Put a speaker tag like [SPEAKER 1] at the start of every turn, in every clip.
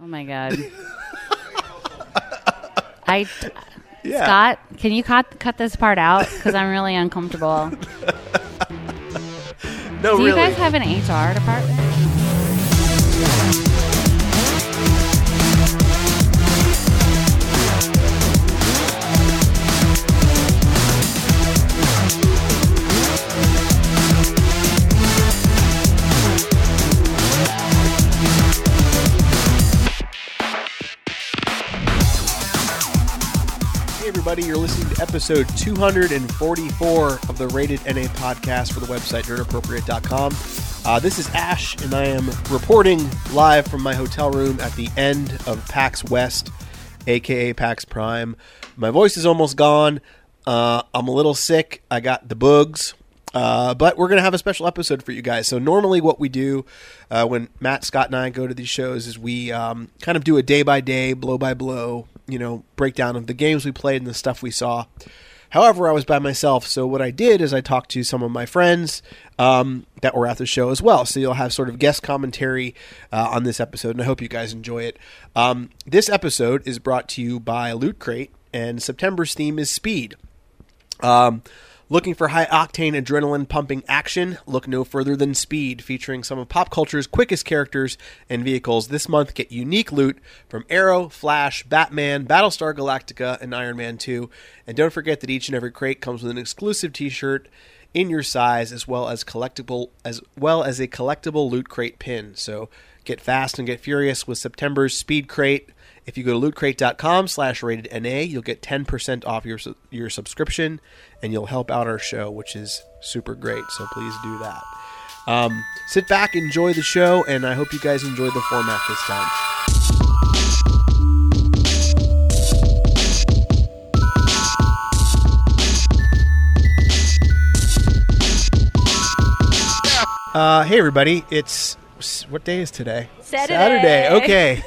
[SPEAKER 1] Oh my god. I
[SPEAKER 2] Yeah.
[SPEAKER 1] Scott, can you cut cut this part out because I'm really uncomfortable.
[SPEAKER 2] No,
[SPEAKER 1] Do
[SPEAKER 2] really.
[SPEAKER 1] you guys have an HR department?
[SPEAKER 2] Hey, everybody, you're listening to episode 244 of the Rated NA podcast for the website nerdappropriate.com. Uh, this is Ash, and I am reporting live from my hotel room at the end of PAX West, aka PAX Prime. My voice is almost gone. Uh, I'm a little sick. I got the bugs. Uh, but we're going to have a special episode for you guys. So, normally, what we do uh, when Matt, Scott, and I go to these shows is we um, kind of do a day by day, blow by blow, you know, breakdown of the games we played and the stuff we saw. However, I was by myself. So, what I did is I talked to some of my friends um, that were at the show as well. So, you'll have sort of guest commentary uh, on this episode, and I hope you guys enjoy it. Um, this episode is brought to you by Loot Crate, and September's theme is speed. Um, looking for high octane adrenaline pumping action? Look no further than Speed, featuring some of pop culture's quickest characters and vehicles. This month, get unique loot from Arrow, Flash, Batman, Battlestar Galactica, and Iron Man 2. And don't forget that each and every crate comes with an exclusive t shirt in your size as well as collectible as well as a collectible loot crate pin so get fast and get furious with september's speed crate if you go to lootcrate.com slash rated NA, you'll get 10% off your, su- your subscription and you'll help out our show, which is super great. So please do that. Um, sit back, enjoy the show, and I hope you guys enjoyed the format this time. Uh, hey, everybody. It's what day is today?
[SPEAKER 3] Saturday.
[SPEAKER 2] Saturday. Okay.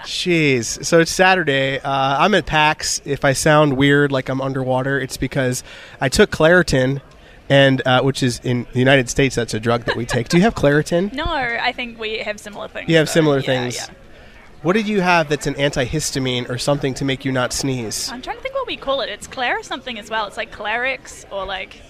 [SPEAKER 2] Jeez. So it's Saturday. Uh, I'm at PAX. If I sound weird, like I'm underwater, it's because I took Claritin, and uh, which is in the United States, that's a drug that we take. Do you have Claritin?
[SPEAKER 3] No, I think we have similar things.
[SPEAKER 2] You have
[SPEAKER 3] though.
[SPEAKER 2] similar
[SPEAKER 3] Yeah,
[SPEAKER 2] things.
[SPEAKER 3] yeah.
[SPEAKER 2] What did you have that's an antihistamine or something to make you not sneeze?
[SPEAKER 3] I'm trying to think what we call it. It's Claire something as well. It's like Clarix or like.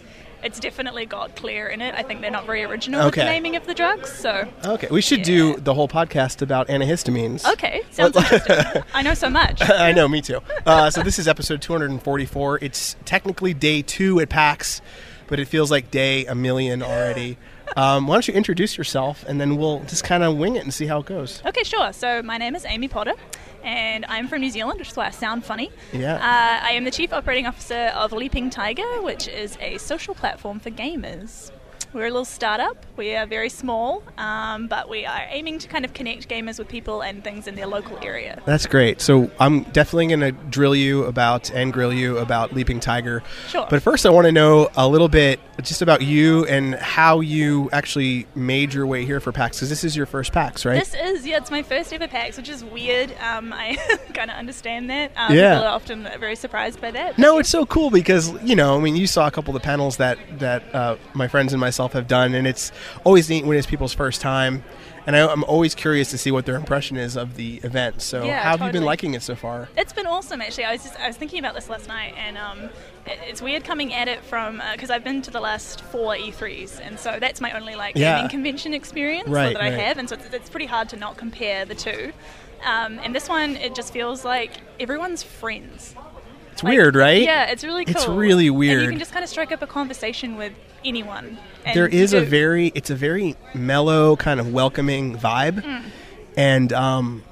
[SPEAKER 3] It's definitely got Claire in it. I think they're not very original with the
[SPEAKER 2] Okay.
[SPEAKER 3] naming of the drugs. So,
[SPEAKER 2] Okay, we should do the whole podcast about antihistamines.
[SPEAKER 3] okay, sounds interesting. I know so much.
[SPEAKER 2] I know, me too. Uh, so this is episode 244. It's technically day two at PAX, but it feels like day a million already. Um, why don't you introduce yourself, and then we'll just kind of wing it and see how it goes.
[SPEAKER 3] Okay, sure. So my name is Amy Potter, and I'm from New Zealand, which is why I sound funny.
[SPEAKER 2] Yeah.
[SPEAKER 3] Uh, I am the chief operating officer of Leaping Tiger, which is a social platform for gamers. We're a little startup. We are very small, um, but we are aiming to kind of connect gamers with people and things in their local area.
[SPEAKER 2] That's great. So I'm definitely going to drill you about and grill you about Leaping Tiger.
[SPEAKER 3] Sure.
[SPEAKER 2] But first, I want to know a little bit just about you and how you actually made your way here for PAX, because this is your first PAX, right?
[SPEAKER 3] This is yeah, it's my first ever PAX, which is weird. Um, I kind of understand that. Um,
[SPEAKER 2] Yeah.
[SPEAKER 3] People are often very surprised by that.
[SPEAKER 2] No, it's so cool because you know, I mean, you saw a couple of the panels that that uh, my friends and myself have done, and it's always neat when it's people's first time, and I, I'm always curious to see what their impression is of the event. So,
[SPEAKER 3] Yeah,
[SPEAKER 2] how have you been
[SPEAKER 3] totally.
[SPEAKER 2] liking it so far?
[SPEAKER 3] It's been awesome, actually. I was just, I was thinking about this last night, and um, it, it's weird coming at it from because I've been to the last four E3s, and so that's my only like
[SPEAKER 2] Yeah.
[SPEAKER 3] gaming convention experience
[SPEAKER 2] Right,
[SPEAKER 3] that
[SPEAKER 2] right.
[SPEAKER 3] I have, and so it's, it's pretty hard to not compare the two. Um, and this one, it just feels like everyone's friends.
[SPEAKER 2] It's
[SPEAKER 3] Like,
[SPEAKER 2] weird, right?
[SPEAKER 3] Yeah, it's really cool.
[SPEAKER 2] It's really
[SPEAKER 3] And
[SPEAKER 2] weird.
[SPEAKER 3] you can just kind of strike up a conversation with anyone. and
[SPEAKER 2] there is a
[SPEAKER 3] do-
[SPEAKER 2] very it's a very mellow kind of welcoming vibe
[SPEAKER 3] Mm.
[SPEAKER 2] and um,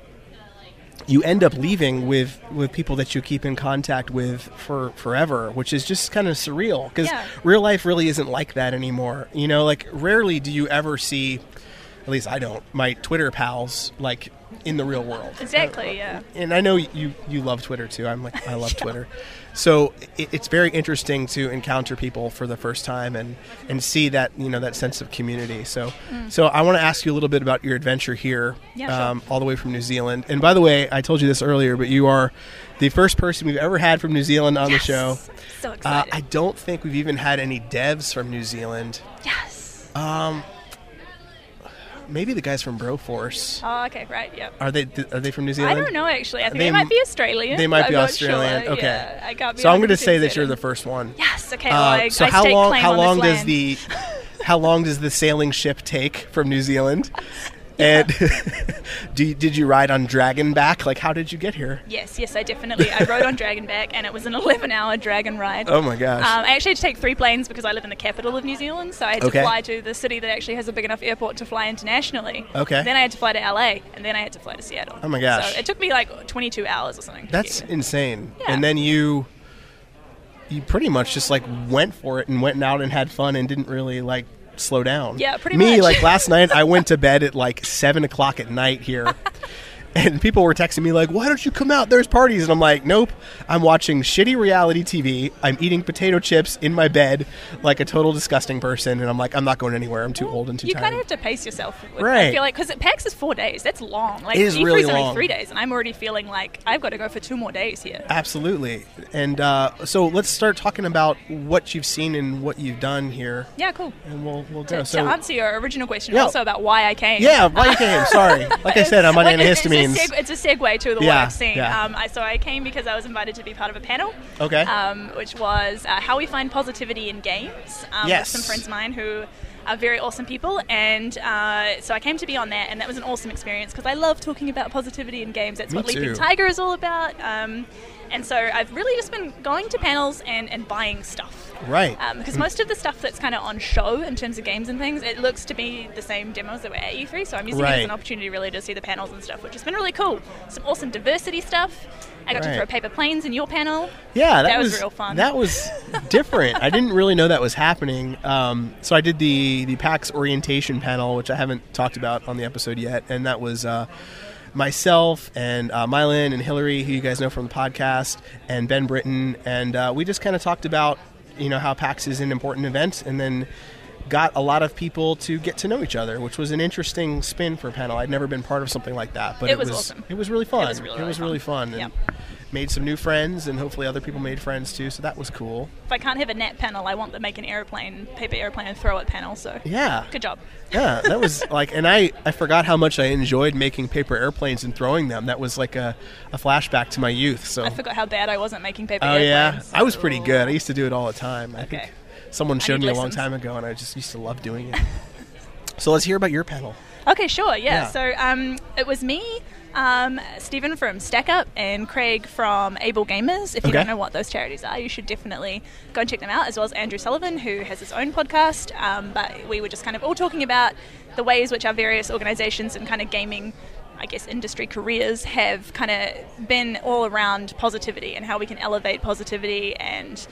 [SPEAKER 2] you end up leaving with with people that you keep in contact with for forever which is just kind of surreal because
[SPEAKER 3] Yeah.
[SPEAKER 2] real life really isn't like that anymore you know like rarely do you ever see at least i don't my twitter pals like in the real world
[SPEAKER 3] exactly yeah.
[SPEAKER 2] and I know you you love Twitter too. I'm like I love Twitter, so it, it's very interesting to encounter people for the first time and and see that you know that sense of community. So so I want to ask you a little bit about your adventure here,
[SPEAKER 3] Mm.
[SPEAKER 2] um,
[SPEAKER 3] Yeah, sure.
[SPEAKER 2] all the way from New Zealand. And by the way, I told you this earlier, but you are the first person we've ever had from New Zealand on the show.
[SPEAKER 3] Yes. So
[SPEAKER 2] Uh,
[SPEAKER 3] excited.
[SPEAKER 2] I don't think we've even had any devs from New Zealand.
[SPEAKER 3] yes.
[SPEAKER 2] Um, maybe the guys from Broforce.
[SPEAKER 3] Oh, okay, right, yeah.
[SPEAKER 2] Are they th- are they from New
[SPEAKER 3] I
[SPEAKER 2] Zealand?
[SPEAKER 3] don't know actually. I think
[SPEAKER 2] They
[SPEAKER 3] they,
[SPEAKER 2] m-
[SPEAKER 3] might be Australian.
[SPEAKER 2] They might
[SPEAKER 3] I'm
[SPEAKER 2] be
[SPEAKER 3] not
[SPEAKER 2] Australian.
[SPEAKER 3] sure.
[SPEAKER 2] Okay.
[SPEAKER 3] Yeah, I can't be
[SPEAKER 2] so I'm
[SPEAKER 3] 100%
[SPEAKER 2] going to say that you're
[SPEAKER 3] certain.
[SPEAKER 2] the first one.
[SPEAKER 3] Yes. Okay.
[SPEAKER 2] Uh,
[SPEAKER 3] well, I,
[SPEAKER 2] so
[SPEAKER 3] I
[SPEAKER 2] how
[SPEAKER 3] stake
[SPEAKER 2] long
[SPEAKER 3] claim
[SPEAKER 2] how
[SPEAKER 3] on
[SPEAKER 2] long does
[SPEAKER 3] this land.
[SPEAKER 2] the how long does the sailing ship take from New Zealand? And do, you- did you ride on Dragonback? Like how did you get here?
[SPEAKER 3] Yes, yes, I definitely. I rode on Dragonback, and it was an 11-hour dragon ride.
[SPEAKER 2] Oh my gosh.
[SPEAKER 3] Um, I actually had to take three planes because I live in the capital of New Zealand, so I had to
[SPEAKER 2] Okay.
[SPEAKER 3] fly to the city that actually has a big enough airport to fly internationally.
[SPEAKER 2] Okay.
[SPEAKER 3] Then I had to fly to LA, and then I had to fly to Seattle.
[SPEAKER 2] Oh my gosh.
[SPEAKER 3] So it took me like 22 hours or something. to get
[SPEAKER 2] That's
[SPEAKER 3] here.
[SPEAKER 2] insane.
[SPEAKER 3] Yeah.
[SPEAKER 2] And then you you pretty much just like went for it and went out and had fun and didn't really like slow down.
[SPEAKER 3] Yeah, pretty
[SPEAKER 2] Me,
[SPEAKER 3] much.
[SPEAKER 2] like last night I went to bed at like seven o'clock at night here. And people were texting me like, "Why don't you come out? There's parties." And I'm like, "Nope. I'm watching shitty reality TV. I'm eating potato chips in my bed, like a total disgusting person." And I'm like, "I'm not going anywhere. I'm too old and too
[SPEAKER 3] you
[SPEAKER 2] tired."
[SPEAKER 3] kind of have to pace yourself.
[SPEAKER 2] Right.
[SPEAKER 3] I feel like because it packs is four days. That's long. Like
[SPEAKER 2] It is
[SPEAKER 3] G3's
[SPEAKER 2] really
[SPEAKER 3] only
[SPEAKER 2] long.
[SPEAKER 3] three days, and I'm already feeling like I've got to go for two more days here.
[SPEAKER 2] Absolutely. And uh, so let's start talking about what you've seen and what you've done here.
[SPEAKER 3] Yeah, cool.
[SPEAKER 2] and we'll we'll go.
[SPEAKER 3] To,
[SPEAKER 2] so
[SPEAKER 3] to answer your original question,
[SPEAKER 2] Yeah.
[SPEAKER 3] also about why I came.
[SPEAKER 2] yeah, Viking game. Sorry, like I said, I'm on
[SPEAKER 3] Well, it's-
[SPEAKER 2] antihistamines.
[SPEAKER 3] It's a, seg- it's a segue to the
[SPEAKER 2] Yeah,
[SPEAKER 3] what I've seen.
[SPEAKER 2] yeah.
[SPEAKER 3] Um, I, so I came because I was invited to be part of a panel.
[SPEAKER 2] Okay.
[SPEAKER 3] Um, which was uh, how we find positivity in games. Um,
[SPEAKER 2] Yes.
[SPEAKER 3] With some friends of mine who are very awesome people, and uh, so I came to be on that, and that was an awesome experience because I love talking about positivity in games. That's
[SPEAKER 2] Me
[SPEAKER 3] what
[SPEAKER 2] too.
[SPEAKER 3] Leaping Tiger is all about. Um, and so I've really just been going to panels and, and buying stuff.
[SPEAKER 2] right.
[SPEAKER 3] Um, because most of the stuff that's kind of on show in terms of games and things, it looks to be the same demos that were at E3. So I'm using it
[SPEAKER 2] Right.
[SPEAKER 3] as an opportunity really to see the panels and stuff, which has been really cool. Some awesome diversity stuff. I got
[SPEAKER 2] Right.
[SPEAKER 3] to throw paper planes in your panel.
[SPEAKER 2] yeah, that,
[SPEAKER 3] that was real fun.
[SPEAKER 2] That was different. I didn't really know that was happening. Um, so I did the the PAX orientation panel, which I haven't talked about on the episode yet, and that was. Uh, Myself and uh, Mylan and Hillary, who you guys know from the podcast, and Ben Britton, and uh, we just kind of talked about you know how PAX is an important event, and then got a lot of people to get to know each other, which was an interesting spin for a panel. I'd never been part of something like that, but it,
[SPEAKER 3] It was awesome.
[SPEAKER 2] It was really fun. It
[SPEAKER 3] was really, really
[SPEAKER 2] fun. and Made some new friends, and hopefully other people made friends too. So that was cool.
[SPEAKER 3] If I can't have a net panel, I want the make an airplane, paper airplane, and throw it panel. So
[SPEAKER 2] Yeah.
[SPEAKER 3] good job.
[SPEAKER 2] yeah, that was like, and I, I forgot how much I enjoyed making paper airplanes and throwing them. That was like a, a flashback to my youth. So
[SPEAKER 3] I forgot how bad I was at making paper
[SPEAKER 2] Oh
[SPEAKER 3] airplanes.
[SPEAKER 2] yeah, I was pretty
[SPEAKER 3] Ooh.
[SPEAKER 2] good. I used to do it all the time. I think
[SPEAKER 3] Okay.
[SPEAKER 2] someone showed me
[SPEAKER 3] need
[SPEAKER 2] a long
[SPEAKER 3] lessons.
[SPEAKER 2] time ago, and I just used to love doing it. so let's hear about your panel.
[SPEAKER 3] Okay, sure.
[SPEAKER 2] Yeah.
[SPEAKER 3] Yeah. So um, it was me, um, Stephen from Stack Up, and Craig from Able Gamers. If you
[SPEAKER 2] Okay.
[SPEAKER 3] don't know what those charities are, you should definitely go and check them out, as well as Andrew Sullivan, who has his own podcast. Um, but we were just kind of all talking about the ways which our various organizations and kind of gaming. I guess industry careers have kind of been all around positivity and how we can elevate positivity and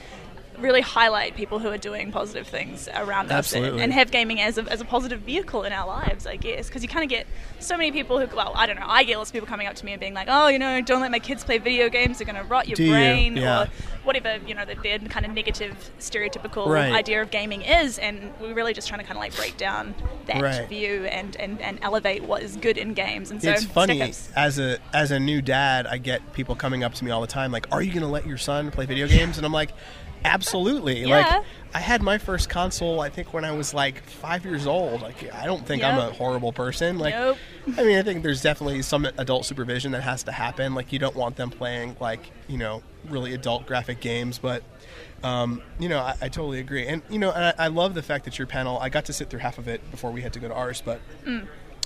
[SPEAKER 3] really highlight people who are doing positive things around us and-
[SPEAKER 2] Absolutely.
[SPEAKER 3] and have gaming as a, as a positive vehicle in our lives, I guess. Because you kind of get so many people who, well, I don't know, I get lots of people coming up to me and being like, oh, you know, don't let my kids play video games, they're going to rot your
[SPEAKER 2] Do you?
[SPEAKER 3] brain,
[SPEAKER 2] Yeah.
[SPEAKER 3] or whatever, you know, the, their kind of negative, stereotypical
[SPEAKER 2] Right.
[SPEAKER 3] idea of gaming is. And we're really just trying to kind of like break down that
[SPEAKER 2] Right.
[SPEAKER 3] view and, and, and elevate what is good in games. And so,
[SPEAKER 2] it's funny
[SPEAKER 3] Stack-Up's-
[SPEAKER 2] as a as a new dad i get people coming up to me all the time like are you going to let your son play video games and i'm like absolutely
[SPEAKER 3] Yeah.
[SPEAKER 2] like i had my first console i think when i was like five years old like i don't think i'm
[SPEAKER 3] Yep.
[SPEAKER 2] a horrible person like
[SPEAKER 3] Nope.
[SPEAKER 2] i mean i think there's definitely some adult supervision that has to happen like you don't want them playing like you know really adult graphic games but um, you know, I, I totally agree, and you know, and I, I love the fact that your panel. I got to sit through half of it before we had to go to ours, but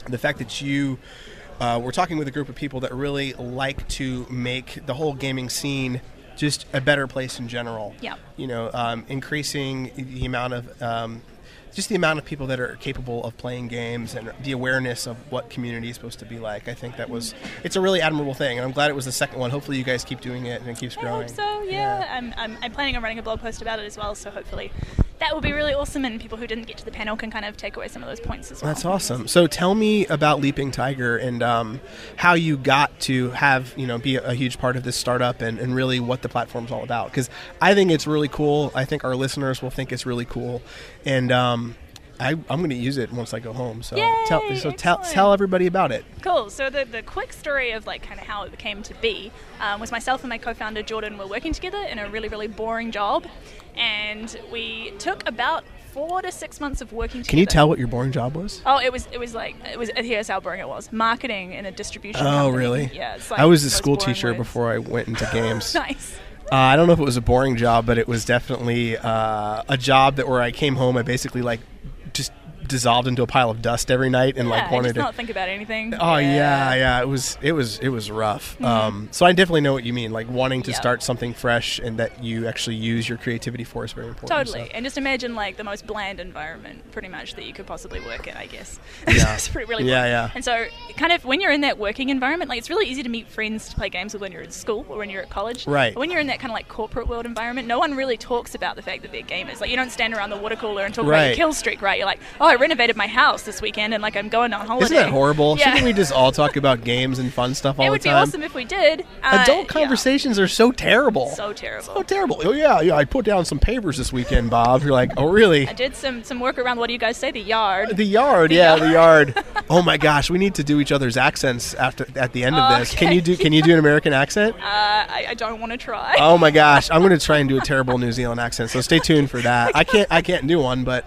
[SPEAKER 2] the fact that you uh, were talking with a group of people that really like to make the whole gaming scene just a better place in general.
[SPEAKER 3] Yep.
[SPEAKER 2] You know, um, increasing the amount of um, just the amount of people that are capable of playing games and the awareness of what community is supposed to be like. I think that was it's a really admirable thing, and I'm glad it was the second one. Hopefully, you guys keep doing it and it keeps
[SPEAKER 3] I
[SPEAKER 2] growing.
[SPEAKER 3] hope so. Yeah, I'm, I'm, I'm planning on running a blog post about it as well. So hopefully, that will be really awesome, and people who didn't get to the panel can kind of take away some of those points as well.
[SPEAKER 2] That's awesome. So tell me about Leaping Tiger and um, how you got to have you know be a huge part of this startup and, and really what the platform's all about. Because I think it's really cool. I think our listeners will think it's really cool, and um, I, I'm going to use it once I go home. So
[SPEAKER 3] Yay,
[SPEAKER 2] tell so tell,
[SPEAKER 3] excellent.
[SPEAKER 2] tell everybody about it.
[SPEAKER 3] Cool. So the, the quick story of like kind of how it came to be um, was myself and my co-founder Jordan were working together in a really really boring job, and we took about four to six months of working together.
[SPEAKER 2] Can you tell what your boring job was?
[SPEAKER 3] Oh, it was it was like it was here's how boring it was. Marketing in a distribution.
[SPEAKER 2] Oh,
[SPEAKER 3] company.
[SPEAKER 2] really?
[SPEAKER 3] Yeah. It's like
[SPEAKER 2] I was a
[SPEAKER 3] those
[SPEAKER 2] school
[SPEAKER 3] boring
[SPEAKER 2] teacher
[SPEAKER 3] words.
[SPEAKER 2] before I went into games.
[SPEAKER 3] Nice.
[SPEAKER 2] Uh, I don't know if it was a boring job, but it was definitely uh, a job that where I came home, I basically like just dissolved into a pile of dust every night and
[SPEAKER 3] Yeah,
[SPEAKER 2] like
[SPEAKER 3] I
[SPEAKER 2] wanted
[SPEAKER 3] just
[SPEAKER 2] to.
[SPEAKER 3] not think about anything.
[SPEAKER 2] Oh yeah. yeah, It was it was it was rough. Um, so I definitely know what you mean. Like wanting to
[SPEAKER 3] Mm-hmm. Yeah.
[SPEAKER 2] start something fresh and that you actually use your creativity for is very important.
[SPEAKER 3] Totally.
[SPEAKER 2] so.
[SPEAKER 3] And just imagine like the most bland environment, pretty much, that you could possibly work in, I guess.
[SPEAKER 2] Yeah.
[SPEAKER 3] it's pretty, really
[SPEAKER 2] Yeah,
[SPEAKER 3] bland.
[SPEAKER 2] yeah.
[SPEAKER 3] And so, kind of, when you're in that working environment, like it's really easy to meet friends to play games with when you're at school or when you're at college.
[SPEAKER 2] Right.
[SPEAKER 3] But when you're in that kind of like corporate world environment, no one really talks about the fact that they're gamers. Like, you don't stand around the water cooler and talk about
[SPEAKER 2] Right.
[SPEAKER 3] your kill streak, right? You're like, oh, I renovated my house this weekend and like I'm going on holiday.
[SPEAKER 2] Isn't that horrible?
[SPEAKER 3] Yeah.
[SPEAKER 2] Shouldn't we just all talk about games and fun stuff all
[SPEAKER 3] it would
[SPEAKER 2] the
[SPEAKER 3] be
[SPEAKER 2] time?
[SPEAKER 3] awesome if we did. Uh,
[SPEAKER 2] Adult
[SPEAKER 3] yeah.
[SPEAKER 2] conversations are so terrible.
[SPEAKER 3] So terrible.
[SPEAKER 2] So terrible. Oh yeah, yeah. I put down some papers this weekend, Bob. You're like, oh really?
[SPEAKER 3] I did some, some work around, what do you guys say, the yard?
[SPEAKER 2] The yard, yeah, the yard. Oh my gosh, we need to do each other's accents after at the end of this. Can you do? Can you do an American accent?
[SPEAKER 3] uh, I, I don't want to try.
[SPEAKER 2] Oh my gosh, I'm going to try and do a terrible New Zealand accent. So stay tuned for that. I can't. I can't do one, but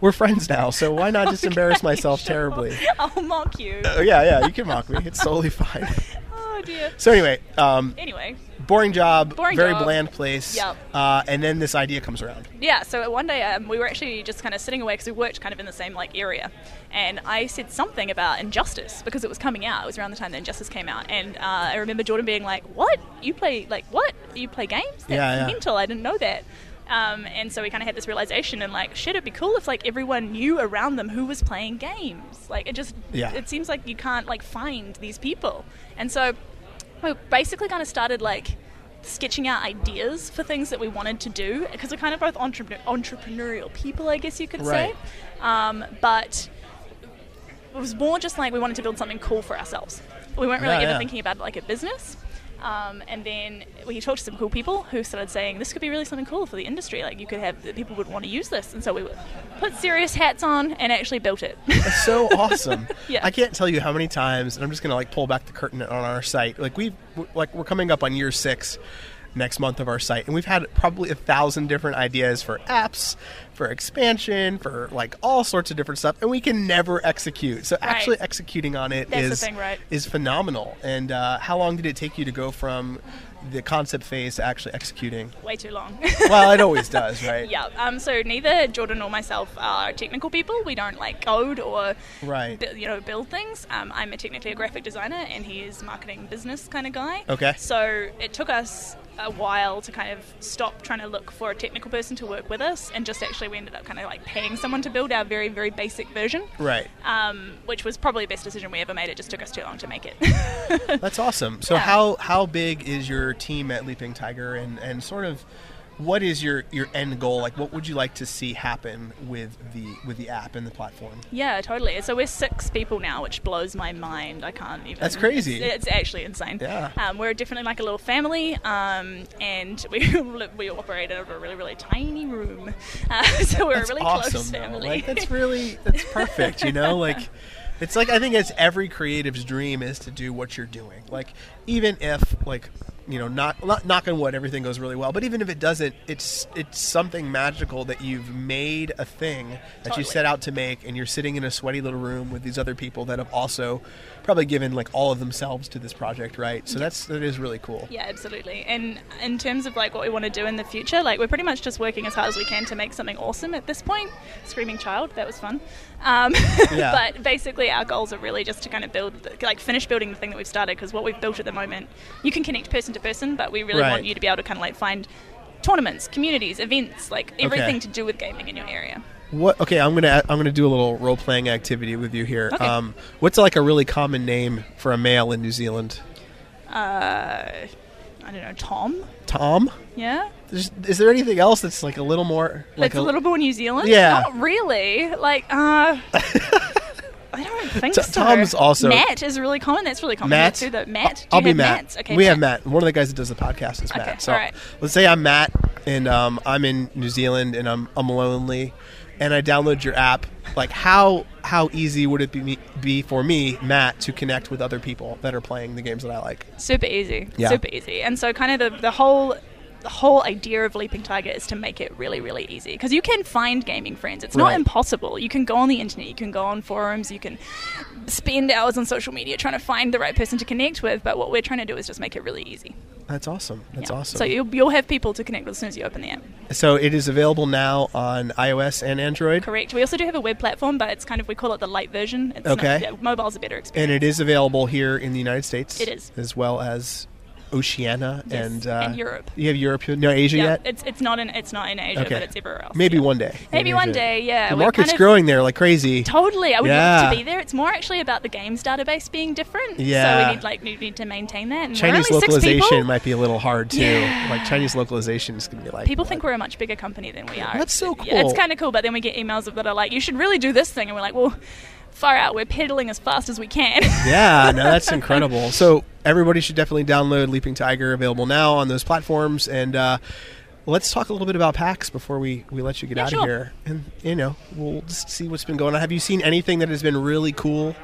[SPEAKER 2] we're friends now, so why not just embarrass
[SPEAKER 3] Okay,
[SPEAKER 2] myself
[SPEAKER 3] sure.
[SPEAKER 2] terribly?
[SPEAKER 3] I'll mock you.
[SPEAKER 2] Oh, yeah, yeah, you can mock me. It's totally fine.
[SPEAKER 3] Oh dear.
[SPEAKER 2] So anyway, um,
[SPEAKER 3] Anyway,
[SPEAKER 2] boring job,
[SPEAKER 3] Boring
[SPEAKER 2] very
[SPEAKER 3] job.
[SPEAKER 2] bland place.
[SPEAKER 3] Yep.
[SPEAKER 2] Uh, and then this idea comes around.
[SPEAKER 3] yeah. So one day um, we were actually just kind of sitting away because we worked kind of in the same like area, and I said something about Injustice because it was coming out. It was around the time that Injustice came out, and uh, I remember Jordan being like, "What? You play like what? You play games? That's
[SPEAKER 2] Yeah, yeah.
[SPEAKER 3] mental. I didn't know that." Um, and so we kind of had this realization, and like, shit, it'd be cool if like everyone knew around them who was playing games. Like, it just
[SPEAKER 2] Yeah.
[SPEAKER 3] it seems like you can't like find these people, and so we basically kind of started like sketching out ideas for things that we wanted to do because we're kind of both entrepreneur, entrepreneurial people, I guess you could
[SPEAKER 2] Right.
[SPEAKER 3] say. Um, but it was more just like we wanted to build something cool for ourselves. We weren't really
[SPEAKER 2] Yeah,
[SPEAKER 3] ever
[SPEAKER 2] yeah.
[SPEAKER 3] thinking about it like a business. Um, and then we talked to some cool people who started saying this could be really something cool for the industry. Like you could have the people would want to use this, and so we put serious hats on and actually built it.
[SPEAKER 2] That's so awesome.
[SPEAKER 3] Yeah.
[SPEAKER 2] I can't tell you how many times, and I'm just gonna like pull back the curtain on our site. Like we've w- like we're coming up on year six next month of our site, and we've had probably a thousand different ideas for apps, for expansion, for like all sorts of different stuff, and we can never execute. So actually executing on it is
[SPEAKER 3] That's the thing, right?
[SPEAKER 2] is phenomenal. And uh, how long did it take you to go from the concept phase to actually executing?
[SPEAKER 3] Way too long.
[SPEAKER 2] Well, it always does, right?
[SPEAKER 3] Yeah. Um, so neither Jordan nor myself are technical people. We don't like code or
[SPEAKER 2] Right.
[SPEAKER 3] bu- you know build things. Um, I'm a technically a graphic designer, and he is marketing business kind of guy.
[SPEAKER 2] Okay.
[SPEAKER 3] So it took us a while to kind of stop trying to look for a technical person to work with us, and just actually we ended up kind of like paying someone to build our very very basic version.
[SPEAKER 2] Right.
[SPEAKER 3] Um, which was probably the best decision we ever made. It just took us too long to make it.
[SPEAKER 2] That's awesome. So
[SPEAKER 3] Yeah.
[SPEAKER 2] how how big is your team at Leaping Tiger, and and sort of what is your your end goal? Like, what would you like to see happen with the with the app and the platform?
[SPEAKER 3] Yeah, totally. So we're six people now, which blows my mind. I can't even.
[SPEAKER 2] That's crazy.
[SPEAKER 3] It's, it's actually insane.
[SPEAKER 2] Yeah.
[SPEAKER 3] Um, we're definitely like a little family, um, and we live- we operate out of a really really tiny room, uh, so we're
[SPEAKER 2] that's
[SPEAKER 3] a really
[SPEAKER 2] awesome,
[SPEAKER 3] close
[SPEAKER 2] though.
[SPEAKER 3] family.
[SPEAKER 2] Like, that's really that's perfect. You know, like. It's like I think it's every creative's dream is to do what you're doing. Like even if like you know not, not knock on wood everything goes really well, but even if it doesn't, it's it's something magical that you've made a thing that you
[SPEAKER 3] Totally.
[SPEAKER 2] set out to make, and you're sitting in a sweaty little room with these other people that have also probably given like all of themselves to this project, right? So that's that is really cool.
[SPEAKER 3] Yeah, absolutely. And in terms of like what we want to do in the future, like we're pretty much just working as hard as we can to make something awesome at this point. Screaming child, that was fun. Um,
[SPEAKER 2] Yeah.
[SPEAKER 3] but basically, our goals are really just to kind of build, the, like, finish building the thing that we've started because what we've built at the moment, you can connect person to person, but we really
[SPEAKER 2] Right.
[SPEAKER 3] want you to be able to kind of like find tournaments, communities, events, like everything to do with gaming in your area.
[SPEAKER 2] What? Okay, I'm gonna I'm gonna do a little role playing activity with you here.
[SPEAKER 3] Okay.
[SPEAKER 2] Um, what's like a really common name for a male in New Zealand?
[SPEAKER 3] Uh, I don't know, Tom.
[SPEAKER 2] Tom?
[SPEAKER 3] Yeah.
[SPEAKER 2] There's, is there anything else that's like a little more like
[SPEAKER 3] That's a, little more New Zealand.
[SPEAKER 2] Yeah.
[SPEAKER 3] not really. Like, uh, I don't think
[SPEAKER 2] T-
[SPEAKER 3] so.
[SPEAKER 2] Tom's also-
[SPEAKER 3] Matt is really common. That's really common.
[SPEAKER 2] Matt?
[SPEAKER 3] too, though. Matt, do
[SPEAKER 2] I'll
[SPEAKER 3] you
[SPEAKER 2] be
[SPEAKER 3] have
[SPEAKER 2] Matt.
[SPEAKER 3] Matts? Okay,
[SPEAKER 2] we have Matt. One of the guys that does the podcast is
[SPEAKER 3] Okay,
[SPEAKER 2] Matt. So
[SPEAKER 3] all right.
[SPEAKER 2] let's say I'm Matt and um, I'm in New Zealand and I'm I'm lonely, and I download your app. Like how how easy would it be me, be for me, Matt, to connect with other people that are playing the games that I like?
[SPEAKER 3] Super easy.
[SPEAKER 2] Yeah.
[SPEAKER 3] Super easy. And so, kind of the the whole the whole idea of Leaping Tiger is to make it really, really easy because you can find gaming friends. It's
[SPEAKER 2] Right.
[SPEAKER 3] not impossible. You can go on the internet, you can go on forums, you can spend hours on social media trying to find the right person to connect with. But what we're trying to do is just make it really easy.
[SPEAKER 2] That's awesome. That's
[SPEAKER 3] Yeah.
[SPEAKER 2] awesome.
[SPEAKER 3] So you'll, you'll have people to connect with as soon as you open the app.
[SPEAKER 2] So it is available now on iOS and Android,
[SPEAKER 3] Correct. We also do have a web platform, but it's kind of we call it the light version. It's not-
[SPEAKER 2] Okay.
[SPEAKER 3] yeah, mobile's a better
[SPEAKER 2] and
[SPEAKER 3] experience.
[SPEAKER 2] it is available here in the United States.
[SPEAKER 3] It is.
[SPEAKER 2] as well as Oceania
[SPEAKER 3] Yes,
[SPEAKER 2] and, uh,
[SPEAKER 3] and Europe.
[SPEAKER 2] You have Europe, no Asia
[SPEAKER 3] yeah,
[SPEAKER 2] yet.
[SPEAKER 3] it's it's not in it's not in Asia,
[SPEAKER 2] Okay.
[SPEAKER 3] but it's everywhere else.
[SPEAKER 2] Maybe
[SPEAKER 3] yeah.
[SPEAKER 2] one day.
[SPEAKER 3] Maybe
[SPEAKER 2] in
[SPEAKER 3] one
[SPEAKER 2] Asia.
[SPEAKER 3] day, yeah.
[SPEAKER 2] The
[SPEAKER 3] We're
[SPEAKER 2] market's
[SPEAKER 3] kind of-
[SPEAKER 2] growing there like crazy.
[SPEAKER 3] Totally, I would
[SPEAKER 2] Yeah.
[SPEAKER 3] love to be there. It's more actually about the games database being different.
[SPEAKER 2] Yeah.
[SPEAKER 3] So we need like we need to maintain that. And we're
[SPEAKER 2] Chinese
[SPEAKER 3] only six
[SPEAKER 2] localization
[SPEAKER 3] people.
[SPEAKER 2] might be a little hard too.
[SPEAKER 3] Yeah.
[SPEAKER 2] Like Chinese localization is gonna be like
[SPEAKER 3] People
[SPEAKER 2] what?
[SPEAKER 3] think we're a much bigger company than we are.
[SPEAKER 2] That's so
[SPEAKER 3] It's- yeah, it's
[SPEAKER 2] cool.
[SPEAKER 3] kind of cool, but then we get emails that are like, "You should really do this thing," and we're like, "Well, far out. We're pedaling as fast as we can."
[SPEAKER 2] yeah, no, that's incredible. So everybody should definitely download Leaping Tiger, available now on those platforms. And uh, let's talk a little bit about PAX before we, we let you get
[SPEAKER 3] Yeah,
[SPEAKER 2] out
[SPEAKER 3] sure.
[SPEAKER 2] of here. And you know, we'll just see what's been going on. Have you seen anything that has been really cool?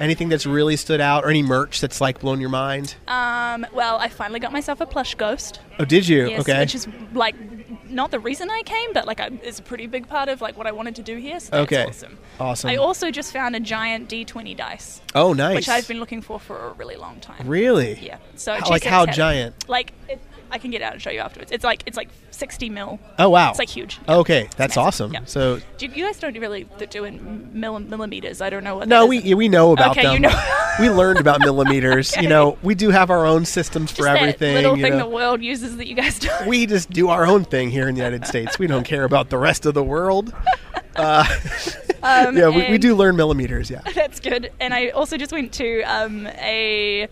[SPEAKER 2] Anything that's really stood out, or any merch that's like blown your mind?
[SPEAKER 3] um, well, I finally got myself a plush ghost.
[SPEAKER 2] Oh, did you?
[SPEAKER 3] Yes,
[SPEAKER 2] okay.
[SPEAKER 3] which is like not the reason I came, but like I, it's a pretty big part of like what I wanted to do here. So that's
[SPEAKER 2] Okay.
[SPEAKER 3] awesome.
[SPEAKER 2] Awesome.
[SPEAKER 3] I also just found a giant D20 dice,
[SPEAKER 2] oh, nice.
[SPEAKER 3] which I've been looking for for a really long time.
[SPEAKER 2] really.
[SPEAKER 3] Yeah. So
[SPEAKER 2] How-
[SPEAKER 3] G6
[SPEAKER 2] like how
[SPEAKER 3] had-
[SPEAKER 2] giant?
[SPEAKER 3] Like it, I can get out and show you afterwards. It's like it's like 60 mil.
[SPEAKER 2] Oh wow.
[SPEAKER 3] It's like huge.
[SPEAKER 2] Okay, that's
[SPEAKER 3] massive.
[SPEAKER 2] awesome.
[SPEAKER 3] Yeah.
[SPEAKER 2] So
[SPEAKER 3] Do you, you guys don't really do in mil- millimeters. I don't know what.
[SPEAKER 2] No,
[SPEAKER 3] that
[SPEAKER 2] we
[SPEAKER 3] is.
[SPEAKER 2] yeah, we know about
[SPEAKER 3] Okay,
[SPEAKER 2] them.
[SPEAKER 3] you know.
[SPEAKER 2] we learned about millimeters. You
[SPEAKER 3] Okay.
[SPEAKER 2] know, we do have our own systems
[SPEAKER 3] Just
[SPEAKER 2] for
[SPEAKER 3] that
[SPEAKER 2] everything.
[SPEAKER 3] little
[SPEAKER 2] you
[SPEAKER 3] thing
[SPEAKER 2] know.
[SPEAKER 3] the world uses that you guys do.
[SPEAKER 2] we just do our own thing here in the United States. We don't care about the rest of the world. Uh,
[SPEAKER 3] Um,
[SPEAKER 2] yeah, we, we
[SPEAKER 3] and-
[SPEAKER 2] do learn millimeters. Yeah.
[SPEAKER 3] That's good. And I also just went to um, a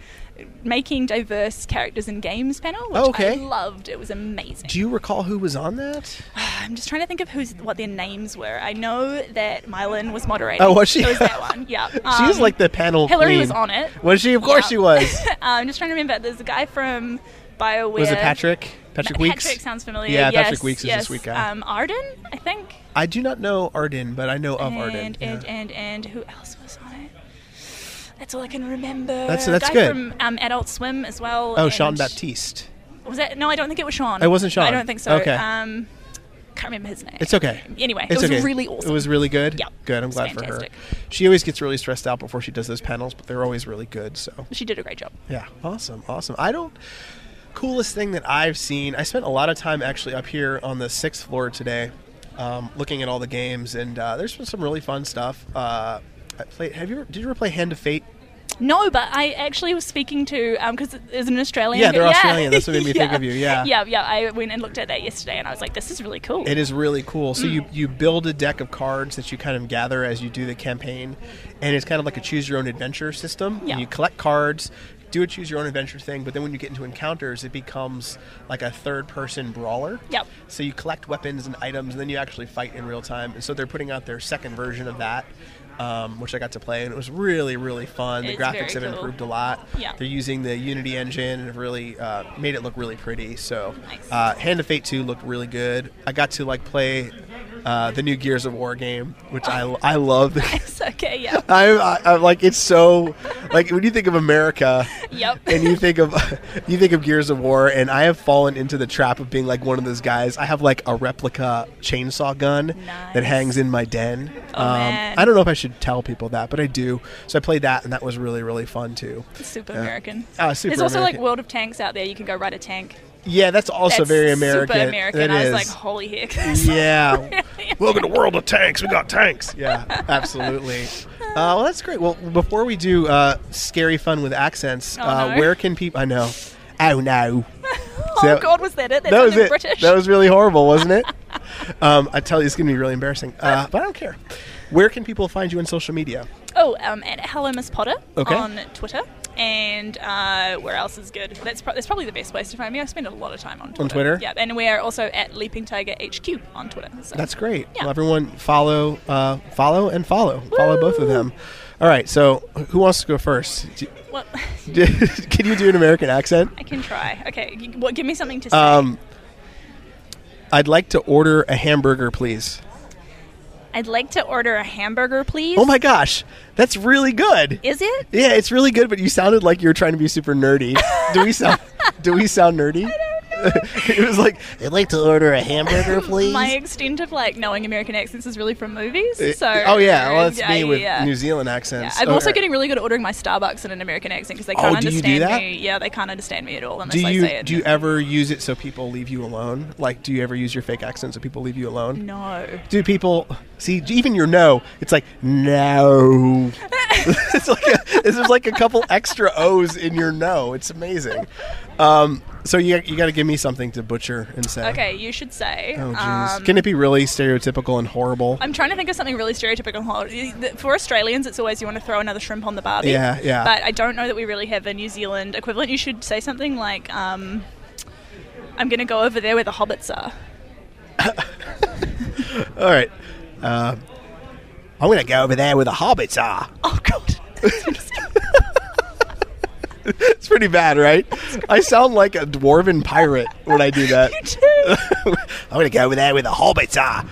[SPEAKER 3] making diverse characters in games panel, which
[SPEAKER 2] Okay.
[SPEAKER 3] I loved. It was amazing.
[SPEAKER 2] Do you recall who was on that?
[SPEAKER 3] I'm just trying to think of who's what their names were. I know that Mylan was moderating.
[SPEAKER 2] Oh, was she?
[SPEAKER 3] It was that one. Yeah.
[SPEAKER 2] she was
[SPEAKER 3] Um,
[SPEAKER 2] like the panel.
[SPEAKER 3] Hillary
[SPEAKER 2] queen.
[SPEAKER 3] was on it.
[SPEAKER 2] Was she? Of course,
[SPEAKER 3] Yeah.
[SPEAKER 2] she was.
[SPEAKER 3] I'm just trying to remember. There's a guy from BioWare.
[SPEAKER 2] Was it Patrick? Patrick Weeks.
[SPEAKER 3] Patrick sounds familiar.
[SPEAKER 2] Yeah,
[SPEAKER 3] yes,
[SPEAKER 2] Patrick Weeks is
[SPEAKER 3] yes.
[SPEAKER 2] this week guy.
[SPEAKER 3] Um, Arden, I think.
[SPEAKER 2] I do not know Arden, but I know of
[SPEAKER 3] and,
[SPEAKER 2] Arden. yeah.
[SPEAKER 3] And, and and who else was on it? That's all I can remember.
[SPEAKER 2] That's- that's
[SPEAKER 3] a guy
[SPEAKER 2] good.
[SPEAKER 3] From um, Adult Swim as well.
[SPEAKER 2] oh,
[SPEAKER 3] and-
[SPEAKER 2] Sean Baptiste.
[SPEAKER 3] Was that? No, I don't think it was Sean.
[SPEAKER 2] It wasn't Sean.
[SPEAKER 3] I don't think so.
[SPEAKER 2] Okay.
[SPEAKER 3] Um, can't remember his name.
[SPEAKER 2] It's okay.
[SPEAKER 3] Anyway,
[SPEAKER 2] It's
[SPEAKER 3] it was
[SPEAKER 2] okay.
[SPEAKER 3] really awesome.
[SPEAKER 2] It was really good.
[SPEAKER 3] Yeah.
[SPEAKER 2] Good. I'm
[SPEAKER 3] It's
[SPEAKER 2] glad
[SPEAKER 3] fantastic.
[SPEAKER 2] for her. She always gets really stressed out before she does those panels, but they're always really good. So
[SPEAKER 3] She did a great job.
[SPEAKER 2] yeah, awesome, awesome. I don't. Coolest thing that I've seen. I spent a lot of time actually up here on the sixth floor today, um, looking at all the games, and uh, there's been some really fun stuff. Uh, I played. Have you? Ever, did you ever play Hand of Fate?
[SPEAKER 3] No, but I actually was speaking to because there's an Australian.
[SPEAKER 2] Yeah, they're Australian. That's what made me think of you, yeah.
[SPEAKER 3] yeah, yeah. I went and looked at that yesterday, and I was like, "This is really cool."
[SPEAKER 2] It is really cool. So
[SPEAKER 3] Mm.
[SPEAKER 2] you you build a deck of cards that you kind of gather as you do the campaign, and it's kind of like a choose your own adventure system.
[SPEAKER 3] Yeah.
[SPEAKER 2] And you collect cards, do a choose your own adventure thing, but then when you get into encounters, it becomes like a third person brawler.
[SPEAKER 3] Yep.
[SPEAKER 2] So you collect weapons and items, and then you actually fight in real time. And so they're putting out their second version of that. Um, which I got to play, and it was really, really fun. The
[SPEAKER 3] It's very
[SPEAKER 2] graphics have
[SPEAKER 3] cool.
[SPEAKER 2] improved a lot.
[SPEAKER 3] Yeah.
[SPEAKER 2] They're using the Unity engine and have really uh, made it look really pretty. So,
[SPEAKER 3] Nice.
[SPEAKER 2] uh, Hand of Fate 2 looked really good. I got to like play uh, the new Gears of War game, which I, I love.
[SPEAKER 3] It's okay. Yeah.
[SPEAKER 2] I, I, I'm like it's so like when you think of America,
[SPEAKER 3] Yep.
[SPEAKER 2] and you think of you think of Gears of War, and I have fallen into the trap of being like one of those guys. I have like a replica chainsaw gun that
[SPEAKER 3] Nice.
[SPEAKER 2] hangs in my den. Um,
[SPEAKER 3] Oh, man.
[SPEAKER 2] I don't know if I should tell people that, but I do. So I played that, and that was really really fun too.
[SPEAKER 3] Super American.
[SPEAKER 2] Ah, super
[SPEAKER 3] There's also
[SPEAKER 2] American.
[SPEAKER 3] like World of Tanks out there. You can go ride a tank.
[SPEAKER 2] Yeah, that's also
[SPEAKER 3] That's
[SPEAKER 2] very American.
[SPEAKER 3] Super American.
[SPEAKER 2] That
[SPEAKER 3] I was
[SPEAKER 2] is.
[SPEAKER 3] like, holy heck. that's
[SPEAKER 2] yeah.
[SPEAKER 3] really-
[SPEAKER 2] Welcome to World of Tanks. We got tanks. Yeah, absolutely. Uh, well, that's great. Well, before we do uh, scary fun with accents,
[SPEAKER 3] Oh,
[SPEAKER 2] uh,
[SPEAKER 3] no.
[SPEAKER 2] where can people? I know. Oh no.
[SPEAKER 3] oh
[SPEAKER 2] that-
[SPEAKER 3] God, was that it? That,
[SPEAKER 2] that was
[SPEAKER 3] sounded
[SPEAKER 2] it.
[SPEAKER 3] British.
[SPEAKER 2] That was really horrible, wasn't it? um, I tell you, it's going to be really embarrassing. Uh, but I don't care. Where can people find you on social media?
[SPEAKER 3] oh, um, at Hello Miss Potter
[SPEAKER 2] Okay.
[SPEAKER 3] on Twitter. And uh, where else is good? That's, pro- that's probably the best place to find me. I spend a lot of time on Twitter.
[SPEAKER 2] Twitter?
[SPEAKER 3] Yeah, and we are also at Leaping Tiger HQ on Twitter. So.
[SPEAKER 2] That's great.
[SPEAKER 3] Yeah.
[SPEAKER 2] Well, everyone follow, uh, follow, and follow. Follow both of
[SPEAKER 3] Woo!
[SPEAKER 2] them. All right. So, who wants to go first? Do-
[SPEAKER 3] Well,
[SPEAKER 2] do- can you do an American accent?
[SPEAKER 3] I can try. Okay, you, what, give me something to say.
[SPEAKER 2] Um, I'd like to order a hamburger, please.
[SPEAKER 3] I'd like to order a hamburger, please.
[SPEAKER 2] Oh my gosh, that's really good.
[SPEAKER 3] Is it?
[SPEAKER 2] Yeah, it's really good, but you sounded like you were trying to be super nerdy. Do we sound? do we sound nerdy? I don't know. it was like
[SPEAKER 4] I'd like to order a hamburger, please.
[SPEAKER 3] My extent of like knowing American accents is really from movies.
[SPEAKER 2] Uh,
[SPEAKER 3] So
[SPEAKER 2] oh yeah, well that's me with
[SPEAKER 3] yeah.
[SPEAKER 2] New Zealand accents.
[SPEAKER 3] Yeah, I'm
[SPEAKER 2] Oh,
[SPEAKER 3] also
[SPEAKER 2] or-
[SPEAKER 3] getting really good at ordering my Starbucks in an American accent because they
[SPEAKER 2] Oh,
[SPEAKER 3] can't
[SPEAKER 2] do you
[SPEAKER 3] understand
[SPEAKER 2] do that?
[SPEAKER 3] me. Yeah, they can't understand me at all unless
[SPEAKER 2] Do
[SPEAKER 3] I say
[SPEAKER 2] you
[SPEAKER 3] it.
[SPEAKER 2] do you ever use it so people leave you alone? Like, do you ever use your fake accent so people leave you alone?
[SPEAKER 3] no.
[SPEAKER 2] Do people see even your no? It's like no. it's like a, it's just like a couple extra O's in your no. It's amazing. Um, so you you got to give me something to butcher and say.
[SPEAKER 3] Okay, you should say.
[SPEAKER 2] Oh jeez.
[SPEAKER 3] um,
[SPEAKER 2] Can it be really stereotypical and horrible?
[SPEAKER 3] I'm trying to think of something really stereotypical. For Australians, it's always you want to throw another shrimp on the barbie.
[SPEAKER 2] Yeah, yeah.
[SPEAKER 3] But I don't know that we really have a New Zealand equivalent. You should say something like, um, "I'm going to go over there where the hobbits are."
[SPEAKER 2] All right. Uh, I'm gonna go over there where the hobbits are.
[SPEAKER 3] Oh God.
[SPEAKER 2] It's pretty bad, right? I sound like a dwarven pirate when I do that.
[SPEAKER 3] You do.
[SPEAKER 2] I'm gonna go over there where the hobbits are.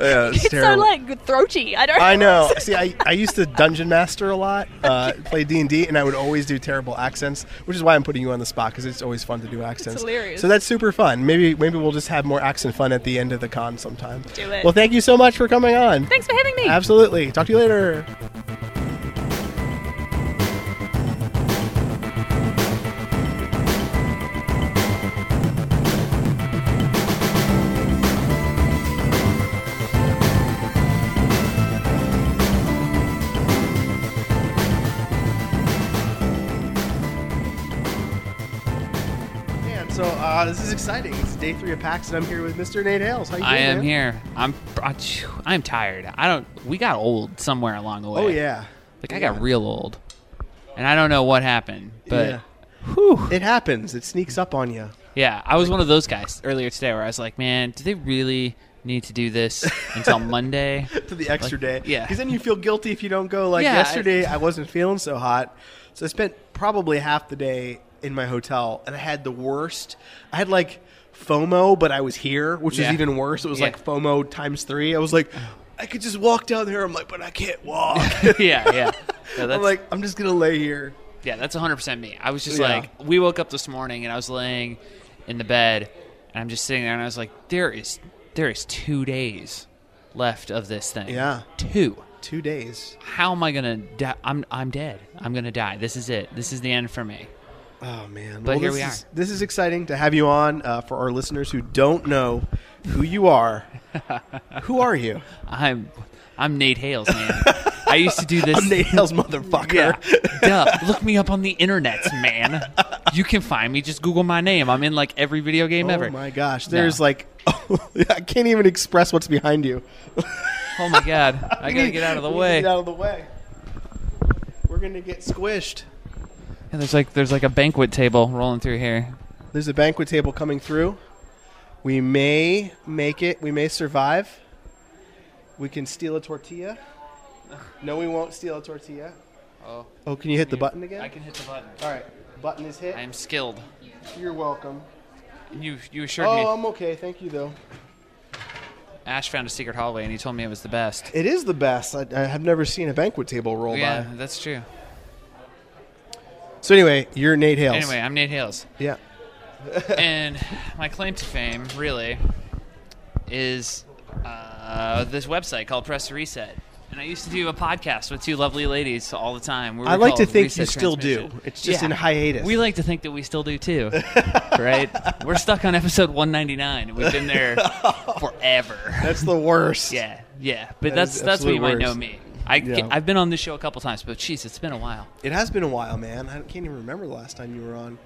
[SPEAKER 2] Yeah, it's
[SPEAKER 3] It's so
[SPEAKER 2] terrible.
[SPEAKER 3] like throaty. I don't.
[SPEAKER 2] I know. See, I, I used to dungeon master a lot, uh, play D and D, and I would always do terrible accents, which is why I'm putting you on the spot because it's always fun to do accents.
[SPEAKER 3] hilarious.
[SPEAKER 2] So that's super fun. Maybe maybe we'll just have more accent fun at the end of the con sometime.
[SPEAKER 3] Do it.
[SPEAKER 2] Well, thank you so much for coming on.
[SPEAKER 3] Thanks for having me.
[SPEAKER 2] Absolutely. Talk to you later. Man, so uh, this is exciting. It's day three of PAX, and I'm here with Mr. Nate Hales. How you doing?
[SPEAKER 5] I am
[SPEAKER 2] man?
[SPEAKER 5] here. I'm I'm tired. I don't. We got old somewhere along the way.
[SPEAKER 2] Oh yeah.
[SPEAKER 5] Like I
[SPEAKER 2] Yeah.
[SPEAKER 5] got real old, and I don't know what happened. But
[SPEAKER 2] Yeah.
[SPEAKER 5] yeah,
[SPEAKER 2] It happens. It sneaks up on you.
[SPEAKER 5] I was one of those guys earlier today where I was like, man, do they really need to do this until Monday?
[SPEAKER 2] to the extra
[SPEAKER 5] Like,
[SPEAKER 2] day.
[SPEAKER 5] yeah.
[SPEAKER 2] Because then you feel guilty if you don't go. Like
[SPEAKER 5] Yeah, I-
[SPEAKER 2] yesterday, I, wasn't feeling so hot, so I spent probably half the day in my hotel, and I had the worst. I had like FOMO, but I was here, which is
[SPEAKER 5] Yeah.
[SPEAKER 2] even worse. It was
[SPEAKER 5] Yeah.
[SPEAKER 2] like FOMO times three. I was like, I could just walk down there. I'm like, but I can't walk.
[SPEAKER 5] yeah, yeah. No,
[SPEAKER 2] I'm
[SPEAKER 5] that's,
[SPEAKER 2] like, I'm just gonna lay here.
[SPEAKER 5] yeah, that's 100 percent me. I was just
[SPEAKER 2] Yeah.
[SPEAKER 5] like, we woke up this morning and I was laying in the bed, and I'm just sitting there and I was like, there is there is two days left of this thing.
[SPEAKER 2] Yeah.
[SPEAKER 5] two.
[SPEAKER 2] Two days.
[SPEAKER 5] How am I gonna? Di- I'm I'm dead. I'm gonna die. This is it. This is the end for me.
[SPEAKER 2] Oh man!
[SPEAKER 5] But here
[SPEAKER 2] this
[SPEAKER 5] we
[SPEAKER 2] is- this is exciting to have you on. Uh, for our listeners who don't know who you are, who are you?
[SPEAKER 5] I'm I'm Nate Hales, man. I used to do this.
[SPEAKER 2] I'm Nate Hale's motherfucker.
[SPEAKER 5] Yeah, duh. Look me up on the internet, man. You can find me. Just Google my name. I'm in like every video game ever.
[SPEAKER 2] Oh my gosh! There's
[SPEAKER 5] No.
[SPEAKER 2] like, I can't even express what's behind you.
[SPEAKER 5] Oh my god. I gotta get out of the
[SPEAKER 2] We
[SPEAKER 5] way.
[SPEAKER 2] need to Get out of the way. We're gonna get squished.
[SPEAKER 5] Yeah, there's like there's like a banquet table rolling through here.
[SPEAKER 2] There's a banquet table coming through. We may make it. We may survive. We can steal a tortilla. No, we won't steal a tortilla.
[SPEAKER 5] Oh,
[SPEAKER 2] Oh, can you hit the button again?
[SPEAKER 5] can hit the button.
[SPEAKER 2] All right, button is hit.
[SPEAKER 5] I am skilled.
[SPEAKER 2] You're welcome.
[SPEAKER 5] You you assured
[SPEAKER 2] Oh,
[SPEAKER 5] me.
[SPEAKER 2] I'm okay. Thank you though.
[SPEAKER 5] Ash found a secret hallway and he told me it was the best.
[SPEAKER 2] It is the best. I, I have never seen a banquet table roll
[SPEAKER 5] Yeah,
[SPEAKER 2] by.
[SPEAKER 5] that's true.
[SPEAKER 2] So anyway, you're Nate Hales.
[SPEAKER 5] Anyway, I'm Nate Hales.
[SPEAKER 2] Yeah.
[SPEAKER 5] and my claim to fame, really, is uh, this website called Press Reset. And I used to do a podcast with two lovely ladies all the time. We were
[SPEAKER 2] I like to
[SPEAKER 5] called
[SPEAKER 2] think
[SPEAKER 5] Reset
[SPEAKER 2] you still do.
[SPEAKER 5] Transmission.
[SPEAKER 2] It's just in hiatus.
[SPEAKER 5] We like to think that we still do too, right? We're stuck on episode 199. We've been there forever.
[SPEAKER 2] That's the worst.
[SPEAKER 5] Yeah, yeah. But
[SPEAKER 2] That is
[SPEAKER 5] that's that's what you might
[SPEAKER 2] absolute
[SPEAKER 5] know
[SPEAKER 2] worst.
[SPEAKER 5] me. I,
[SPEAKER 2] Yeah.
[SPEAKER 5] I've been on this show a couple times, but jeez, it's been a while.
[SPEAKER 2] It has been a while, man. I can't even remember the last time you were on.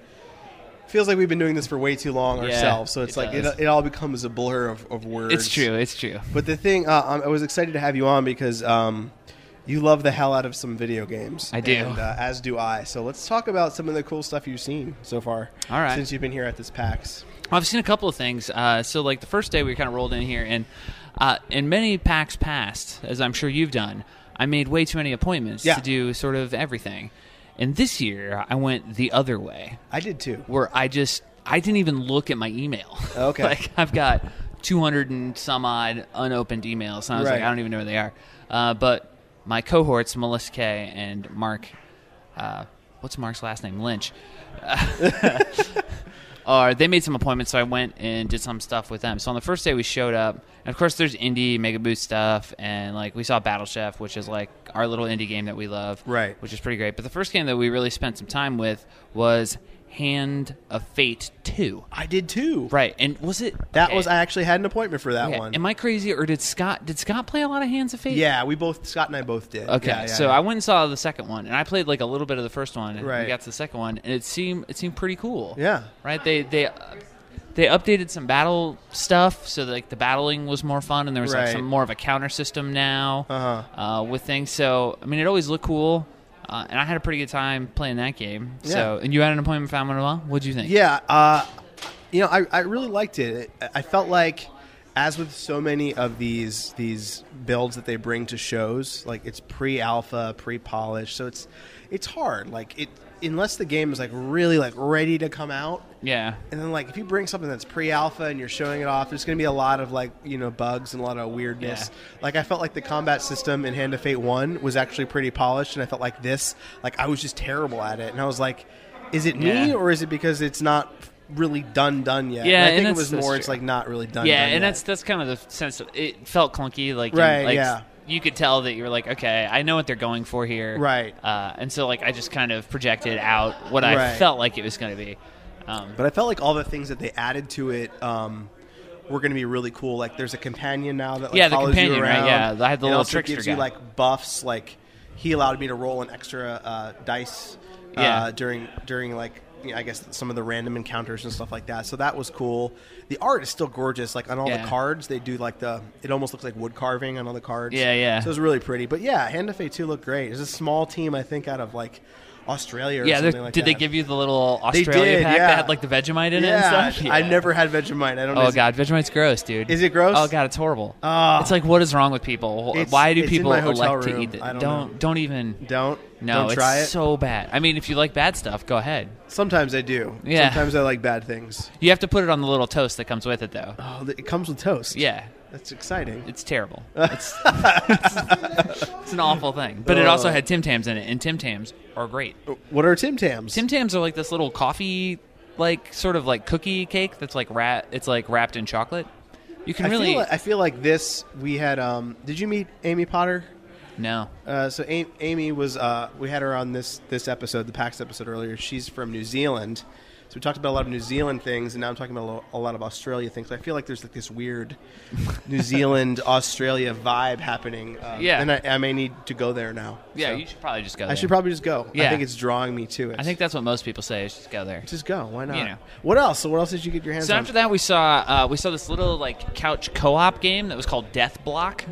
[SPEAKER 2] Feels like we've been doing this for way too long
[SPEAKER 5] Yeah,
[SPEAKER 2] ourselves, so it's
[SPEAKER 5] it
[SPEAKER 2] like it,
[SPEAKER 5] does.
[SPEAKER 2] it all becomes a blur of, of words.
[SPEAKER 5] It's true. It's true.
[SPEAKER 2] But the thing, uh, um, I was excited to have you on because um, you love the hell out of some video games.
[SPEAKER 5] I do.
[SPEAKER 2] and, uh, as do I. So let's talk about some of the cool stuff you've seen so far.
[SPEAKER 5] All right.
[SPEAKER 2] since you've been here at this PAX.
[SPEAKER 5] Well, I've seen a couple of things. Uh, so, like the first day, we kind of rolled in here, and uh, in many packs past, as I'm sure you've done, I made way too many appointments
[SPEAKER 2] Yeah.
[SPEAKER 5] to do sort of everything. And this year, I went the other way,
[SPEAKER 2] I did too.
[SPEAKER 5] where I just I didn't even look at my email.
[SPEAKER 2] Okay.
[SPEAKER 5] like I've got 200 and some odd unopened emails, and I was
[SPEAKER 2] Right.
[SPEAKER 5] like, I don't even know where they are. Uh, but my cohorts, Melissa K and Mark, uh, what's Mark's last name? Lynch. are they made some appointments, so I went and did some stuff with them. So on the first day we showed up, and of course there's indie Mega Boost stuff, and like we saw Battle Chef, which is like our little indie game that we love,
[SPEAKER 2] Right.
[SPEAKER 5] Which is pretty great. But the first game that we really spent some time with was Hand of Fate Two,
[SPEAKER 2] I did too.
[SPEAKER 5] right? And was it
[SPEAKER 2] That
[SPEAKER 5] okay,
[SPEAKER 2] was I actually had an appointment for that
[SPEAKER 5] okay,
[SPEAKER 2] one.
[SPEAKER 5] Am I crazy, or did Scott did Scott play a lot of Hands of Fate?
[SPEAKER 2] yeah, we both Scott and I both did.
[SPEAKER 5] Okay,
[SPEAKER 2] Yeah, yeah,
[SPEAKER 5] so
[SPEAKER 2] yeah.
[SPEAKER 5] I went and saw the second one, and I played like a little bit of the first one, and
[SPEAKER 2] Right.
[SPEAKER 5] we got to the second one, and it seemed it seemed pretty cool.
[SPEAKER 2] Yeah.
[SPEAKER 5] right. They they uh, they updated some battle stuff, so like the battling was more fun, and there was
[SPEAKER 2] Right.
[SPEAKER 5] like some more of a counter system now
[SPEAKER 2] Uh-huh.
[SPEAKER 5] uh, with things. So I mean, it always looked cool, uh, and I had a pretty good time playing that game. So and you had an appointment for Amon Ra? What'd you think?
[SPEAKER 2] Yeah, uh, you know, I, I really liked it. I- I felt like, as with so many of these these builds that they bring to shows, like it's pre-alpha, pre-polished, so it's it's hard. Like it unless the game is like really like ready to come out.
[SPEAKER 5] yeah.
[SPEAKER 2] And then, like, if you bring something that's pre-alpha and you're showing it off, there's going to be a lot of like, you know, bugs and a lot of weirdness. Like, I felt like the combat system in Hand of Fate One was actually pretty polished, and I felt like this, like, I was just terrible at it, and I was like, is it me
[SPEAKER 5] Yeah.
[SPEAKER 2] or is it because it's not really done done yet?
[SPEAKER 5] Yeah,
[SPEAKER 2] And I
[SPEAKER 5] and
[SPEAKER 2] think it
[SPEAKER 5] that's-
[SPEAKER 2] was
[SPEAKER 5] that's
[SPEAKER 2] more. It's
[SPEAKER 5] true.
[SPEAKER 2] like not really done. done
[SPEAKER 5] yeah and
[SPEAKER 2] yet.
[SPEAKER 5] that's that's kind of the sense of, it felt clunky like you-
[SPEAKER 2] Right,
[SPEAKER 5] like,
[SPEAKER 2] yeah.
[SPEAKER 5] you could tell that you were like okay i know what they're going for here
[SPEAKER 2] Right.
[SPEAKER 5] uh, and so like i just kind of projected out what
[SPEAKER 2] Right.
[SPEAKER 5] i felt like it was going to be um,
[SPEAKER 2] But I felt like all the things that they added to it um, were going to be really cool. Like there's a companion now that like,
[SPEAKER 5] Yeah, the
[SPEAKER 2] follows you
[SPEAKER 5] companion, right,
[SPEAKER 2] around.
[SPEAKER 5] yeah. I had the
[SPEAKER 2] It
[SPEAKER 5] little
[SPEAKER 2] also
[SPEAKER 5] trickster
[SPEAKER 2] gives you
[SPEAKER 5] guy.
[SPEAKER 2] like buffs. Like he allowed me to roll an extra uh, dice uh,
[SPEAKER 5] Yeah.
[SPEAKER 2] during during like you know, I guess some of the random encounters and stuff like that. So that was cool. The art is still gorgeous. Like on all
[SPEAKER 5] Yeah.
[SPEAKER 2] the cards, they do like the it almost looks like wood carving on all the cards.
[SPEAKER 5] Yeah, yeah.
[SPEAKER 2] So it was really pretty. But yeah, Hand of Fate two looked great. It's a small team, I think, out of like Australia or
[SPEAKER 5] yeah
[SPEAKER 2] something
[SPEAKER 5] they're-
[SPEAKER 2] like
[SPEAKER 5] did
[SPEAKER 2] that.
[SPEAKER 5] they give you the little
[SPEAKER 2] They
[SPEAKER 5] australia
[SPEAKER 2] did,
[SPEAKER 5] pack
[SPEAKER 2] yeah.
[SPEAKER 5] that had like the vegemite in it
[SPEAKER 2] yeah,
[SPEAKER 5] and stuff
[SPEAKER 2] I've
[SPEAKER 5] Yeah.
[SPEAKER 2] never had Vegemite. I don't. know.
[SPEAKER 5] Oh
[SPEAKER 2] Is it-
[SPEAKER 5] god, Vegemite's gross, dude.
[SPEAKER 2] Is it gross?
[SPEAKER 5] Oh god, it's horrible.
[SPEAKER 2] Ah.
[SPEAKER 5] it's like what is wrong with people?
[SPEAKER 2] It's-
[SPEAKER 5] Why do
[SPEAKER 2] it's in
[SPEAKER 5] people
[SPEAKER 2] my hotel
[SPEAKER 5] elect
[SPEAKER 2] room.
[SPEAKER 5] to eat it?
[SPEAKER 2] I don't know.
[SPEAKER 5] don't don't even
[SPEAKER 2] Don't
[SPEAKER 5] No,
[SPEAKER 2] don't
[SPEAKER 5] it's
[SPEAKER 2] try it.
[SPEAKER 5] so bad. I mean, if you like bad stuff, go ahead.
[SPEAKER 2] Sometimes I do.
[SPEAKER 5] Yeah.
[SPEAKER 2] Sometimes I like bad things.
[SPEAKER 5] You have to put it on the little toast that comes with it, though.
[SPEAKER 2] Oh, th- it comes with toast.
[SPEAKER 5] Yeah,
[SPEAKER 2] That's exciting.
[SPEAKER 5] it's terrible. It's, it's an awful thing. But it also
[SPEAKER 2] Uh.
[SPEAKER 5] had Tim Tams in it, and Tim Tams are great.
[SPEAKER 2] What are Tim Tams?
[SPEAKER 5] Tim Tams are like this little coffee, like sort of like cookie cake that's like wrap. It's like wrapped in chocolate. You can
[SPEAKER 2] I
[SPEAKER 5] really
[SPEAKER 2] feel like, I feel like this. We had. Um, did you meet Amy Potter?
[SPEAKER 5] no.
[SPEAKER 2] Uh, so A- Amy was. Uh, we had her on this this episode, the PAX episode earlier. She's from New Zealand. So we talked about a lot of New Zealand things, and now I'm talking about a lo- a lot of Australia things. I feel like there's like this weird New Zealand Australia vibe happening. Um,
[SPEAKER 5] Yeah.
[SPEAKER 2] and I, I may need to go there now.
[SPEAKER 5] Yeah,
[SPEAKER 2] So
[SPEAKER 5] you should probably just go.
[SPEAKER 2] I
[SPEAKER 5] there.
[SPEAKER 2] should probably just go. I
[SPEAKER 5] Yeah.
[SPEAKER 2] think it's drawing me to it.
[SPEAKER 5] I think that's what most people say. Is just go there.
[SPEAKER 2] Just go. Why not?
[SPEAKER 5] You know.
[SPEAKER 2] What else? So what else did you get your hands
[SPEAKER 5] So
[SPEAKER 2] on?
[SPEAKER 5] after that, we saw uh, we saw this little like couch co-op game that was called Death Block.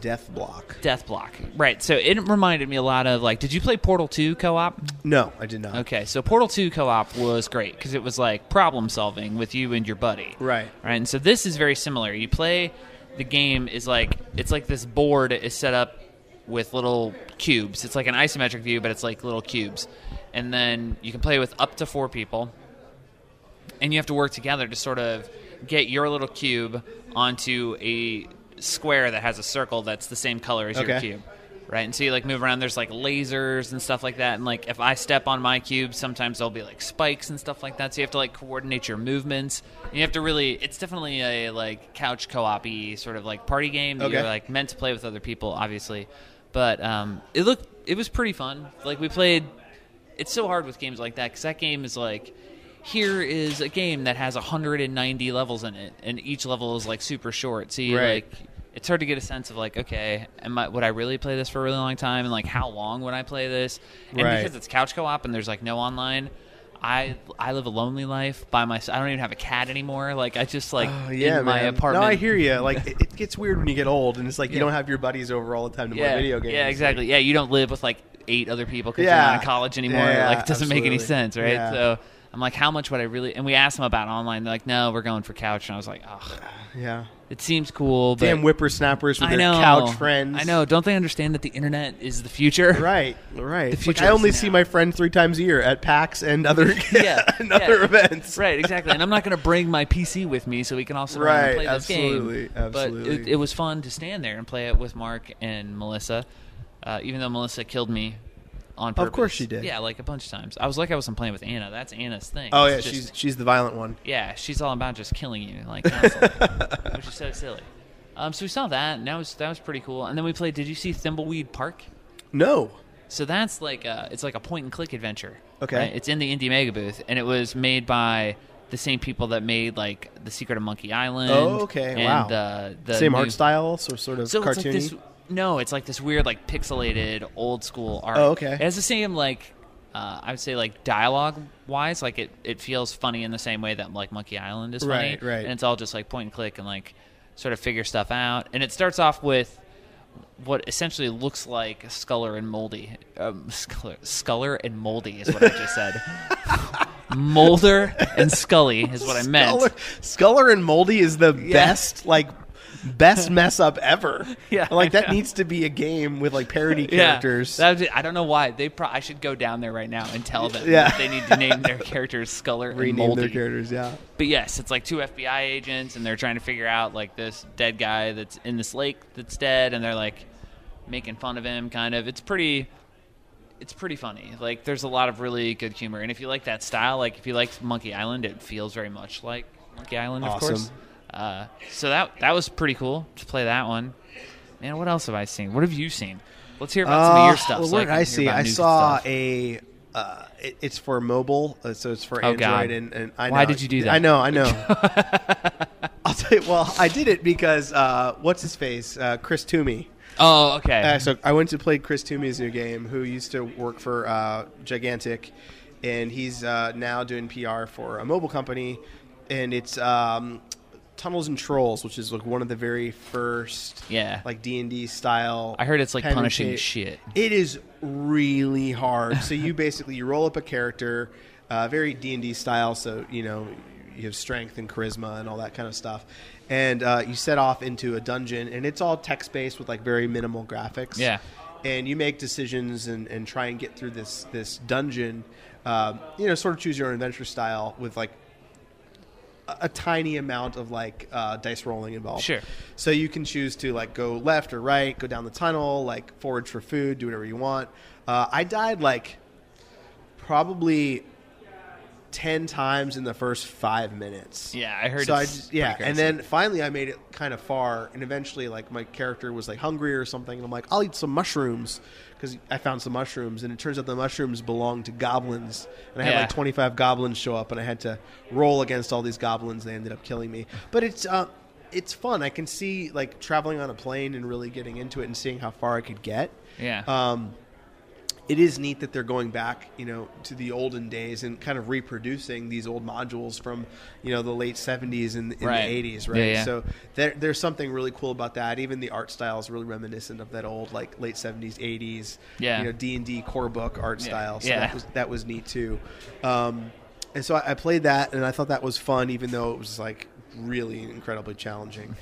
[SPEAKER 2] Death Block.
[SPEAKER 5] Death Block. Right. So it reminded me a lot of like, did you play Portal 2 co op?
[SPEAKER 2] No, I did not.
[SPEAKER 5] Okay. So Portal 2 co op was great because it was like problem solving with you and your buddy.
[SPEAKER 2] Right.
[SPEAKER 5] Right. And so this is very similar. You play the game is like, it's like this board is set up with little cubes. It's like an isometric view, but it's like little cubes. And then you can play with up to four people and you have to work together to sort of get your little cube onto a square that has a circle that's the same color as
[SPEAKER 2] Okay.
[SPEAKER 5] your cube right and so you like move around there's like lasers and stuff like that and like if i step on my cube sometimes there'll be like spikes and stuff like that so you have to like coordinate your movements and you have to really it's definitely a like couch co-op-y sort of like party game that you're
[SPEAKER 2] Okay.
[SPEAKER 5] like meant to play with other people obviously but um it looked it was pretty fun like we played it's so hard with games like that because that game is like here is a game that has 190 levels in it and each level is like super short so you
[SPEAKER 2] Right.
[SPEAKER 5] like it's hard to get a sense of like okay am I, would i really play this for a really long time and like how long would i play this and
[SPEAKER 2] Right.
[SPEAKER 5] because it's couch co-op and there's like no online i i live a lonely life by myself i don't even have a cat anymore like i just like
[SPEAKER 2] Oh, yeah,
[SPEAKER 5] in my
[SPEAKER 2] man.
[SPEAKER 5] apartment
[SPEAKER 2] No, I hear you. Like it, it gets weird when you get old, and it's like you
[SPEAKER 5] Yeah.
[SPEAKER 2] don't have your buddies over all the time to
[SPEAKER 5] yeah,
[SPEAKER 2] play video games.
[SPEAKER 5] yeah exactly yeah you don't live with like eight other people because
[SPEAKER 2] Yeah.
[SPEAKER 5] you're not in college anymore
[SPEAKER 2] Yeah,
[SPEAKER 5] like it doesn't make any
[SPEAKER 2] absolutely.
[SPEAKER 5] sense right
[SPEAKER 2] Yeah.
[SPEAKER 5] so i'm like how much would i really and we asked them about online they're like no we're going for couch and i was like ugh
[SPEAKER 2] Yeah.
[SPEAKER 5] it seems cool but
[SPEAKER 2] Damn whippersnappers with
[SPEAKER 5] I
[SPEAKER 2] their
[SPEAKER 5] know.
[SPEAKER 2] couch friends.
[SPEAKER 5] I know. Don't they understand that the internet is the future?
[SPEAKER 2] Right, right.
[SPEAKER 5] The
[SPEAKER 2] Like,
[SPEAKER 5] future
[SPEAKER 2] I
[SPEAKER 5] is
[SPEAKER 2] only see
[SPEAKER 5] now.
[SPEAKER 2] my friend three times a year at PAX and other
[SPEAKER 5] Yeah.
[SPEAKER 2] and
[SPEAKER 5] yeah.
[SPEAKER 2] other events.
[SPEAKER 5] Right, exactly. And I'm not going to bring my PC with me so we can also
[SPEAKER 2] Right,
[SPEAKER 5] play this
[SPEAKER 2] absolutely,
[SPEAKER 5] game. But it-
[SPEAKER 2] absolutely.
[SPEAKER 5] it, was fun to stand there and play it with Mark and Melissa, uh, even though Melissa killed me on purpose.
[SPEAKER 2] Of course she did.
[SPEAKER 5] Yeah, like a bunch of times. I was like I wasn't playing with Anna. That's Anna's thing.
[SPEAKER 2] Oh
[SPEAKER 5] It's
[SPEAKER 2] yeah,
[SPEAKER 5] just-
[SPEAKER 2] she's she's the violent one.
[SPEAKER 5] yeah, she's all about just killing you, like constantly, which is so silly. Um, so we saw that, and that was that was pretty cool. And then we played. Did you see Thimbleweed Park?
[SPEAKER 2] No.
[SPEAKER 5] So that's like a, it's like a point and click adventure.
[SPEAKER 2] Okay.
[SPEAKER 5] right? It's in the Indie Mega Booth, and it was made by the same people that made like The Secret of Monkey Island.
[SPEAKER 2] Oh, okay,
[SPEAKER 5] And uh,
[SPEAKER 2] wow.
[SPEAKER 5] the, the
[SPEAKER 2] Same
[SPEAKER 5] new-
[SPEAKER 2] art style, so sort of
[SPEAKER 5] So
[SPEAKER 2] cartoony.
[SPEAKER 5] it's like this. No, it's like this weird, like pixelated, old school art.
[SPEAKER 2] Oh, okay.
[SPEAKER 5] It has the same like. Uh, I would say like dialogue wise, like it, it feels funny in the same way that like Monkey Island is funny.
[SPEAKER 2] Right, right.
[SPEAKER 5] And it's all just like point and click and like sort of figure stuff out. And it starts off with what essentially looks like Sculler and Moldy. Um, Sculler, Sculler and Moldy is what I just said. Molder and Scully is what I meant.
[SPEAKER 2] Sculler, Sculler and Moldy is the best like best mess up ever.
[SPEAKER 5] Yeah,
[SPEAKER 2] like
[SPEAKER 5] I
[SPEAKER 2] that
[SPEAKER 5] know.
[SPEAKER 2] needs to be a game with like parody characters.
[SPEAKER 5] Yeah, that would be- I don't know why they. Pro- I should go down there right now and tell them.
[SPEAKER 2] Yeah.
[SPEAKER 5] that they need to name their characters Sculler and
[SPEAKER 2] rename
[SPEAKER 5] Moldy.
[SPEAKER 2] their characters. Yeah.
[SPEAKER 5] But yes, it's like two FBI agents, and they're trying to figure out like this dead guy that's in this lake that's dead, and they're like making fun of him. Kind of, it's pretty. It's pretty funny. Like, there's a lot of really good humor, and if you like that style, like if you like Monkey Island, it feels very much like Monkey Island, of
[SPEAKER 2] Awesome.
[SPEAKER 5] course. Uh, so that that was pretty cool to play that one. Man, what else have I seen? What have you seen? Let's hear about some of your
[SPEAKER 2] Uh,
[SPEAKER 5] stuff.
[SPEAKER 2] Well,
[SPEAKER 5] so
[SPEAKER 2] what
[SPEAKER 5] I
[SPEAKER 2] did
[SPEAKER 5] can
[SPEAKER 2] I
[SPEAKER 5] hear
[SPEAKER 2] see?
[SPEAKER 5] about
[SPEAKER 2] I
[SPEAKER 5] new
[SPEAKER 2] saw
[SPEAKER 5] stuff.
[SPEAKER 2] a. Uh, it, it's for mobile, uh, so it's for
[SPEAKER 5] Oh,
[SPEAKER 2] Android.
[SPEAKER 5] God.
[SPEAKER 2] And, and I
[SPEAKER 5] Why
[SPEAKER 2] know-
[SPEAKER 5] did you do
[SPEAKER 2] I
[SPEAKER 5] that?
[SPEAKER 2] know, I know. I'll tell you. Well, I did it because uh, what's his face, uh, Chris Toomey.
[SPEAKER 5] Oh, okay.
[SPEAKER 2] Uh, so I went to play Chris Toomey's new game, who used to work for uh, Gigantic, and he's uh, now doing PR for a mobile company, and it's um, Tunnels and Trolls, which is like one of the very first,
[SPEAKER 5] Yeah.
[SPEAKER 2] like D and D style.
[SPEAKER 5] I heard it's like
[SPEAKER 2] pen and
[SPEAKER 5] punishing
[SPEAKER 2] pa-
[SPEAKER 5] shit.
[SPEAKER 2] It is really hard. so you basically you roll up a character, uh, very D and D style. So you know you have strength and charisma and all that kind of stuff, and uh, you set off into a dungeon, and it's all text based with like very minimal graphics.
[SPEAKER 5] Yeah.
[SPEAKER 2] and you make decisions and, and try and get through this this dungeon. Um, you know, sort of choose your own adventure style with like a, a tiny amount of like uh, dice rolling involved.
[SPEAKER 5] Sure.
[SPEAKER 2] So you can choose to like go left or right, go down the tunnel, like forage for food, do whatever you want. Uh, I died like probably ten times in the first five minutes.
[SPEAKER 5] Yeah, I heard
[SPEAKER 2] So I
[SPEAKER 5] it's
[SPEAKER 2] just, yeah,
[SPEAKER 5] pretty
[SPEAKER 2] and
[SPEAKER 5] crazy.
[SPEAKER 2] then finally I made it kind of far, and eventually like my character was like hungry or something, and I'm like, I'll eat some mushrooms because I found some mushrooms, and it turns out the mushrooms belong to goblins, and I had
[SPEAKER 5] Yeah.
[SPEAKER 2] like 25 goblins show up, and I had to roll against all these goblins. They ended up killing me, but it's uh, it's fun. I can see like traveling on a plane and really getting into it and seeing how far I could get
[SPEAKER 5] yeah.
[SPEAKER 2] um, it is neat that they're going back, you know, to the olden days and kind of reproducing these old modules from, you know, the late seventies and in
[SPEAKER 5] Right.
[SPEAKER 2] the eighties,
[SPEAKER 5] Yeah,
[SPEAKER 2] right?
[SPEAKER 5] yeah.
[SPEAKER 2] So there, there's something really cool about that. Even the art style is really reminiscent of that old, like late seventies, eighties,
[SPEAKER 5] Yeah.
[SPEAKER 2] you know, D and D core book art
[SPEAKER 5] Yeah.
[SPEAKER 2] style. So
[SPEAKER 5] Yeah.
[SPEAKER 2] that was that was neat too. Um, and so I, I played that, and I thought that was fun, even though it was like really incredibly challenging.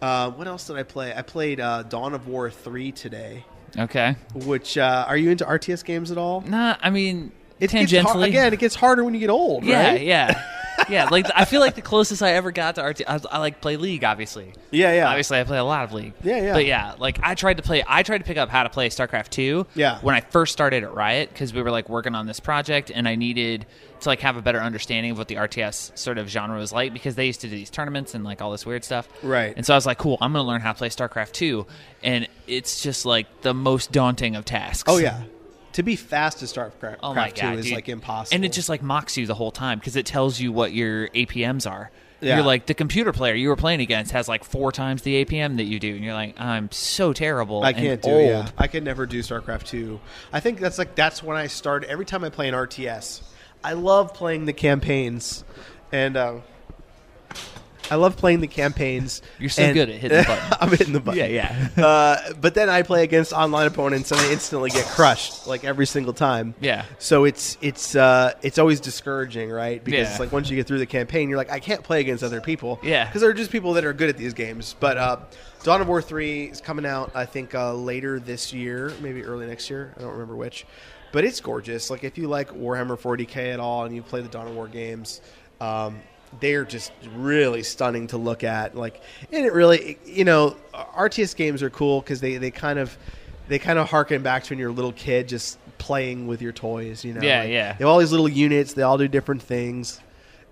[SPEAKER 2] Uh, what else did I play? I played uh, Dawn of War three today
[SPEAKER 5] okay.
[SPEAKER 2] which uh, are you into RTS games at all?
[SPEAKER 5] Nah, I mean,
[SPEAKER 2] It
[SPEAKER 5] tangentially.
[SPEAKER 2] gets har- again, it gets harder when you get old,
[SPEAKER 5] yeah,
[SPEAKER 2] right?
[SPEAKER 5] yeah, yeah. Like I feel like the closest I ever got to RT. I, I like play League, obviously.
[SPEAKER 2] Yeah, yeah.
[SPEAKER 5] Obviously, I play a lot of League.
[SPEAKER 2] Yeah, yeah.
[SPEAKER 5] But yeah, like I tried to play. I tried to pick up how to play StarCraft two.
[SPEAKER 2] Yeah.
[SPEAKER 5] When I first started at Riot, because we were like working on this project, and I needed to like have a better understanding of what the RTS sort of genre was like, because they used to do these tournaments and like all this weird stuff.
[SPEAKER 2] Right.
[SPEAKER 5] And so I was like, cool, I'm going to learn how to play StarCraft two, and it's just like the most daunting of tasks.
[SPEAKER 2] Oh yeah. To be fast to StarCraft
[SPEAKER 5] Oh my
[SPEAKER 2] Craft
[SPEAKER 5] god,
[SPEAKER 2] Two is
[SPEAKER 5] dude.
[SPEAKER 2] like impossible,
[SPEAKER 5] And it just like mocks you the whole time because it tells you what your APMs are.
[SPEAKER 2] Yeah.
[SPEAKER 5] You're like the computer player you were playing against has like four times the APM that you do, and you're like, I'm so terrible.
[SPEAKER 2] I
[SPEAKER 5] and
[SPEAKER 2] can't do.
[SPEAKER 5] old.
[SPEAKER 2] it, Yeah, I could never do StarCraft Two. I think that's like that's when I started. Every time I play an RTS, I love playing the campaigns, and um, I love playing the campaigns.
[SPEAKER 5] You're so
[SPEAKER 2] and-
[SPEAKER 5] good at hitting the button.
[SPEAKER 2] I'm hitting the button.
[SPEAKER 5] Yeah, yeah.
[SPEAKER 2] uh, but then I play against online opponents and I instantly get crushed like every single time.
[SPEAKER 5] Yeah.
[SPEAKER 2] So it's it's uh, it's always discouraging, right? Because
[SPEAKER 5] Yeah.
[SPEAKER 2] it's like once you get through the campaign, you're like, I can't play against other people.
[SPEAKER 5] Yeah.
[SPEAKER 2] Because there are just people that are good at these games. But uh, Dawn of War three is coming out, I think, uh, later this year, maybe early next year. I don't remember which. But it's gorgeous. Like if you like Warhammer 40k at all and you play the Dawn of War games. Um, they are just really stunning to look at, like, and it really, you know, RTS games are cool because they, they kind of they kind of harken back to when you're a little kid, just playing with your toys. You know,
[SPEAKER 5] Yeah,
[SPEAKER 2] Like,
[SPEAKER 5] yeah.
[SPEAKER 2] They have all these little units. They all do different things,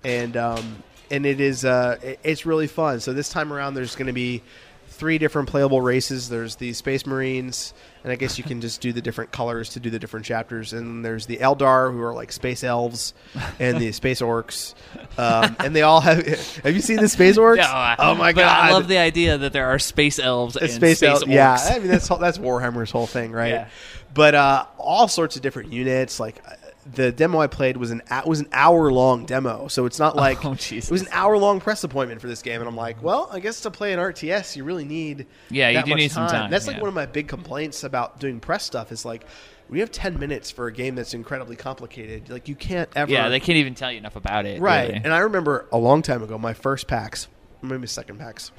[SPEAKER 2] and um, and it is uh, it- it's really fun. So this time around, there's going to be three different playable races. There's the Space Marines, and I guess you can just do the different colors to do the different chapters. And there's the Eldar, who are like space elves, and the Space Orcs, um, and they all have. Have you seen the Space Orcs?
[SPEAKER 5] Yeah,
[SPEAKER 2] oh my
[SPEAKER 5] but
[SPEAKER 2] god!
[SPEAKER 5] I love the idea that there are space elves and
[SPEAKER 2] It's space,
[SPEAKER 5] space,
[SPEAKER 2] out-
[SPEAKER 5] orcs.
[SPEAKER 2] Yeah, I mean that's whole- that's Warhammer's whole thing, right?
[SPEAKER 5] Yeah.
[SPEAKER 2] But uh, all sorts of different units. Like uh, the demo I played was an hou- was an hour long demo, so it's not like
[SPEAKER 5] Oh,
[SPEAKER 2] it
[SPEAKER 5] Jesus.
[SPEAKER 2] was an hour long press appointment for this game, and I'm like, well, I guess to play an RTS, you really need
[SPEAKER 5] Yeah, you
[SPEAKER 2] that
[SPEAKER 5] do
[SPEAKER 2] much
[SPEAKER 5] need some time,
[SPEAKER 2] That's like
[SPEAKER 5] yeah.
[SPEAKER 2] one of my big complaints about doing press stuff is like. We have ten minutes for a game that's incredibly complicated. Like you can't ever
[SPEAKER 5] Yeah, they can't even tell you enough about it.
[SPEAKER 2] Right.
[SPEAKER 5] really.
[SPEAKER 2] And I remember a long time ago, my first packs, maybe second packs,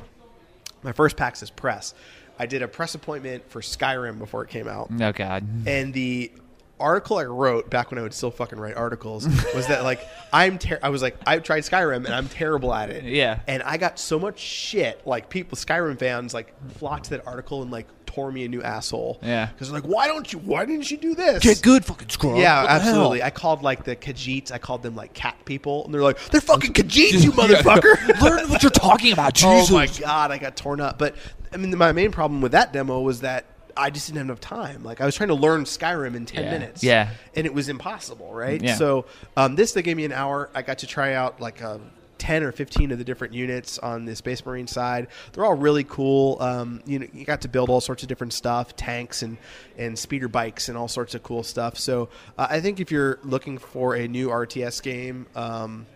[SPEAKER 2] my first packs is press. I did a press appointment for Skyrim before it came out.
[SPEAKER 5] oh God.
[SPEAKER 2] And the article I wrote back when I would still fucking write articles was that like I'm ter- I was like I've tried Skyrim and I'm terrible at it.
[SPEAKER 5] Yeah.
[SPEAKER 2] And I got so much shit like people Skyrim fans like flocked to that article and like tore me a new asshole.
[SPEAKER 5] Yeah.
[SPEAKER 2] Because like why don't you why didn't you do this?
[SPEAKER 6] good, fucking scrub.
[SPEAKER 2] Yeah, absolutely. I called like the Khajiits. I called them like cat people, and they're like, "They're fucking Khajiits, you motherfucker!"
[SPEAKER 6] Learn what you're talking about,
[SPEAKER 2] oh my god, I got torn up. But I mean, my main problem with that demo was that I just didn't have enough time. Like I was trying to learn Skyrim in ten
[SPEAKER 5] Yeah.
[SPEAKER 2] minutes,
[SPEAKER 5] Yeah.
[SPEAKER 2] and it was impossible, right?
[SPEAKER 5] Yeah.
[SPEAKER 2] So um, this they gave me an hour. I got to try out like. Um, 10 or 15 of the different units on the Space Marine side. They're all really cool. Um, you know, you got to build all sorts of different stuff, tanks and, and speeder bikes and all sorts of cool stuff. So uh, I think if you're looking for a new RTS game, um,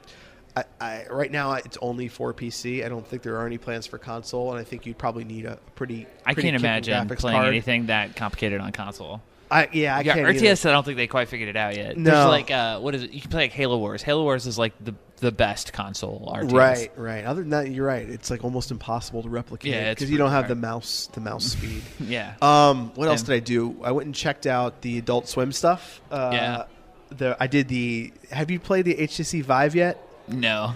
[SPEAKER 2] I, I, right now it's only for PC. I don't think there are any plans for console, and I think you'd probably need a pretty.
[SPEAKER 5] I
[SPEAKER 2] pretty kicking
[SPEAKER 5] can't imagine
[SPEAKER 2] graphics
[SPEAKER 5] playing
[SPEAKER 2] card.
[SPEAKER 5] anything that complicated on console.
[SPEAKER 2] I, yeah, I
[SPEAKER 5] Yeah,
[SPEAKER 2] can't.
[SPEAKER 5] RTS.
[SPEAKER 2] either.
[SPEAKER 5] I don't think they quite figured it out yet.
[SPEAKER 2] No.
[SPEAKER 5] There's like uh, what is it? You can play like Halo Wars. Halo Wars is like the the best console RTS.
[SPEAKER 2] Right, right. Other than that, you're right. It's like almost impossible to replicate
[SPEAKER 5] Yeah, it's
[SPEAKER 2] because you don't
[SPEAKER 5] pretty
[SPEAKER 2] have the mouse the mouse speed.
[SPEAKER 5] Yeah.
[SPEAKER 2] Um, what else
[SPEAKER 5] Yeah.
[SPEAKER 2] did I do? I went and checked out the Adult Swim stuff. Uh,
[SPEAKER 5] Yeah.
[SPEAKER 2] The I did the. Have you played the HTC Vive yet?
[SPEAKER 5] no.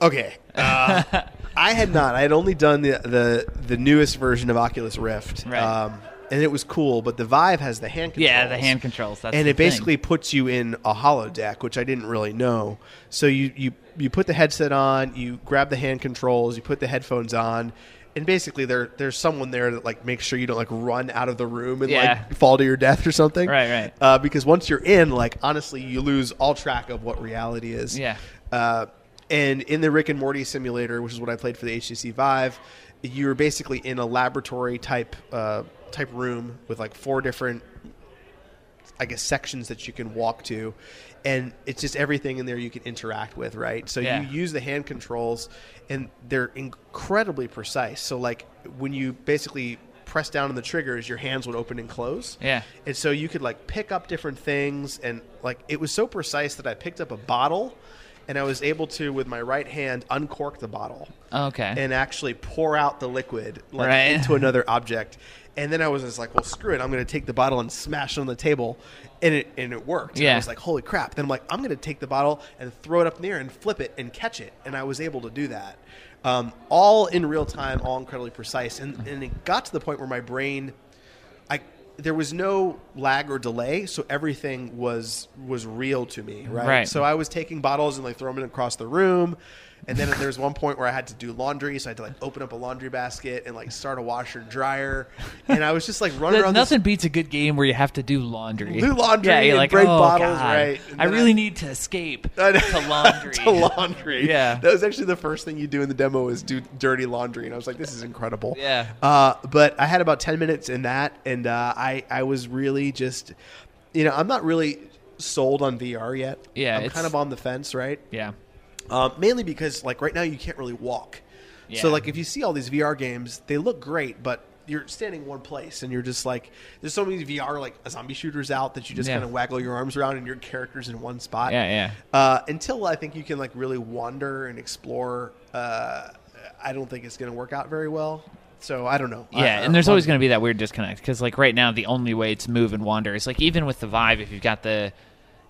[SPEAKER 2] Okay. Uh, I had not. I had only done the the, the newest version of Oculus Rift. um,
[SPEAKER 5] Right.
[SPEAKER 2] and it was cool, but the Vive has the hand controls.
[SPEAKER 5] Yeah, the hand controls. That's
[SPEAKER 2] and
[SPEAKER 5] the
[SPEAKER 2] it
[SPEAKER 5] thing.
[SPEAKER 2] basically puts you in a hollow deck, which I didn't really know. So you, you you put the headset on, you grab the hand controls, you put the headphones on, and basically there there's someone there that like makes sure you don't like run out of the room and
[SPEAKER 5] Yeah.
[SPEAKER 2] like fall to your death or something.
[SPEAKER 5] Right, right.
[SPEAKER 2] Uh, because once you're in, like honestly, you lose all track of what reality is.
[SPEAKER 5] Yeah.
[SPEAKER 2] Uh, and in the Rick and Morty simulator, which is what I played for the HTC Vive, you were basically in a laboratory type uh, type room with like four different, I guess, sections that you can walk to, and it's just everything in there you can interact with, right? So
[SPEAKER 5] Yeah.
[SPEAKER 2] you use the hand controls, and they're incredibly precise. So like when you basically press down on the triggers, your hands would open and close.
[SPEAKER 5] Yeah.
[SPEAKER 2] And so you could like pick up different things and like it was so precise that I picked up a bottle and I was able to with my right hand uncork the bottle
[SPEAKER 5] Oh, Okay.
[SPEAKER 2] and actually pour out the liquid like
[SPEAKER 5] Right.
[SPEAKER 2] into another object. And then I was just like, well, screw it. I'm going to take the bottle and smash it on the table. And it, and it worked. And I
[SPEAKER 5] Yeah.
[SPEAKER 2] was like, holy crap. Then I'm like, I'm going to take the bottle and throw it up in the air and flip it and catch it. And I was able to do that. Um, all in real time, all incredibly precise. And, and it got to the point where my brain, I, there was no lag or delay, so everything was was real to me, right?
[SPEAKER 5] Right.
[SPEAKER 2] So I was taking bottles and like throwing them across the room, and then there was one point where I had to do laundry, so I had to like open up a laundry basket and like start a washer and dryer, and I was just like running
[SPEAKER 5] Th-
[SPEAKER 2] around.
[SPEAKER 5] nothing
[SPEAKER 2] This,
[SPEAKER 5] beats a good game where you have to do laundry.
[SPEAKER 2] Do laundry
[SPEAKER 5] yeah, you're
[SPEAKER 2] and
[SPEAKER 5] like,
[SPEAKER 2] break
[SPEAKER 5] oh,
[SPEAKER 2] bottles,
[SPEAKER 5] God,
[SPEAKER 2] right, and
[SPEAKER 5] I
[SPEAKER 2] then
[SPEAKER 5] really
[SPEAKER 2] I-
[SPEAKER 5] need to escape
[SPEAKER 2] I know.
[SPEAKER 5] to laundry.
[SPEAKER 2] to laundry.
[SPEAKER 5] Yeah.
[SPEAKER 2] that was actually the first thing you do in the demo is do dirty laundry, and I was like, this is incredible.
[SPEAKER 5] Yeah.
[SPEAKER 2] Uh, but I had about ten minutes in that, and uh, I I was really just, you know, I'm not really sold on VR yet.
[SPEAKER 5] Yeah,
[SPEAKER 2] I'm
[SPEAKER 5] it's-
[SPEAKER 2] kind of on the fence, right?
[SPEAKER 5] Yeah.
[SPEAKER 2] Um, mainly because like right now you can't really walk. So
[SPEAKER 5] Yeah.
[SPEAKER 2] like if you see all these VR games, they look great, but you're standing in one place and you're just like there's so many VR like zombie shooters out that you just
[SPEAKER 5] Yeah.
[SPEAKER 2] kind of waggle your arms around and your character's in one spot.
[SPEAKER 5] Yeah, yeah.
[SPEAKER 2] Uh, until I think you can like really wander and explore. Uh, I don't think it's going to work out very well. So I don't know. I-
[SPEAKER 5] Yeah,
[SPEAKER 2] I-
[SPEAKER 5] and there's
[SPEAKER 2] I'm-
[SPEAKER 5] always going to be that weird disconnect because, like, right now the only way to move and wander is like even with the vibe, if you've got the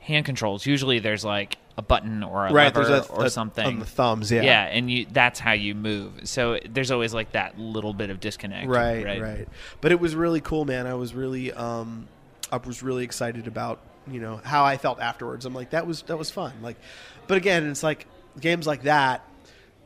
[SPEAKER 5] hand controls, usually there's like a button or a
[SPEAKER 2] right
[SPEAKER 5] lever
[SPEAKER 2] there's a,
[SPEAKER 5] or
[SPEAKER 2] a-
[SPEAKER 5] something.
[SPEAKER 2] on the thumbs. Yeah.
[SPEAKER 5] yeah. and you that's how you move. So there's always like that little bit of disconnect.
[SPEAKER 2] Right, right. But it was really cool, man. I was really um I was really excited about you know how I felt afterwards. I'm like that was that was fun. Like, but again, it's like games like that.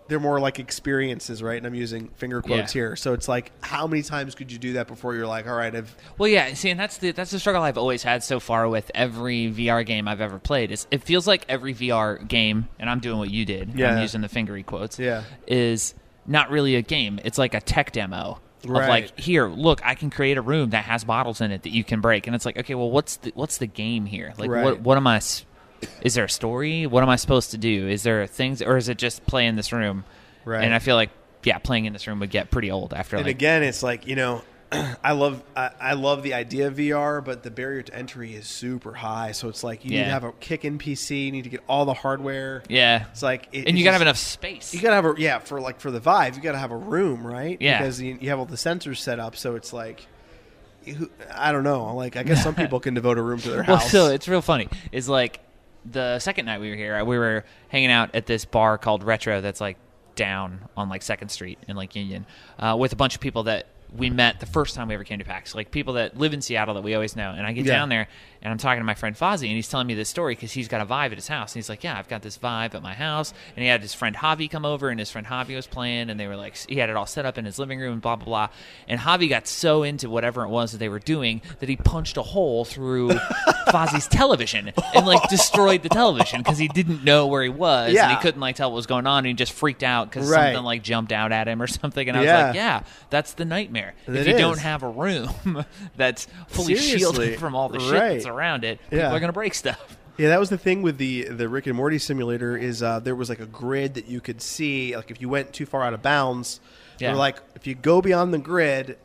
[SPEAKER 2] They're more like experiences, right? And I'm using finger quotes
[SPEAKER 5] Yeah.
[SPEAKER 2] here. So it's like, how many times could you do that before you're like, all right, I've
[SPEAKER 5] Well, yeah. See, and that's the that's the struggle I've always had so far with every VR game I've ever played. Is it feels like every VR game, and I'm doing what you did.
[SPEAKER 2] Yeah.
[SPEAKER 5] I'm using the fingery quotes.
[SPEAKER 2] Yeah.
[SPEAKER 5] is not really a game. It's like a tech demo. Of
[SPEAKER 2] Right.
[SPEAKER 5] like here, look, I can create a room that has bottles in it that you can break, and it's like, okay, well, what's the what's the game here? Like,
[SPEAKER 2] Right.
[SPEAKER 5] what what am I? s- Is there a story? What am I supposed to do? Is there things, or is it just play in this room?
[SPEAKER 2] Right.
[SPEAKER 5] And I feel like, yeah, playing in this room would get pretty old after.
[SPEAKER 2] And
[SPEAKER 5] like,
[SPEAKER 2] again, it's like you know, I love I, I love the idea of VR, but the barrier to entry is super high. So it's like you need
[SPEAKER 5] Yeah.
[SPEAKER 2] to have a kick-in PC. You need to get all the hardware.
[SPEAKER 5] yeah,
[SPEAKER 2] it's like it,
[SPEAKER 5] and
[SPEAKER 2] it's
[SPEAKER 5] you gotta
[SPEAKER 2] just-
[SPEAKER 5] have enough space.
[SPEAKER 2] You gotta have a yeah for like for the Vive. You gotta have a room, right?
[SPEAKER 5] Yeah.
[SPEAKER 2] because you, you have all the sensors set up. So it's like. who- I don't know. Like, I guess some people can devote a room to their
[SPEAKER 5] Well,
[SPEAKER 2] house.
[SPEAKER 5] so it's real funny. Is like the second night we were here, we were hanging out at this bar called Retro. That's like down on like Second Street in like Union, uh, with a bunch of people that we met the first time we ever came to PAX. Like people that live in Seattle that we always know. And I get
[SPEAKER 2] Yeah.
[SPEAKER 5] down there and I'm talking to my friend Fozzie, and he's telling me this story because he's got a Vive at his house. And he's like, "Yeah, I've got this Vive at my house." And he had his friend Javi come over, and his friend Javi was playing, and they were like, he had it all set up in his living room, and blah blah blah. And Javi got so into whatever it was that they were doing that he punched a hole through Fozzie's television and like destroyed the television because he didn't know where he was and
[SPEAKER 2] Yeah.
[SPEAKER 5] he couldn't like tell what was going on, and he just freaked out because
[SPEAKER 2] Right.
[SPEAKER 5] something like jumped out at him or something. And I
[SPEAKER 2] Yeah.
[SPEAKER 5] was like, "Yeah, that's the nightmare.
[SPEAKER 2] It
[SPEAKER 5] if you
[SPEAKER 2] is.
[SPEAKER 5] don't have a room that's fully
[SPEAKER 2] Seriously.
[SPEAKER 5] shielded from all the shit that's
[SPEAKER 2] Right.
[SPEAKER 5] around." around it, people
[SPEAKER 2] Yeah.
[SPEAKER 5] are going to break stuff.
[SPEAKER 2] Yeah, that was the thing with the the Rick and Morty simulator is uh, there was like a grid that you could see. Like if you went too far out of bounds, they
[SPEAKER 5] Yeah.
[SPEAKER 2] were like if you go beyond the grid,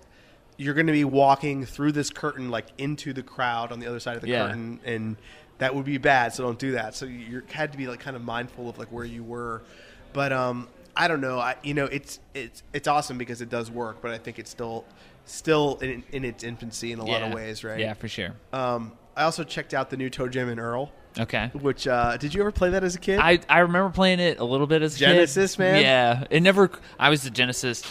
[SPEAKER 2] you're going to be walking through this curtain like into the crowd on the other side of the
[SPEAKER 5] Yeah.
[SPEAKER 2] curtain, and that would be bad. So don't do that. So you you had to be like kind of mindful of like where you were, but um, I don't know. I you know it's it's it's awesome because it does work, but I think it's still still in, in its infancy in a lot of ways, right?
[SPEAKER 5] Yeah, for sure.
[SPEAKER 2] Um, I also checked out the new Toe Jam and Earl.
[SPEAKER 5] Okay.
[SPEAKER 2] Which uh, did you ever play that as a kid?
[SPEAKER 5] I, I remember playing it a little bit as a kid.
[SPEAKER 2] Genesis, man?
[SPEAKER 5] Yeah, it never. I was the Genesis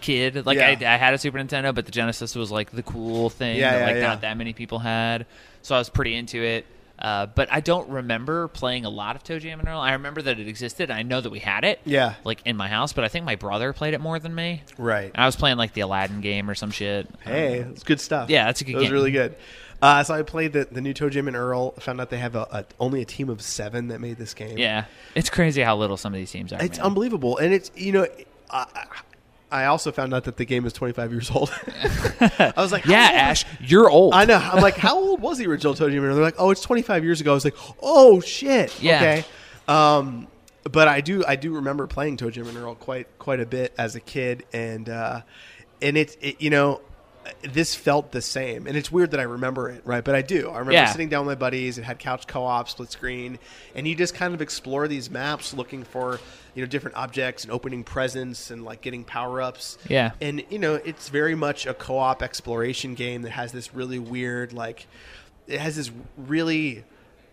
[SPEAKER 5] kid. Like
[SPEAKER 2] Yeah.
[SPEAKER 5] I, I had a Super Nintendo, but the Genesis was like the cool thing
[SPEAKER 2] Yeah,
[SPEAKER 5] that
[SPEAKER 2] yeah,
[SPEAKER 5] like
[SPEAKER 2] yeah.
[SPEAKER 5] not that many people had. So I was pretty into it. Uh, but I don't remember playing a lot of Toe Jam and Earl. I remember that it existed. I know that we had it.
[SPEAKER 2] Yeah.
[SPEAKER 5] Like in my house, but I think my brother played it more than me.
[SPEAKER 2] right.
[SPEAKER 5] I was playing like the Aladdin game or some shit.
[SPEAKER 2] Hey, it's good stuff.
[SPEAKER 5] Yeah, that's a good
[SPEAKER 2] It was
[SPEAKER 5] game.
[SPEAKER 2] really good. Uh, so I played the, the new Toe Jam and Earl. Found out they have a, a only a team of seven that made this game.
[SPEAKER 5] Yeah. It's crazy how little some of these teams are.
[SPEAKER 2] it's
[SPEAKER 5] man.
[SPEAKER 2] unbelievable, and it's you know, I, I I also found out that the game is 25 years old. I was like,
[SPEAKER 5] Yeah,
[SPEAKER 2] how old-
[SPEAKER 5] Ash, you're old.
[SPEAKER 2] I know. I'm like, how old was the original Toe Jam and Earl? They're like, oh, it's 25 years ago. I was like, oh shit.
[SPEAKER 5] Yeah.
[SPEAKER 2] Okay. Um, but I do I do remember playing Toe Jam and Earl quite quite a bit as a kid, and uh, and it's it, you know this felt the same, and it's weird that I remember it right, but I do. I remember
[SPEAKER 5] Yeah.
[SPEAKER 2] sitting down with my buddies and had couch co-op, split screen, and you just kind of explore these maps looking for you know different objects and opening presents and like getting power ups.
[SPEAKER 5] Yeah.
[SPEAKER 2] and you know it's very much a co-op exploration game that has this really weird like it has this really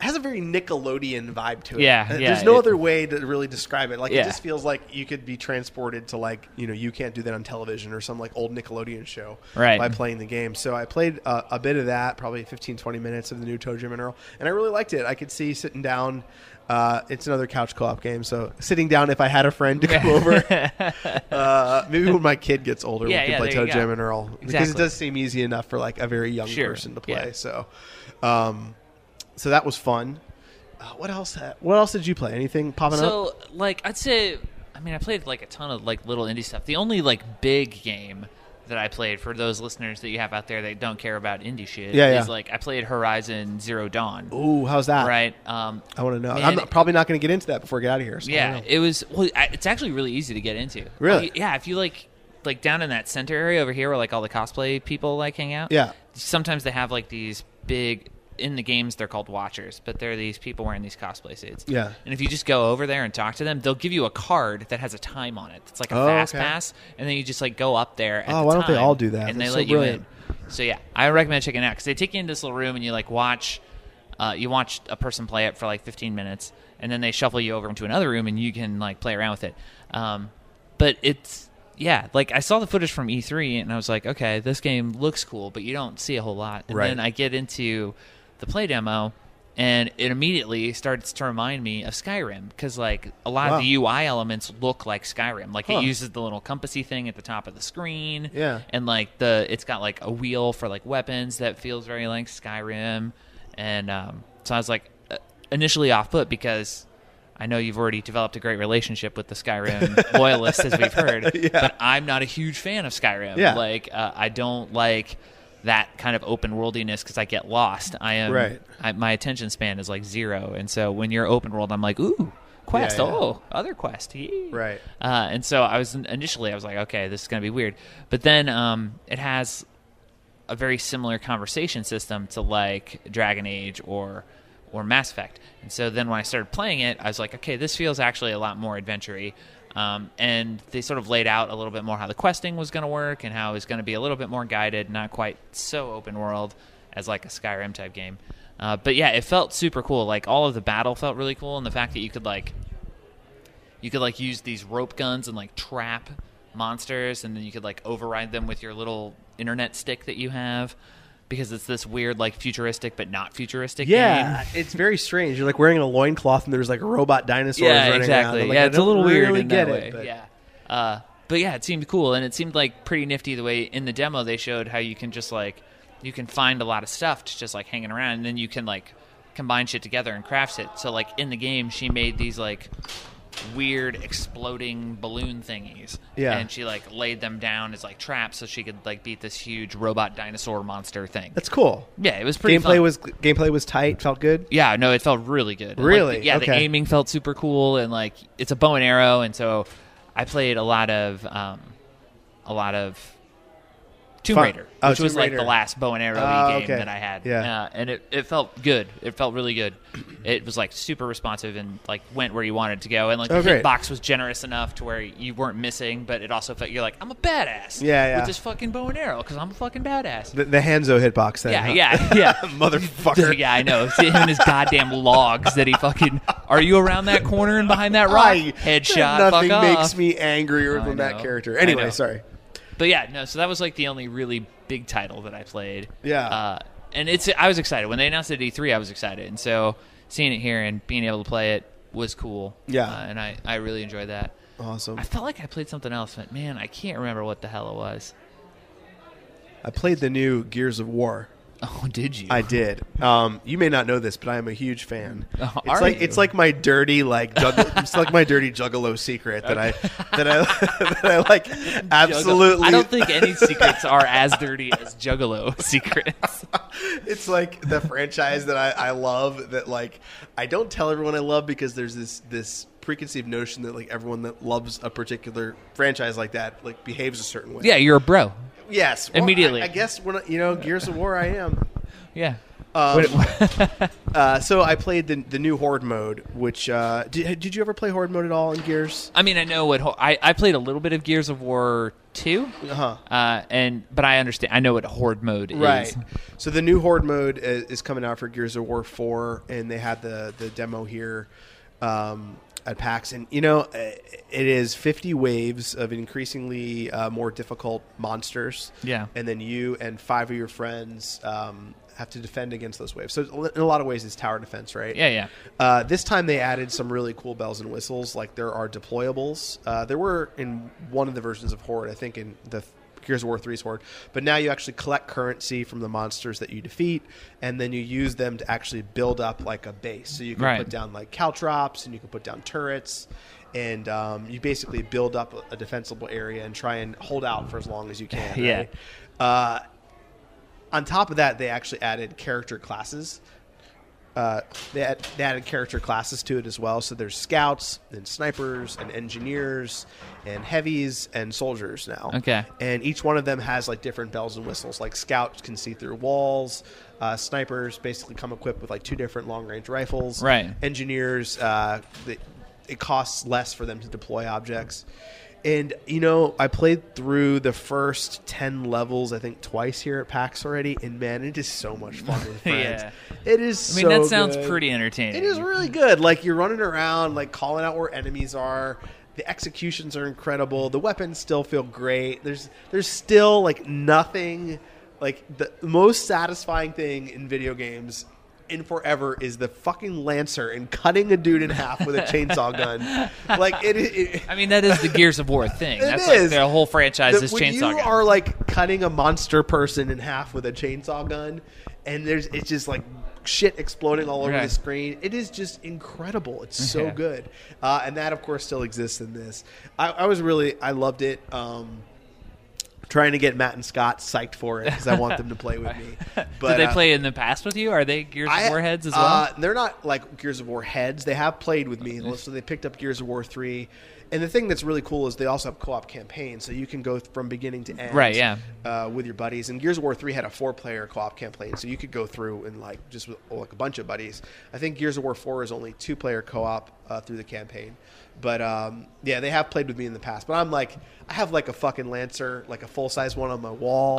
[SPEAKER 2] has a very Nickelodeon vibe to it.
[SPEAKER 5] Yeah,
[SPEAKER 2] Uh,
[SPEAKER 5] yeah,
[SPEAKER 2] There's no
[SPEAKER 5] it-
[SPEAKER 2] other way to really describe it. Like it
[SPEAKER 5] Yeah.
[SPEAKER 2] just feels like you could be transported to like you know you can't do that on television or some like old Nickelodeon show
[SPEAKER 5] Right.
[SPEAKER 2] by playing the game. So I played uh, a bit of that, probably 15, 20 minutes of the new Toe Jam and Earl, and I really liked it. I could see sitting down. Uh, it's another couch co-op game, so sitting down if I had a friend to come over. uh, maybe when my kid gets older, we
[SPEAKER 5] Yeah,
[SPEAKER 2] can
[SPEAKER 5] yeah,
[SPEAKER 2] play
[SPEAKER 5] there
[SPEAKER 2] Toe
[SPEAKER 5] you go.
[SPEAKER 2] Jam and Earl because it
[SPEAKER 5] Exactly.
[SPEAKER 2] does seem easy enough for like a very young
[SPEAKER 5] Sure,
[SPEAKER 2] person to play.
[SPEAKER 5] yeah.
[SPEAKER 2] So, um, so that was fun. Uh, what else? ha- What else did you play? Anything popping up?
[SPEAKER 5] So, like, I'd say, I mean, I played like a ton of like little indie stuff. The only like big game that I played for those listeners that you have out there that don't care about indie shit
[SPEAKER 2] Yeah, yeah.
[SPEAKER 5] is like I played Horizon Zero Dawn.
[SPEAKER 2] Ooh, how's that?
[SPEAKER 5] Right. Um,
[SPEAKER 2] I want to know.
[SPEAKER 5] man,
[SPEAKER 2] I'm not- probably not going to get into that before I get out of here. So I
[SPEAKER 5] yeah,
[SPEAKER 2] don't know.
[SPEAKER 5] it was. Well, I- it's actually really easy to get into.
[SPEAKER 2] Really?
[SPEAKER 5] Like, yeah, if you like, like down in that center area over here, where like all the cosplay people like hang out.
[SPEAKER 2] Yeah.
[SPEAKER 5] Sometimes they have like these big. In the games, they're called watchers, but they're these people wearing these cosplay suits.
[SPEAKER 2] Yeah.
[SPEAKER 5] And if you just go over there and talk to them, they'll give you a card that has a time on it. It's like a
[SPEAKER 2] Oh,
[SPEAKER 5] fast
[SPEAKER 2] okay.
[SPEAKER 5] pass, and then you just like go up there. At
[SPEAKER 2] Oh,
[SPEAKER 5] the
[SPEAKER 2] why don't they
[SPEAKER 5] time,
[SPEAKER 2] all do that?
[SPEAKER 5] And
[SPEAKER 2] That's so
[SPEAKER 5] they let
[SPEAKER 2] brilliant.
[SPEAKER 5] you in. So yeah, I recommend checking it out because they take you into this little room and you like watch, uh, you watch a person play it for like 15 minutes, and then they shuffle you over into another room and you can like play around with it. Um, but it's yeah, like I saw the footage from E3 and I was like, okay, this game looks cool, but you don't see a whole lot. And
[SPEAKER 6] Right.
[SPEAKER 5] then I get into the play demo and it immediately starts to remind me of Skyrim because like a lot
[SPEAKER 2] Wow.
[SPEAKER 5] of the UI elements look like Skyrim. Like
[SPEAKER 2] Huh.
[SPEAKER 5] it uses the little compassy thing at the top of the screen.
[SPEAKER 2] Yeah.
[SPEAKER 5] And like the it's got like a wheel for like weapons that feels very like Skyrim. And um, so I was like uh, initially off put because I know you've already developed a great relationship with the Skyrim loyalists, as we've heard. But I'm not a huge fan of Skyrim.
[SPEAKER 2] Yeah.
[SPEAKER 5] Like uh, I don't like that kind of open worldiness because I get lost. I am
[SPEAKER 2] Right.
[SPEAKER 5] I, my attention span is like zero, and so when you're open world, I'm like ooh. Quest,
[SPEAKER 2] Yeah, yeah.
[SPEAKER 5] oh, other quest, yee.
[SPEAKER 2] Right.
[SPEAKER 5] Uh, and so I was initially, I was like, okay, this is going to be weird. But then um, it has a very similar conversation system to like Dragon Age or or Mass Effect. And so then when I started playing it, I was like, okay, this feels actually a lot more adventure-y. Um, and they sort of laid out a little bit more how the questing was going to work and how it was going to be a little bit more guided, not quite so open world as like a Skyrim type game. Uh, but yeah, it felt super cool. Like all of the battle felt really cool, and the fact that you could like you could like use these rope guns and like trap monsters and then you could like override them with your little internet stick that you have because it's this weird like futuristic but not futuristic game.
[SPEAKER 2] Yeah, it's very strange. You're like wearing a loincloth and there's like robot dinosaurs
[SPEAKER 5] yeah
[SPEAKER 2] running
[SPEAKER 5] exactly
[SPEAKER 2] around. I'm like,
[SPEAKER 5] yeah
[SPEAKER 2] I
[SPEAKER 5] it's a little
[SPEAKER 2] don't
[SPEAKER 5] weird
[SPEAKER 2] really
[SPEAKER 5] in
[SPEAKER 2] get
[SPEAKER 5] that
[SPEAKER 2] it,
[SPEAKER 5] way
[SPEAKER 2] but-
[SPEAKER 5] yeah uh, but yeah it seemed cool and it seemed like pretty nifty the way in the demo they showed how you can just like you can find a lot of stuff to just like hanging around and then you can like combine shit together and craft it so like in the game she made these like weird exploding balloon thingies.
[SPEAKER 2] Yeah.
[SPEAKER 5] And she like laid them down as like traps so she could like beat this huge robot dinosaur monster thing.
[SPEAKER 2] That's cool.
[SPEAKER 5] yeah, it was pretty
[SPEAKER 2] Gameplay
[SPEAKER 5] fun.
[SPEAKER 2] was gameplay was tight. Felt good.
[SPEAKER 5] Yeah, no, it felt really good. And, like,
[SPEAKER 2] Really?
[SPEAKER 5] the- yeah, the
[SPEAKER 2] Okay.
[SPEAKER 5] aiming felt super cool and like it's a bow and arrow and so I played a lot of um a lot of Tomb
[SPEAKER 2] Fun-
[SPEAKER 5] Raider,
[SPEAKER 2] Oh,
[SPEAKER 5] which was
[SPEAKER 2] Tomb
[SPEAKER 5] like the
[SPEAKER 2] Raider.
[SPEAKER 5] last bow and arrow
[SPEAKER 2] Oh,
[SPEAKER 5] game
[SPEAKER 2] okay.
[SPEAKER 5] that I had.
[SPEAKER 2] Yeah.
[SPEAKER 5] Uh, and it, it felt good. It felt really good. It was like super responsive and like went where you wanted to go. And like
[SPEAKER 2] Oh,
[SPEAKER 5] the
[SPEAKER 2] great.
[SPEAKER 5] hitbox was generous enough to where you weren't missing, but it also felt you're like, I'm a badass.
[SPEAKER 2] Yeah, yeah.
[SPEAKER 5] With this fucking bow and arrow because I'm a fucking badass.
[SPEAKER 2] The, the Hanzo hitbox thing.
[SPEAKER 5] yeah,
[SPEAKER 2] huh?
[SPEAKER 5] yeah, yeah.
[SPEAKER 2] motherfucker.
[SPEAKER 5] Yeah, I know. See him and his goddamn logs that he fucking. Are you around that corner and behind that rock?
[SPEAKER 2] I-
[SPEAKER 5] Headshot.
[SPEAKER 2] Nothing
[SPEAKER 5] fuck
[SPEAKER 2] makes
[SPEAKER 5] off.
[SPEAKER 2] me angrier
[SPEAKER 5] I
[SPEAKER 2] than that
[SPEAKER 5] know.
[SPEAKER 2] character.
[SPEAKER 5] I
[SPEAKER 2] Anyway,
[SPEAKER 5] know.
[SPEAKER 2] sorry.
[SPEAKER 5] But yeah, no. So that was like the only really big title that I played.
[SPEAKER 2] Yeah.
[SPEAKER 5] Uh, and it's I was excited when they announced it at E3. I was excited, and so seeing it here and being able to play it was cool.
[SPEAKER 2] Yeah.
[SPEAKER 5] Uh, and I I really enjoyed that.
[SPEAKER 2] Awesome.
[SPEAKER 5] I felt like I played something else, but man, I can't remember what the hell it was.
[SPEAKER 2] I played the new Gears of War.
[SPEAKER 5] Oh, did you?
[SPEAKER 2] I did. Um, you may not know this, but I am a huge fan.
[SPEAKER 5] Oh,
[SPEAKER 2] it's
[SPEAKER 5] are
[SPEAKER 2] like
[SPEAKER 5] you?
[SPEAKER 2] it's like my dirty like jugg- it's like my dirty juggalo secret that I that I that I like absolutely.
[SPEAKER 5] I don't think any secrets are as dirty as Juggalo secrets.
[SPEAKER 2] it's like the franchise that I, I love that like I don't tell everyone I love because there's this this preconceived notion that like everyone that loves a particular franchise like that like behaves a certain way.
[SPEAKER 5] Yeah, you're a bro.
[SPEAKER 2] Yes.
[SPEAKER 5] Immediately.
[SPEAKER 2] I, I guess when I- you know Gears of War, I am.
[SPEAKER 5] Yeah.
[SPEAKER 2] Um, uh, so I played the the new Horde mode, which uh, did, did you ever play Horde mode at all in Gears?
[SPEAKER 5] I mean, I know what ho- I I played a little bit of Gears of War 2
[SPEAKER 2] Uh-huh.
[SPEAKER 5] uh, and but I understand. I know what horde mode is.
[SPEAKER 2] So the new Horde mode is, is coming out for Gears of War four, and they had the the demo here um, at PAX, and you know uh, it is fifty waves of increasingly uh, more difficult monsters.
[SPEAKER 5] Yeah.
[SPEAKER 2] and then you and five of your friends. Um, have to defend against those waves. So in a lot of ways, it's tower defense, right?
[SPEAKER 5] Yeah, yeah.
[SPEAKER 2] Uh, this time they added some really cool bells and whistles. Like there are deployables. Uh, there were in one of the versions of Horde, I think in the Gears of War 3's Horde. But now you actually collect currency from the monsters that you defeat, and then you use them to actually build up like a base. So you can
[SPEAKER 5] Right.
[SPEAKER 2] put down like caltrops, and you can put down turrets, and um, you basically build up a- a defensible area and try and hold out for as long as you can.
[SPEAKER 5] Yeah.
[SPEAKER 2] right? Uh, on top of that, they actually added character classes uh, they, had, they added character classes to it as well. So there's scouts and snipers and engineers and heavies and soldiers now.
[SPEAKER 5] Okay.
[SPEAKER 2] And each one of them has like different bells and whistles. Like scouts can see through walls. Uh, snipers basically come equipped with like two different long range rifles.
[SPEAKER 5] Right.
[SPEAKER 2] Engineers, uh, they, it costs less for them to deploy objects. And you know, I played through the first ten levels, I think, twice here at PAX already, and man, it is so much fun with friends.
[SPEAKER 5] Yeah.
[SPEAKER 2] It is.
[SPEAKER 5] I mean,
[SPEAKER 2] so
[SPEAKER 5] that sounds
[SPEAKER 2] good.
[SPEAKER 5] pretty entertaining.
[SPEAKER 2] It is really good. Like you're running around, like calling out where enemies are. The executions are incredible. The weapons still feel great. There's there's still like nothing like the most satisfying thing in video games in forever is the fucking lancer and cutting a dude in half with a chainsaw gun. Like it, it, it
[SPEAKER 5] I mean, that is the Gears of War thing.
[SPEAKER 2] It
[SPEAKER 5] That's
[SPEAKER 2] is.
[SPEAKER 5] like their whole franchise
[SPEAKER 2] that
[SPEAKER 5] is
[SPEAKER 2] when
[SPEAKER 5] chainsaw.
[SPEAKER 2] you
[SPEAKER 5] Gun.
[SPEAKER 2] are like cutting a monster person in half with a chainsaw gun, and there's it's just like shit exploding all over
[SPEAKER 5] Okay. Mm-hmm.
[SPEAKER 2] the screen. It is just incredible. It's
[SPEAKER 5] Okay.
[SPEAKER 2] so good, uh, and that of course still exists in this. I, I was really I loved it. Um, trying to get Matt and Scott psyched for it because I want them to play with me. But
[SPEAKER 5] Did they
[SPEAKER 2] uh,
[SPEAKER 5] play in the past with you? Are they Gears
[SPEAKER 2] I-
[SPEAKER 5] of War heads as well? Oh,
[SPEAKER 2] uh, they're not like Gears of War heads. They have played with me, and so they picked up Gears of War three. And the thing that's really cool is they also have co-op campaigns, so you can go th- from beginning to end,
[SPEAKER 5] Right, yeah.
[SPEAKER 2] uh, with your buddies. And Gears of War three had a four-player co-op campaign, so you could go through and like just with, like a bunch of buddies. I think Gears of War four is only two-player co-op uh, through the campaign, but um, yeah, they have played with me in the past. But I'm like, I have like a fucking lancer, like a full-size one on my wall.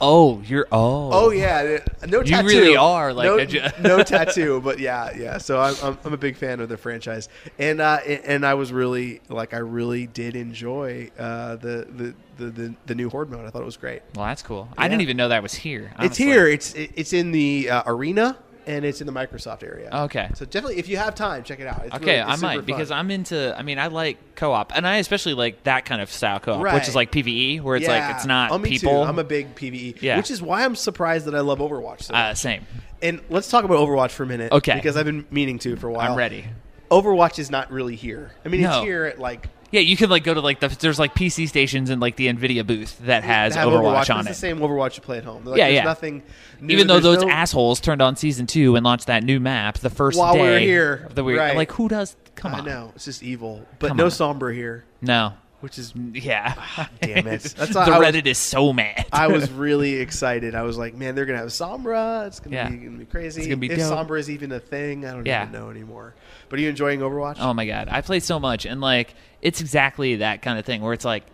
[SPEAKER 5] oh, you're
[SPEAKER 2] uh,
[SPEAKER 5] oh.
[SPEAKER 2] Oh yeah, th- no
[SPEAKER 5] You
[SPEAKER 2] tattoo.
[SPEAKER 5] really are, like,
[SPEAKER 2] no,
[SPEAKER 5] a ju-
[SPEAKER 2] no tattoo, but yeah, yeah. So I'm, I'm, I'm a big fan of the franchise, and uh, a- and I was really like I really did enjoy uh, the, the, the the the new horde mode. I thought it was great.
[SPEAKER 5] Well, that's cool. I didn't
[SPEAKER 2] Yeah.
[SPEAKER 5] even know that was here.
[SPEAKER 2] It's
[SPEAKER 5] honestly.
[SPEAKER 2] here. It's it- it's in the uh, arena and it's in the Microsoft area.
[SPEAKER 5] Oh, Okay.
[SPEAKER 2] So definitely, if you have time, check it out. It's
[SPEAKER 5] Okay,
[SPEAKER 2] really- it's
[SPEAKER 5] I might
[SPEAKER 2] super
[SPEAKER 5] because
[SPEAKER 2] fun.
[SPEAKER 5] I'm into. I mean, I like co-op, and I especially like that kind of style co-op,
[SPEAKER 2] Right.
[SPEAKER 5] which is like PVE, where it's
[SPEAKER 2] Yeah.
[SPEAKER 5] like it's not
[SPEAKER 2] oh, me
[SPEAKER 5] people.
[SPEAKER 2] Too. I'm a big PVE,
[SPEAKER 5] Yeah.
[SPEAKER 2] which is why I'm surprised that I love Overwatch. So
[SPEAKER 5] uh,
[SPEAKER 2] much.
[SPEAKER 5] same.
[SPEAKER 2] and let's talk about Overwatch for a minute,
[SPEAKER 5] Okay.
[SPEAKER 2] Because I've been meaning to for a while.
[SPEAKER 5] I'm ready.
[SPEAKER 2] Overwatch is not really here. I mean,
[SPEAKER 5] No.
[SPEAKER 2] it's here at like
[SPEAKER 5] Yeah, you can like go to like the there's like PC stations and like the Nvidia booth that has
[SPEAKER 2] they have
[SPEAKER 5] Overwatch,
[SPEAKER 2] but
[SPEAKER 5] on
[SPEAKER 2] it's
[SPEAKER 5] it.
[SPEAKER 2] the same Overwatch you play at home. Like,
[SPEAKER 5] Yeah,
[SPEAKER 2] there's
[SPEAKER 5] yeah.
[SPEAKER 2] Nothing. New,
[SPEAKER 5] Even though
[SPEAKER 2] there's
[SPEAKER 5] those
[SPEAKER 2] no-
[SPEAKER 5] assholes turned on season two and launched that new map the first
[SPEAKER 2] While we
[SPEAKER 5] day
[SPEAKER 2] were here,
[SPEAKER 5] of the week,
[SPEAKER 2] right.
[SPEAKER 5] like who does? Come
[SPEAKER 2] I
[SPEAKER 5] on,
[SPEAKER 2] know it's just evil, but
[SPEAKER 5] Come
[SPEAKER 2] no
[SPEAKER 5] on.
[SPEAKER 2] Sombra here,
[SPEAKER 5] no,
[SPEAKER 2] which is
[SPEAKER 5] yeah.
[SPEAKER 2] damn it. That's
[SPEAKER 5] the
[SPEAKER 2] why I was-
[SPEAKER 5] Reddit is so mad.
[SPEAKER 2] I was really excited. I was like, man, they're gonna have Sombra. It's gonna,
[SPEAKER 5] Yeah.
[SPEAKER 2] be, gonna be crazy.
[SPEAKER 5] It's gonna be
[SPEAKER 2] if
[SPEAKER 5] dope.
[SPEAKER 2] Sombra is even a thing, I don't
[SPEAKER 5] Yeah.
[SPEAKER 2] even know anymore. But are you enjoying Overwatch?
[SPEAKER 5] Oh my god, I play so much, and like it's exactly that kind of thing where it's like,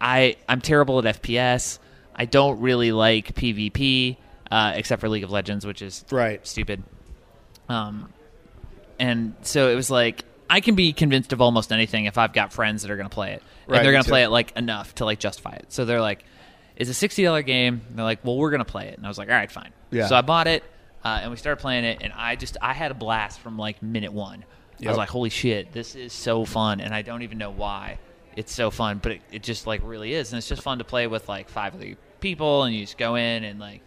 [SPEAKER 5] I I'm terrible at FPS. I don't really like PvP, uh, except for League of Legends, which is
[SPEAKER 2] Right.
[SPEAKER 5] stupid. Um, and so it was like I can be convinced of almost anything if I've got friends that are going to play it,
[SPEAKER 2] Right,
[SPEAKER 5] and they're
[SPEAKER 2] me
[SPEAKER 5] going
[SPEAKER 2] too.
[SPEAKER 5] to play it like enough to like justify it. So they're like, "It's a sixty dollar game." And they're like, "Well, we're going to play it," and I was like, "All right, fine."
[SPEAKER 2] Yeah.
[SPEAKER 5] So I bought it, uh, and we started playing it, and I just I had a blast from like minute one. I
[SPEAKER 2] Yep.
[SPEAKER 5] was like, "Holy shit, this is so fun!" And I don't even know why it's so fun, but it, it just like really is, and it's just fun to play with like five other people, and you just go in and like,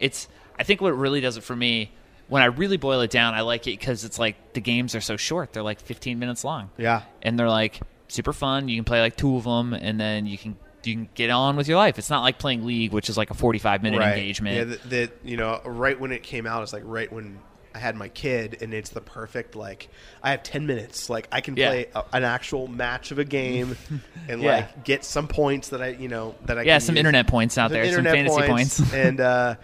[SPEAKER 5] it's. I think what really does it for me. When I really boil it down, I like it because it's like the games are so short. They're like 15 minutes long
[SPEAKER 2] Yeah.
[SPEAKER 5] and they're like super fun. You can play like two of them, and then you can you can get on with your life. It's not like playing League, which is like a forty five minute
[SPEAKER 2] right.
[SPEAKER 5] engagement.
[SPEAKER 2] Yeah, that, that you know, right when it came out, it's like right when I had my kid, and it's the perfect like I have ten minutes, like I can
[SPEAKER 5] Yeah.
[SPEAKER 2] play a, an actual match of a game, and
[SPEAKER 5] Yeah.
[SPEAKER 2] like get some points that I you know that I
[SPEAKER 5] Yeah,
[SPEAKER 2] can
[SPEAKER 5] some
[SPEAKER 2] use.
[SPEAKER 5] internet points out
[SPEAKER 2] Some
[SPEAKER 5] there, some
[SPEAKER 2] internet
[SPEAKER 5] fantasy points.
[SPEAKER 2] and. uh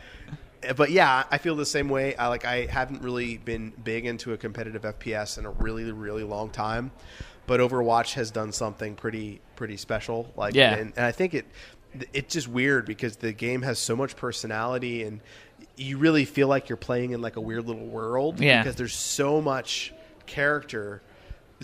[SPEAKER 2] but yeah, I feel the same way. I like I haven't really been big into a competitive FPS in a really really long time, but Overwatch has done something pretty pretty special. Like
[SPEAKER 5] Yeah.
[SPEAKER 2] and, and I think it it's just weird because the game has so much personality and you really feel like you're playing in like a weird little world
[SPEAKER 5] Yeah.
[SPEAKER 2] because there's so much character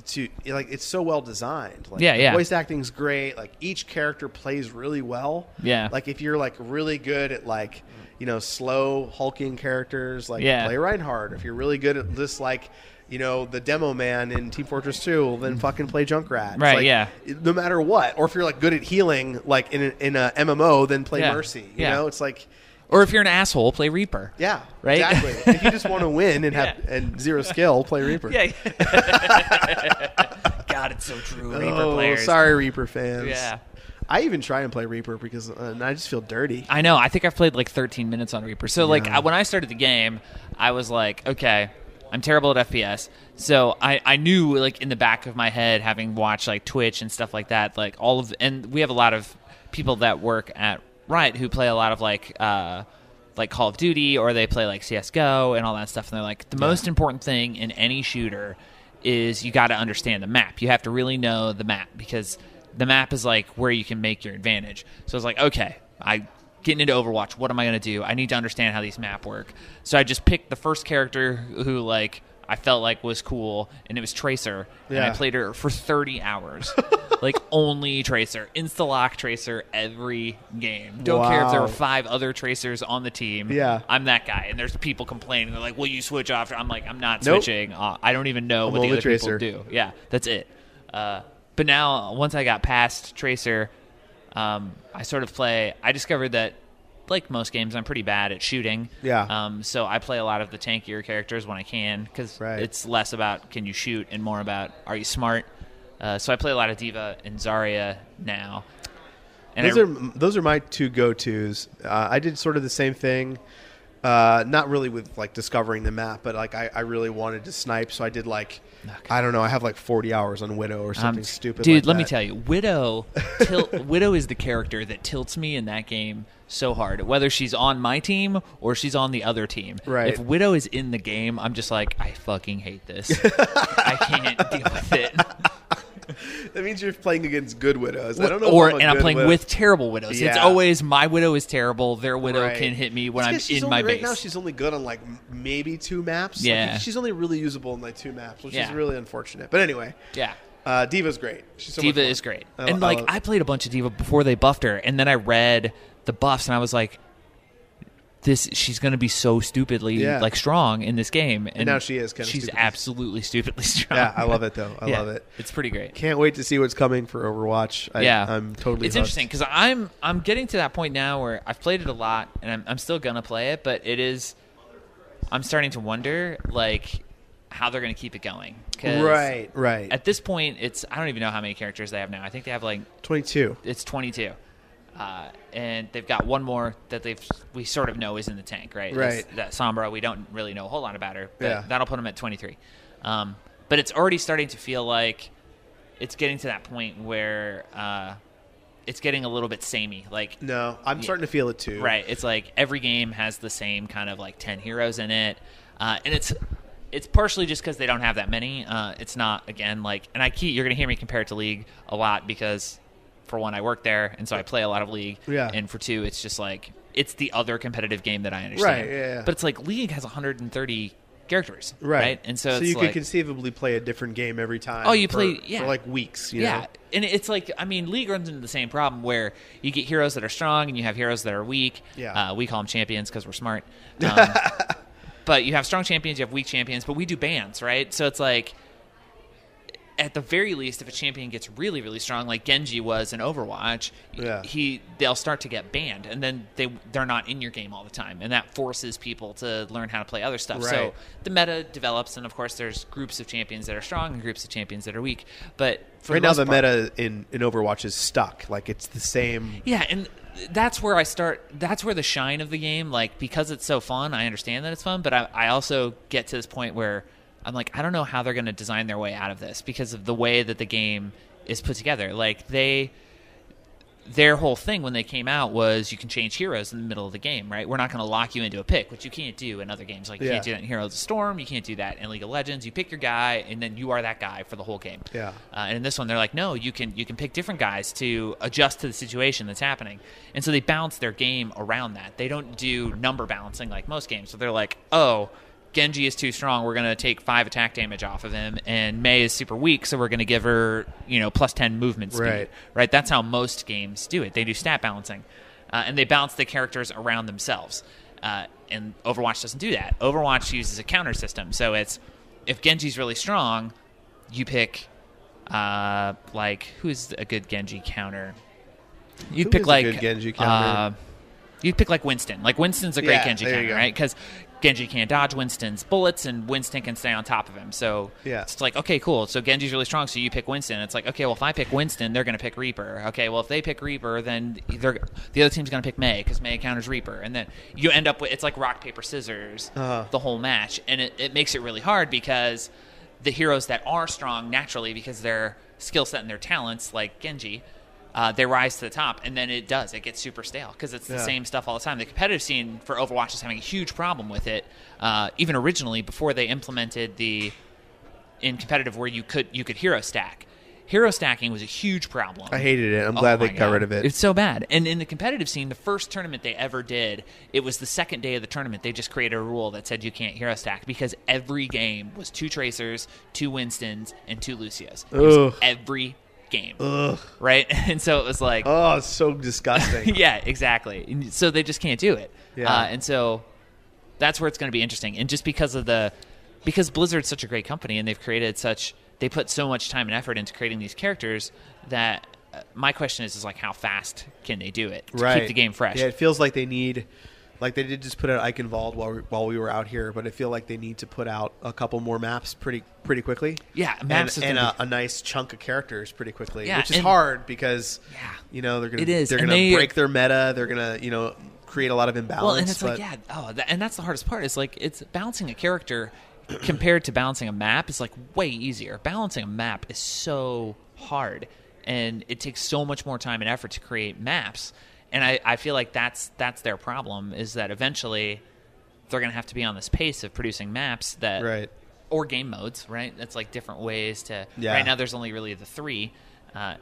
[SPEAKER 2] to like it's so well designed like
[SPEAKER 5] Yeah,
[SPEAKER 2] the
[SPEAKER 5] yeah.
[SPEAKER 2] voice acting's great like each character plays really well
[SPEAKER 5] Yeah.
[SPEAKER 2] like if you're like really good at like you know slow hulking characters like
[SPEAKER 5] Yeah.
[SPEAKER 2] play reinhardt if you're really good at this like you know the demo man in team fortress 2
[SPEAKER 5] Mm.
[SPEAKER 2] then fucking play junkrat It's
[SPEAKER 5] Right,
[SPEAKER 2] like,
[SPEAKER 5] yeah.
[SPEAKER 2] no matter what or if you're like good at healing like in a, in a mmo then play
[SPEAKER 5] Yeah.
[SPEAKER 2] mercy you
[SPEAKER 5] Yeah.
[SPEAKER 2] know it's like
[SPEAKER 5] or if you're an asshole, play Reaper.
[SPEAKER 2] yeah
[SPEAKER 5] Right?
[SPEAKER 2] exactly if you just want to win and have
[SPEAKER 5] Yeah.
[SPEAKER 2] and zero skill play reaper
[SPEAKER 5] Yeah. God, it's so true. Reaper
[SPEAKER 2] oh,
[SPEAKER 5] players.
[SPEAKER 2] sorry reaper fans
[SPEAKER 5] Yeah.
[SPEAKER 2] i even try and play reaper because uh, and i just feel dirty
[SPEAKER 5] I know. I think I've played like 13 minutes on Reaper. So like I, when I started the game, I was like, okay, I'm terrible at FPS. So I, I knew like in the back of my head, having watched like Twitch and stuff like that, like all of and we have a lot of people that work at Riot who play a lot of like uh, like Call of Duty or they play like CS:GO and all that stuff. And they're like, the most important thing in any shooter is you got to understand the map. You have to really know the map because the map is like where you can make your advantage. So I was like, okay, I getting into Overwatch. What am I going to do? I need to understand how these map work. So I just picked the first character who like I felt like was cool, and it was Tracer. And
[SPEAKER 2] Yeah.
[SPEAKER 5] I played her for 30 hours. like only Tracer, insta lock Tracer every game. Don't care if there
[SPEAKER 2] Wow.
[SPEAKER 5] were five other Tracers on the team.
[SPEAKER 2] Yeah.
[SPEAKER 5] I'm that guy. And there's people complaining. They're like, "Will you switch off?" I'm like, "I'm not
[SPEAKER 2] Nope.
[SPEAKER 5] switching. Uh, I don't even know
[SPEAKER 2] I'm
[SPEAKER 5] what the
[SPEAKER 2] only
[SPEAKER 5] other
[SPEAKER 2] Tracer.
[SPEAKER 5] people do." Yeah, that's it. Uh, but now, once I got past Tracer, um, I sort of play. I discovered that, like most games, I'm pretty bad at shooting.
[SPEAKER 2] Yeah.
[SPEAKER 5] Um, so I play a lot of the tankier characters when I can because
[SPEAKER 2] Right.
[SPEAKER 5] it's less about can you shoot and more about are you smart. Uh, so I play a lot of Diva and Zarya now. And
[SPEAKER 2] those
[SPEAKER 5] I-
[SPEAKER 2] are those are my two go tos. Uh, I did sort of the same thing, uh, not really with like discovering the map, but like I, I really wanted to snipe, so I did like I don't know. I have like forty hours on Widow or something
[SPEAKER 5] Um,
[SPEAKER 2] stupid.
[SPEAKER 5] Dude,
[SPEAKER 2] like
[SPEAKER 5] let me
[SPEAKER 2] that.
[SPEAKER 5] tell you, Widow, til- Widow is the character that tilts me in that game so hard. Whether she's on my team or she's on the other team,
[SPEAKER 2] Right.
[SPEAKER 5] If Widow is in the game, I'm just like, I fucking hate this. I can't deal with it.
[SPEAKER 2] That means you're playing against good widows. I don't know. if
[SPEAKER 5] or
[SPEAKER 2] a
[SPEAKER 5] and I'm
[SPEAKER 2] good
[SPEAKER 5] playing
[SPEAKER 2] widow.
[SPEAKER 5] with terrible widows. It's
[SPEAKER 2] Yeah.
[SPEAKER 5] always my widow is terrible. Their widow
[SPEAKER 2] Right.
[SPEAKER 5] can hit me when
[SPEAKER 2] It's
[SPEAKER 5] I'm
[SPEAKER 2] 'cause she's
[SPEAKER 5] in
[SPEAKER 2] only-
[SPEAKER 5] my
[SPEAKER 2] right
[SPEAKER 5] base.
[SPEAKER 2] now she's only good on like m- maybe two maps. Like,
[SPEAKER 5] Yeah.
[SPEAKER 2] she's only really usable in like two maps, which is
[SPEAKER 5] Yeah.
[SPEAKER 2] really unfortunate. But anyway,
[SPEAKER 5] yeah.
[SPEAKER 2] uh, Diva's great. She's so much
[SPEAKER 5] Diva
[SPEAKER 2] fun.
[SPEAKER 5] is great.
[SPEAKER 2] I-
[SPEAKER 5] and like
[SPEAKER 2] love-
[SPEAKER 5] I, played a bunch of Diva before they buffed her, and then I read the buffs and I was like, This she's gonna be so stupidly
[SPEAKER 2] Yeah.
[SPEAKER 5] like strong in this game. And,
[SPEAKER 2] now she is kinda
[SPEAKER 5] She's
[SPEAKER 2] stupid.
[SPEAKER 5] absolutely stupidly strong.
[SPEAKER 2] yeah, I love it though. I
[SPEAKER 5] Yeah,
[SPEAKER 2] love it.
[SPEAKER 5] It's pretty great.
[SPEAKER 2] Can't wait to see what's coming for Overwatch. I,
[SPEAKER 5] yeah,
[SPEAKER 2] I'm totally.
[SPEAKER 5] It's
[SPEAKER 2] hooked.
[SPEAKER 5] interesting because I'm I'm getting to that point now where I've played it a lot and I'm I'm still gonna play it, but it is I'm starting to wonder like how they're gonna keep it going. 'Cause
[SPEAKER 2] Right, right.
[SPEAKER 5] uh, At this point, it's I don't even know how many characters they have now. I think they have like
[SPEAKER 2] 22.
[SPEAKER 5] it's 22 uh, and they've got one more that they've we sort of know is in the tank right
[SPEAKER 2] Right.
[SPEAKER 5] That's- that sombra we don't really know a whole lot about her but
[SPEAKER 2] Yeah.
[SPEAKER 5] that'll put them at 23 um, but it's already starting to feel like it's getting to that point where uh, it's getting a little bit samey like
[SPEAKER 2] No, I'm starting to feel it too.
[SPEAKER 5] Right. It's like every game has the same kind of like ten heroes in it, uh, and it's it's partially just because they don't have that many. Uh, it's not again like, and I keep you're gonna hear me compare it to League a lot because for one I work there and so I play a lot of League.
[SPEAKER 2] Yeah.
[SPEAKER 5] And for two, it's just like it's the other competitive game that I understand.
[SPEAKER 2] Right, yeah, yeah.
[SPEAKER 5] But it's like League has 130 characters.
[SPEAKER 2] Right.
[SPEAKER 5] And so, it's
[SPEAKER 2] you
[SPEAKER 5] like,
[SPEAKER 2] could conceivably play a different game every time.
[SPEAKER 5] Oh, you
[SPEAKER 2] for-
[SPEAKER 5] play- yeah.
[SPEAKER 2] for like weeks. you
[SPEAKER 5] yeah,
[SPEAKER 2] know?
[SPEAKER 5] and it's like I mean, League runs into the same problem where you get heroes that are strong and you have heroes that are weak.
[SPEAKER 2] Yeah.
[SPEAKER 5] uh, we call them champions because we're smart. Um, but you have strong champions, you have weak champions, but we do bans, right? So it's like. At the very least, if a champion gets really, really strong, like Genji was in Overwatch,
[SPEAKER 2] Yeah.
[SPEAKER 5] he they'll start to get banned, and then they they're not in your game all the time, and that forces people to learn how to play other stuff.
[SPEAKER 2] Right.
[SPEAKER 5] So the meta develops, and of course, there's groups of champions that are strong and groups of champions that are weak. But for
[SPEAKER 2] Right now,
[SPEAKER 5] most
[SPEAKER 2] the
[SPEAKER 5] part-
[SPEAKER 2] meta in, in Overwatch is stuck. Like it's the same.
[SPEAKER 5] yeah, and that's where I start. That's where the shine of the game, like because it's so fun. I understand that it's fun, but I, I also get to this point where I'm like, I don't know how they're going to design their way out of this because of the way that the game is put together. Like they. Their whole thing when they came out was you can change heroes in the middle of the game, right? We're not going to lock you into a pick, which you can't do in other games. Like you
[SPEAKER 2] Yeah.
[SPEAKER 5] can't do that in Heroes of the Storm, you can't do that in League of Legends. You pick your guy, and then you are that guy for the whole game.
[SPEAKER 2] Yeah.
[SPEAKER 5] Uh, and in this one, they're like, no, you can you can pick different guys to adjust to the situation that's happening, and so they bounce their game around that. They don't do number balancing like most games. So they're like, oh, Genji is too strong. We're gonna take five attack damage off of him, and Mei is super weak, so we're gonna give her you know plus ten movement speed.
[SPEAKER 2] Right.
[SPEAKER 5] Right. That's how most games do it. They do stat balancing, uh, and they bounce the characters around themselves. Uh, and Overwatch doesn't do that. Overwatch uses a counter system, so it's if Genji's really strong, you pick uh, like who's a good Genji counter? You'd
[SPEAKER 2] Who
[SPEAKER 5] pick
[SPEAKER 2] is a
[SPEAKER 5] like
[SPEAKER 2] good Genji counter?
[SPEAKER 5] uh, you'd pick like Winston. Like Winston's a great
[SPEAKER 2] Yeah,
[SPEAKER 5] Genji
[SPEAKER 2] there you
[SPEAKER 5] counter,
[SPEAKER 2] go.
[SPEAKER 5] right? Because Genji can't dodge Winston's bullets, and Winston can stay on top of him. So
[SPEAKER 2] Yeah.
[SPEAKER 5] it's like okay, cool. So Genji's really strong, so you pick Winston. It's like okay, well if I pick Winston, they're gonna pick Reaper. Okay, well if they pick Reaper, then they're the other team's gonna pick May because May counters Reaper, and then you end up with it's like rock paper scissors
[SPEAKER 2] Uh-huh.
[SPEAKER 5] the whole match, and it, it makes it really hard because the heroes that are strong naturally because their skill set and their talents, like Genji, uh, they rise to the top, and then it does. It gets super stale because it's the
[SPEAKER 2] Yeah.
[SPEAKER 5] same stuff all the time. The competitive scene for Overwatch is having a huge problem with it. Uh, even originally, before they implemented the in competitive where you could you could hero stack. Hero stacking was a huge problem.
[SPEAKER 2] I hated it. I'm
[SPEAKER 5] Oh
[SPEAKER 2] glad
[SPEAKER 5] my
[SPEAKER 2] they got
[SPEAKER 5] God.
[SPEAKER 2] rid of it.
[SPEAKER 5] It's so bad. And in the competitive scene, the first tournament they ever did, it was the second day of the tournament. They just created a rule that said you can't hero stack because every game was two Tracers, two Winstons, and two Lucios. It was
[SPEAKER 2] Ugh.
[SPEAKER 5] every game. Right? And so it was like,
[SPEAKER 2] oh, it's so disgusting.
[SPEAKER 5] yeah, exactly. And So they just can't do it.
[SPEAKER 2] Yeah.
[SPEAKER 5] Uh, and so that's where it's going to be interesting. And just because of the, because Blizzard's such a great company and they've created such, they put so much time and effort into creating these characters that uh, my question is, is like, how fast can they do it to keep the game fresh?
[SPEAKER 2] Yeah, it feels like they need, like they did just put out Eichenwald while we, while we were out here, but I feel like they need to put out a couple more maps pretty pretty quickly.
[SPEAKER 5] Yeah,
[SPEAKER 2] And-
[SPEAKER 5] maps is
[SPEAKER 2] and,
[SPEAKER 5] gonna
[SPEAKER 2] a, a nice chunk of characters pretty quickly,
[SPEAKER 5] Yeah,
[SPEAKER 2] which is
[SPEAKER 5] and-
[SPEAKER 2] hard because
[SPEAKER 5] Yeah.
[SPEAKER 2] you know they're gonna
[SPEAKER 5] It is,
[SPEAKER 2] they're
[SPEAKER 5] and
[SPEAKER 2] gonna
[SPEAKER 5] they-
[SPEAKER 2] break their meta, they're gonna you know create a lot of imbalance.
[SPEAKER 5] Well, and it's
[SPEAKER 2] but
[SPEAKER 5] like, yeah, oh, that, and that's the hardest part. Is like it's balancing a character compared to balancing a map is like way easier. Balancing a map is so hard, and it takes so much more time and effort to create maps. And I, I feel like that's that's their problem is that eventually they're going to have to be on this pace of producing maps that
[SPEAKER 2] Right.
[SPEAKER 5] or game modes, right? That's like different ways to.
[SPEAKER 2] Yeah.
[SPEAKER 5] Right now, there's only really the three, uh,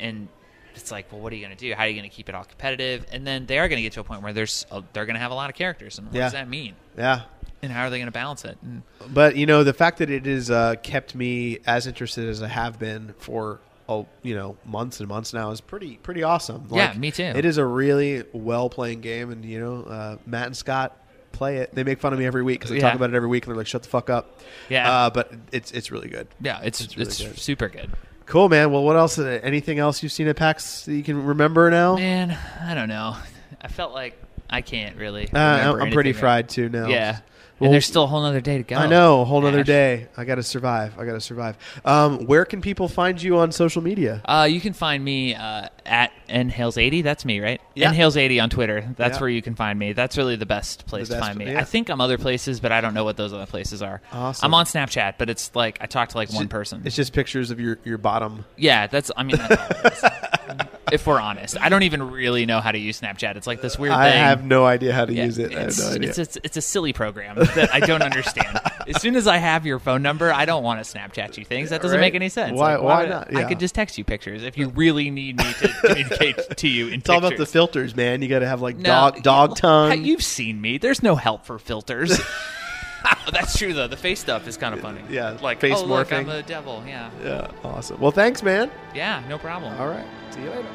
[SPEAKER 5] and it's like, well, what are you going to do? How are you going to keep it all competitive? And then they are going to get to a point where there's a, they're going to have a lot of characters, and what does
[SPEAKER 2] Yeah.
[SPEAKER 5] that mean?
[SPEAKER 2] yeah.
[SPEAKER 5] And how are they going to balance it? And
[SPEAKER 2] But you know, the fact that it has uh, kept me as interested as I have been for oh, you know, months and months now is pretty pretty awesome.
[SPEAKER 5] Yeah, me too.
[SPEAKER 2] It is a really well playing game, and you know, uh, Matt and Scott play it. They make fun of me every week because I
[SPEAKER 5] Yeah.
[SPEAKER 2] talk about it every week, and they're like, "Shut the fuck up."
[SPEAKER 5] Yeah.
[SPEAKER 2] uh, but it's it's really good.
[SPEAKER 5] yeah, it's it's,
[SPEAKER 2] It's really good.
[SPEAKER 5] super good.
[SPEAKER 2] Cool, man. Well, what else? uh, Anything else you've seen at PAX that you can remember now?
[SPEAKER 5] Man, I don't know. I felt like I can't really.
[SPEAKER 2] Uh, I'm-
[SPEAKER 5] remember
[SPEAKER 2] I'm pretty
[SPEAKER 5] anything.
[SPEAKER 2] fried too now.
[SPEAKER 5] Yeah.
[SPEAKER 2] Well-
[SPEAKER 5] and there's still a whole other day to go.
[SPEAKER 2] I know. Whole other
[SPEAKER 5] Ash.
[SPEAKER 2] day. I got to survive. I got to survive. Um, where can people find you on social media?
[SPEAKER 5] Uh, you can find me uh, at nhales80. That's me, right?
[SPEAKER 2] Yeah.
[SPEAKER 5] nhales80 on Twitter. That's
[SPEAKER 2] Yeah.
[SPEAKER 5] where you can find me. That's really the best place
[SPEAKER 2] The
[SPEAKER 5] to
[SPEAKER 2] best-
[SPEAKER 5] find me.
[SPEAKER 2] yeah.
[SPEAKER 5] I think I'm other places, but I don't know what those other places are.
[SPEAKER 2] Awesome.
[SPEAKER 5] I'm on Snapchat, but it's like I talk to like one
[SPEAKER 2] ju-
[SPEAKER 5] person.
[SPEAKER 2] It's just pictures of your, your bottom.
[SPEAKER 5] yeah, that's. I mean, that's all it is. if we're honest, I don't even really know how to use Snapchat. It's like this weird
[SPEAKER 2] I
[SPEAKER 5] thing.
[SPEAKER 2] have no idea how to
[SPEAKER 5] Yeah,
[SPEAKER 2] use it. I have
[SPEAKER 5] It's,
[SPEAKER 2] no idea.
[SPEAKER 5] It's, a, it's a silly program that I don't understand. as soon as I have your phone number, I don't want to Snapchat you things. That doesn't
[SPEAKER 2] Right.
[SPEAKER 5] make any sense.
[SPEAKER 2] Why- why
[SPEAKER 5] would-
[SPEAKER 2] not?
[SPEAKER 5] I
[SPEAKER 2] Yeah.
[SPEAKER 5] could just text you pictures if you really need me to communicate to you in
[SPEAKER 2] It's all about the filters, man. You got to have like dog dog tongue.
[SPEAKER 5] You've seen me. There's no help for filters. Oh, that's true though. The face stuff is kind of funny.
[SPEAKER 2] Yeah,
[SPEAKER 5] like
[SPEAKER 2] face
[SPEAKER 5] oh, look, I'm
[SPEAKER 2] morphing.
[SPEAKER 5] a devil. Yeah,
[SPEAKER 2] yeah, awesome. Well, thanks, man.
[SPEAKER 5] yeah, no problem.
[SPEAKER 2] All right. See you later.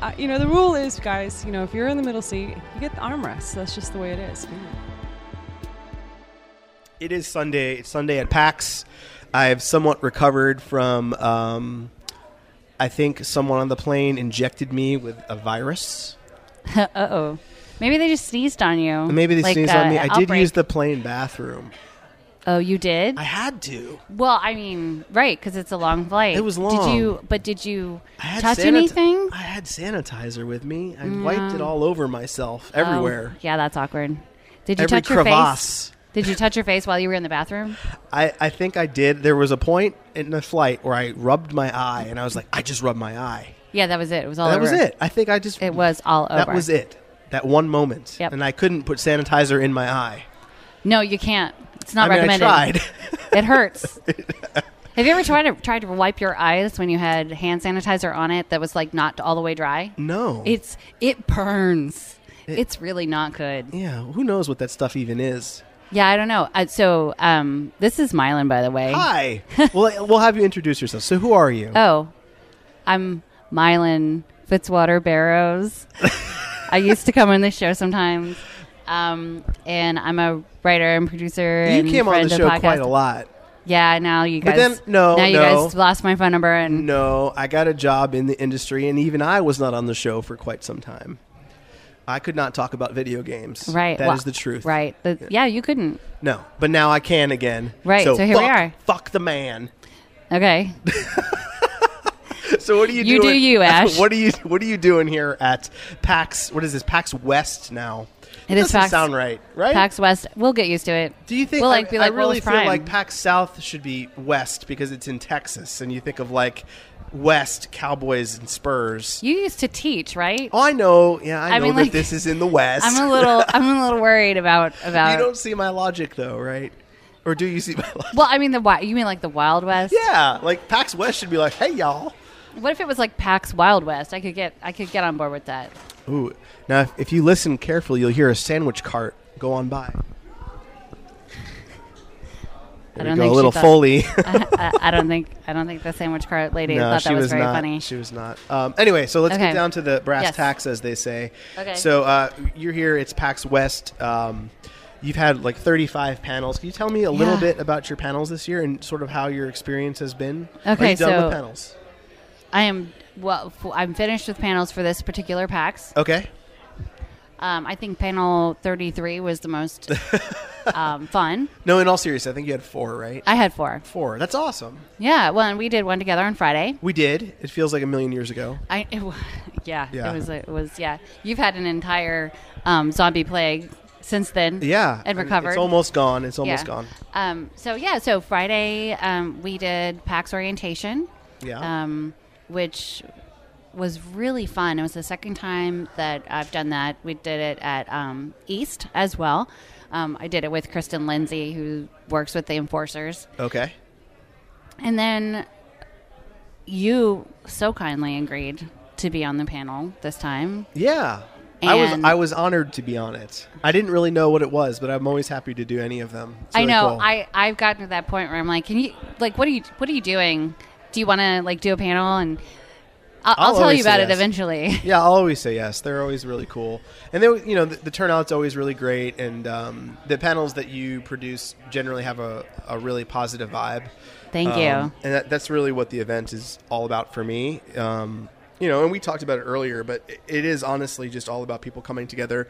[SPEAKER 7] Uh, you know, the rule is, guys, you know, if you're in the middle seat, you get the armrest. That's just the way it is.
[SPEAKER 2] It is Sunday. It's Sunday at PAX. I've somewhat recovered from. Um, I think someone on the plane injected me with a virus.
[SPEAKER 1] uh oh. Maybe they just sneezed on you.
[SPEAKER 2] Maybe they
[SPEAKER 1] Like,
[SPEAKER 2] sneezed
[SPEAKER 1] uh,
[SPEAKER 2] on me. I did
[SPEAKER 1] outbreak.
[SPEAKER 2] use the plane bathroom.
[SPEAKER 1] Oh, you did?
[SPEAKER 2] I had to.
[SPEAKER 1] well, I mean, right, because it's a long flight.
[SPEAKER 2] It was
[SPEAKER 1] Did
[SPEAKER 2] long.
[SPEAKER 1] you? But did you
[SPEAKER 2] I had
[SPEAKER 1] touch
[SPEAKER 2] sanit-
[SPEAKER 1] anything? Mm.
[SPEAKER 2] I had sanitizer with me. I wiped it all over myself, everywhere.
[SPEAKER 1] Oh, yeah, that's awkward. Did you
[SPEAKER 2] Every
[SPEAKER 1] touch your
[SPEAKER 2] crevasse.
[SPEAKER 1] face? Did you touch your face while you were in the bathroom?
[SPEAKER 2] I, I think I did. There was a point in the flight where I rubbed my eye, and I was like, I just rubbed my eye.
[SPEAKER 1] Yeah, that was it. It was all.
[SPEAKER 2] That was
[SPEAKER 1] over.
[SPEAKER 2] it. I think I just.
[SPEAKER 1] It was all over.
[SPEAKER 2] That was it. That one moment.
[SPEAKER 1] Yep.
[SPEAKER 2] And I couldn't put sanitizer in my eye.
[SPEAKER 1] No, you can't. It's not
[SPEAKER 2] I mean,
[SPEAKER 1] recommended.
[SPEAKER 2] I tried.
[SPEAKER 1] It hurts. Have you ever tried to tried to wipe your eyes when you had hand sanitizer on it that was like not all the way dry?
[SPEAKER 2] no.
[SPEAKER 1] It's it burns. it's really not good.
[SPEAKER 2] yeah, who knows what that stuff even is?
[SPEAKER 1] Yeah, I don't know. Uh, so um, this is Mylan, by the way.
[SPEAKER 2] Hi. well, we'll have you introduce yourself. So, who are you?
[SPEAKER 1] Oh, I'm Mylan Fitzwater Barrows. I used to come on this show sometimes, um, and I'm a writer and producer.
[SPEAKER 2] you
[SPEAKER 1] and
[SPEAKER 2] came on
[SPEAKER 1] friend
[SPEAKER 2] the
[SPEAKER 1] of
[SPEAKER 2] show
[SPEAKER 1] podcast.
[SPEAKER 2] quite a lot.
[SPEAKER 1] Yeah, now you guys.
[SPEAKER 2] then- no,
[SPEAKER 1] now you
[SPEAKER 2] no.
[SPEAKER 1] guys lost my phone number and
[SPEAKER 2] No, I got a job in the industry, and even I was not on the show for quite some time. I could not talk about video games.
[SPEAKER 1] right.
[SPEAKER 2] that is
[SPEAKER 1] well,
[SPEAKER 2] the truth.
[SPEAKER 1] Right. The- yeah, you couldn't.
[SPEAKER 2] No, but now I can again.
[SPEAKER 1] Right, so here we
[SPEAKER 2] fuck-
[SPEAKER 1] are.
[SPEAKER 2] Fuck the man.
[SPEAKER 1] Okay.
[SPEAKER 2] So what are you?
[SPEAKER 1] You do
[SPEAKER 2] doing-
[SPEAKER 1] you, Ash.
[SPEAKER 2] what are you? What are you doing here at PAX? What is this? PAX West now.
[SPEAKER 1] It is
[SPEAKER 2] doesn't
[SPEAKER 1] PAX-
[SPEAKER 2] sound right, right?
[SPEAKER 1] PAX West. We'll get used to it.
[SPEAKER 2] Do you think?
[SPEAKER 1] we'll
[SPEAKER 2] I-
[SPEAKER 1] like be like
[SPEAKER 2] I really
[SPEAKER 1] Wolf
[SPEAKER 2] feel
[SPEAKER 1] Prime.
[SPEAKER 2] like PAX South should be West because it's in Texas, and you think of like West Cowboys and Spurs.
[SPEAKER 1] you used to teach, right?
[SPEAKER 2] oh, I know. Yeah, I,
[SPEAKER 1] I
[SPEAKER 2] know
[SPEAKER 1] mean,
[SPEAKER 2] that
[SPEAKER 1] like,
[SPEAKER 2] this is in the West.
[SPEAKER 1] I'm a little I'm a little worried about
[SPEAKER 2] you
[SPEAKER 1] about.
[SPEAKER 2] don't see my logic though, right? Or do you see my logic?
[SPEAKER 1] well, I mean the wi- you mean like the Wild West?
[SPEAKER 2] Yeah, like PAX West should be like, hey y'all.
[SPEAKER 1] What if it was like PAX Wild West? I could get I could get on board with that.
[SPEAKER 2] Ooh, now if, if you listen carefully, you'll hear a sandwich cart go on by. There
[SPEAKER 1] I don't
[SPEAKER 2] we go,
[SPEAKER 1] think
[SPEAKER 2] a
[SPEAKER 1] she
[SPEAKER 2] little
[SPEAKER 1] thought-
[SPEAKER 2] foley.
[SPEAKER 1] I, I, I don't think I don't think the sandwich cart lady thought that was, very
[SPEAKER 2] not.
[SPEAKER 1] funny.
[SPEAKER 2] She was not. Um, anyway, so let's
[SPEAKER 1] Okay.
[SPEAKER 2] get down to the brass
[SPEAKER 1] Yes.
[SPEAKER 2] tacks, as they say.
[SPEAKER 1] Okay.
[SPEAKER 2] So uh, you're here. It's PAX West. Um, you've had like 35 panels. Can you tell me a little
[SPEAKER 1] Yeah.
[SPEAKER 2] bit about your panels this year and sort of how your experience has been? Are
[SPEAKER 1] Okay,
[SPEAKER 2] you done
[SPEAKER 1] so-
[SPEAKER 2] with panels?
[SPEAKER 1] I am well. f- I'm finished with panels for this particular PAX.
[SPEAKER 2] Okay.
[SPEAKER 1] Um, I think panel 33 was the most um, fun.
[SPEAKER 2] No, in all seriousness, I think you had four, right?
[SPEAKER 1] I had four.
[SPEAKER 2] Four. That's awesome.
[SPEAKER 1] Yeah. Well, and we did one together on Friday.
[SPEAKER 2] We did. It feels like a million years ago.
[SPEAKER 1] I it, wa- yeah,
[SPEAKER 2] Yeah.
[SPEAKER 1] It was it was yeah. You've had an entire um, zombie plague since then.
[SPEAKER 2] Yeah.
[SPEAKER 1] And recovered.
[SPEAKER 2] It's almost gone. It's almost
[SPEAKER 1] Yeah.
[SPEAKER 2] gone.
[SPEAKER 1] Um, so yeah, so Friday um, we did PAX orientation,
[SPEAKER 2] Yeah.
[SPEAKER 1] um, which was really fun. It was the second time that I've done that. We did it at um, East as well. Um, I did it with Kristen Lindsay, who works with the enforcers,
[SPEAKER 2] okay.
[SPEAKER 1] and then you so kindly agreed to be on the panel this time.
[SPEAKER 2] Yeah. I was
[SPEAKER 1] And-
[SPEAKER 2] I was honored to be on it. I didn't really know what it was, but I'm always happy to do any of them. It's
[SPEAKER 1] I
[SPEAKER 2] really
[SPEAKER 1] know.
[SPEAKER 2] cool.
[SPEAKER 1] I I've gotten to that point where I'm like, can you like what are you what are you doing? Do you want to like do a panel and I'll,
[SPEAKER 2] I'll
[SPEAKER 1] I'll, tell
[SPEAKER 2] always
[SPEAKER 1] you about
[SPEAKER 2] say
[SPEAKER 1] it
[SPEAKER 2] yes.
[SPEAKER 1] eventually.
[SPEAKER 2] yeah, I'll always say yes. They're always really cool, and they you know the, the turnout's always really great, and um, the panels that you produce generally have a, a really positive vibe.
[SPEAKER 1] Thank
[SPEAKER 2] Um,
[SPEAKER 1] you.
[SPEAKER 2] And that, that's really what the event is all about for me. Um, you know, and we talked about it earlier, but it- it is honestly just all about people coming together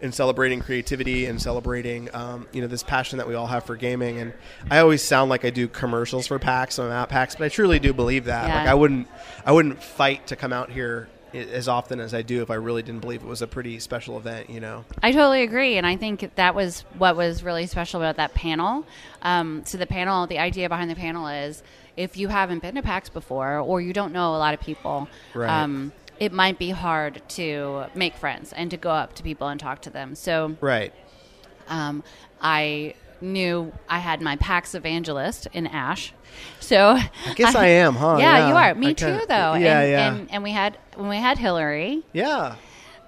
[SPEAKER 2] and celebrating creativity and celebrating, um, you know, this passion that we all have for gaming. And I always sound like I do commercials for PAX when I'm at PAX, but I truly do believe that.
[SPEAKER 1] Yeah.
[SPEAKER 2] Like I wouldn't, I wouldn't fight to come out here i- as often as I do if I really didn't believe it was a pretty special event. You know,
[SPEAKER 1] I totally agree, and I think that was what was really special about that panel. Um, so the panel, the idea behind the panel is, if you haven't been to PAX before or you don't know a lot of people,
[SPEAKER 2] Right.
[SPEAKER 1] um, it might be hard to make friends and to go up to people and talk to them. So
[SPEAKER 2] right?
[SPEAKER 1] um, I knew I had my PAX evangelist in Ash. So I
[SPEAKER 2] guess I am, huh?
[SPEAKER 1] Yeah,
[SPEAKER 2] Yeah.
[SPEAKER 1] you are. Me
[SPEAKER 2] I
[SPEAKER 1] too,
[SPEAKER 2] kinda-
[SPEAKER 1] though.
[SPEAKER 2] yeah,
[SPEAKER 1] and,
[SPEAKER 2] yeah.
[SPEAKER 1] And, and we had when we had Hillary.
[SPEAKER 2] Yeah.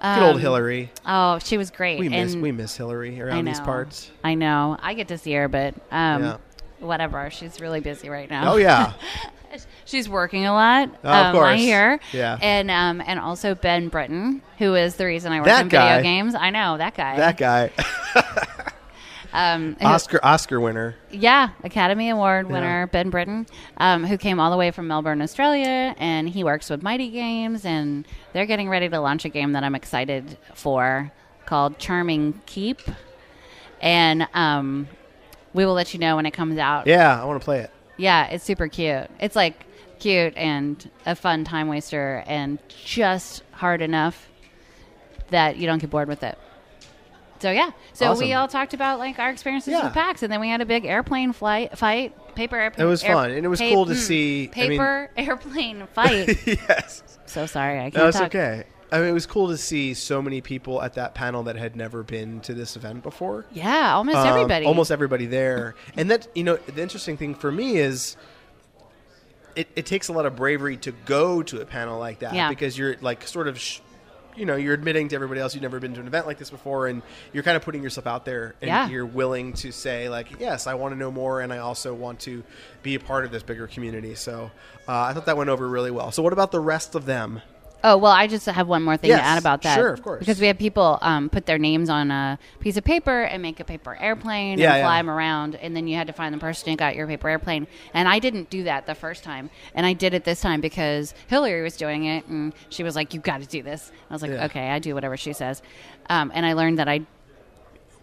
[SPEAKER 2] Good old
[SPEAKER 1] Um,
[SPEAKER 2] Hillary.
[SPEAKER 1] Oh, she was great.
[SPEAKER 2] We miss
[SPEAKER 1] and
[SPEAKER 2] we miss Hillary
[SPEAKER 1] I
[SPEAKER 2] around these
[SPEAKER 1] know.
[SPEAKER 2] parts.
[SPEAKER 1] I know. I get to see her, but um,
[SPEAKER 2] Yeah.
[SPEAKER 1] whatever. She's really busy right now.
[SPEAKER 2] Oh yeah.
[SPEAKER 1] She's working a lot.
[SPEAKER 2] Oh, of
[SPEAKER 1] um, I
[SPEAKER 2] course.
[SPEAKER 1] hear.
[SPEAKER 2] Yeah.
[SPEAKER 1] And um, and also Ben Britton, who is the reason I work
[SPEAKER 2] That
[SPEAKER 1] in
[SPEAKER 2] guy.
[SPEAKER 1] video games. I know that guy.
[SPEAKER 2] that guy.
[SPEAKER 1] um, who-
[SPEAKER 2] Oscar Oscar winner.
[SPEAKER 1] Yeah, Academy Award winner Ben Britton, um, who came all the way from Melbourne, Australia, and he works with Mighty Games, and they're getting ready to launch a game that I'm excited for called Charming Keep, and um, we will let you know when it comes out.
[SPEAKER 2] Yeah, I want to play it.
[SPEAKER 1] Yeah, it's super cute. It's like cute and a fun time waster, and just hard enough that you don't get bored with it. So yeah, so we
[SPEAKER 2] Awesome.
[SPEAKER 1] all talked about like our experiences
[SPEAKER 2] Yeah.
[SPEAKER 1] with PAX, and then we had a big airplane flight fight. Paper airplane.
[SPEAKER 2] It was fun, and it was cool to see- I
[SPEAKER 1] hmm,
[SPEAKER 2] mean-
[SPEAKER 1] Paper airplane fight.
[SPEAKER 2] yes.
[SPEAKER 1] so sorry, I can't.
[SPEAKER 2] No, it's
[SPEAKER 1] talk.
[SPEAKER 2] okay. I mean, it was cool to see so many people at that panel that had never been to this event before.
[SPEAKER 1] Yeah, almost
[SPEAKER 2] Um,
[SPEAKER 1] everybody.
[SPEAKER 2] Almost everybody there. And that, you know, the interesting thing for me is it, it takes a lot of bravery to go to a panel like that
[SPEAKER 1] Yeah.
[SPEAKER 2] because you're like sort of, sh- you know, you're admitting to everybody else you've never been to an event like this before and you're kind of putting yourself out there and
[SPEAKER 1] Yeah.
[SPEAKER 2] you're willing to say, like, yes, I want to know more and I also want to be a part of this bigger community. So uh, I thought that went over really well. So, what about the rest of them?
[SPEAKER 1] Oh well, I just have one more thing
[SPEAKER 2] Yes,
[SPEAKER 1] to add about that.
[SPEAKER 2] sure, of course.
[SPEAKER 1] Because we had people um, put their names on a piece of paper and make a paper airplane
[SPEAKER 2] Yeah,
[SPEAKER 1] and fly
[SPEAKER 2] yeah.
[SPEAKER 1] them around, and then you had to find the person who got your paper airplane. And I didn't do that the first time, and I did it this time because Hillary was doing it, and she was like, "You got to do this." I was like,
[SPEAKER 2] Yeah.
[SPEAKER 1] "Okay, I do whatever she says," um, and I learned that I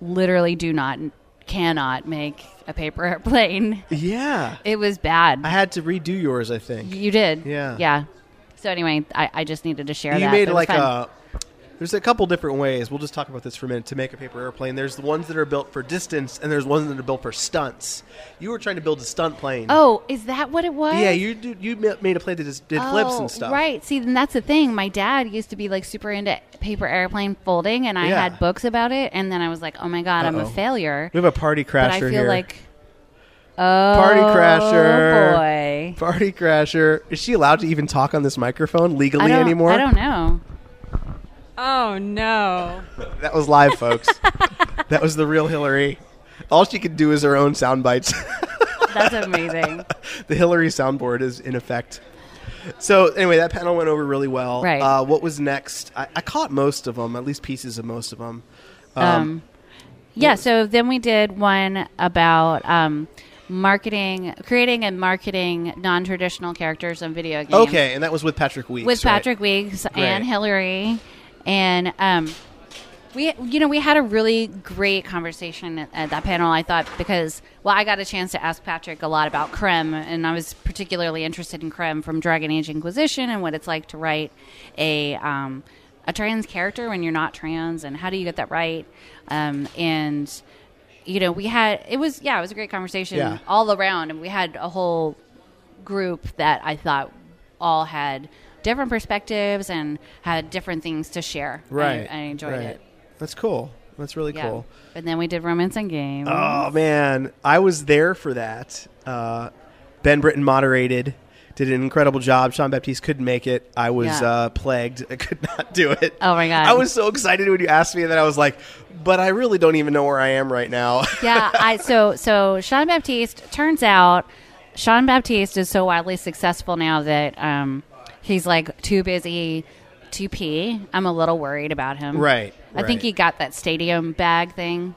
[SPEAKER 1] literally do not, cannot make a paper airplane.
[SPEAKER 2] Yeah.
[SPEAKER 1] It was bad.
[SPEAKER 2] I had to redo yours, I think.
[SPEAKER 1] you did,
[SPEAKER 2] Yeah.
[SPEAKER 1] yeah. So anyway, I, I just needed to share
[SPEAKER 2] you
[SPEAKER 1] that. It
[SPEAKER 2] made
[SPEAKER 1] was
[SPEAKER 2] like
[SPEAKER 1] fun.
[SPEAKER 2] a There's a couple different ways. We'll just talk about this for a minute to make a paper airplane. There's the ones that are built for distance, and there's ones that are built for stunts. You were trying to build a stunt plane.
[SPEAKER 1] Oh, is that what it was?
[SPEAKER 2] yeah, you do, you ma- made a plane that just did flips
[SPEAKER 1] Oh,
[SPEAKER 2] and stuff.
[SPEAKER 1] Right. See, then that's the thing. My dad used to be like super into paper airplane folding, and I
[SPEAKER 2] Yeah.
[SPEAKER 1] had books about it. And then I was like, oh my god, I'm a
[SPEAKER 2] Uh-oh.
[SPEAKER 1] failure.
[SPEAKER 2] We have a party crasher
[SPEAKER 1] But I feel
[SPEAKER 2] here.
[SPEAKER 1] like, oh,
[SPEAKER 2] crasher.
[SPEAKER 1] boy.
[SPEAKER 2] Party crasher. Is she allowed to even talk on this microphone
[SPEAKER 1] I
[SPEAKER 2] legally
[SPEAKER 1] don't,
[SPEAKER 2] anymore?
[SPEAKER 1] I don't know.
[SPEAKER 7] Oh no.
[SPEAKER 2] That was live, folks. that was the real Hillary. All she could do is her own sound bites.
[SPEAKER 1] That's amazing.
[SPEAKER 2] the Hillary soundboard is in effect. So anyway, that panel went over really well.
[SPEAKER 1] Right.
[SPEAKER 2] Uh, what was next? I, I caught most of them, at least pieces of most of them. Um,
[SPEAKER 1] Um, yeah, so then we did one about um, marketing, creating and marketing non traditional characters on video games.
[SPEAKER 2] okay, and that was with Patrick Weeks.
[SPEAKER 1] With
[SPEAKER 2] right?
[SPEAKER 1] Patrick Weeks
[SPEAKER 2] Great.
[SPEAKER 1] and Hillary. And um, we, you know, we had a really great conversation at, at that panel, I thought, because, well, I got a chance to ask Patrick a lot about Krem, and I was particularly interested in Krem from Dragon Age Inquisition and what it's like to write a. Um, a trans character when you're not trans, and how do you get that right? Um, and you know, we had it was yeah, it was a great conversation
[SPEAKER 2] Yeah.
[SPEAKER 1] all around, and we had a whole group that I thought all had different perspectives and had different things to share. I-
[SPEAKER 2] Right.
[SPEAKER 1] I, enjoyed
[SPEAKER 2] right.
[SPEAKER 1] it.
[SPEAKER 2] That's cool. That's really
[SPEAKER 1] Yeah.
[SPEAKER 2] cool.
[SPEAKER 1] And then we did romance and games.
[SPEAKER 2] Oh man, I was there for that. Uh, ben Britton moderated, did an incredible job. Sean Baptiste couldn't make it. I was
[SPEAKER 1] Yeah.
[SPEAKER 2] uh, plagued. I could not do it.
[SPEAKER 1] Oh, my God.
[SPEAKER 2] I was so excited when you asked me that. I was like, but I really don't even know where I am right now.
[SPEAKER 1] yeah, I so so Sean Baptiste turns out Sean Baptiste is so wildly successful now that um, he's like too busy to pee. I'm a little worried about him.
[SPEAKER 2] Right,
[SPEAKER 1] I think
[SPEAKER 2] right.
[SPEAKER 1] he got that stadium bag thing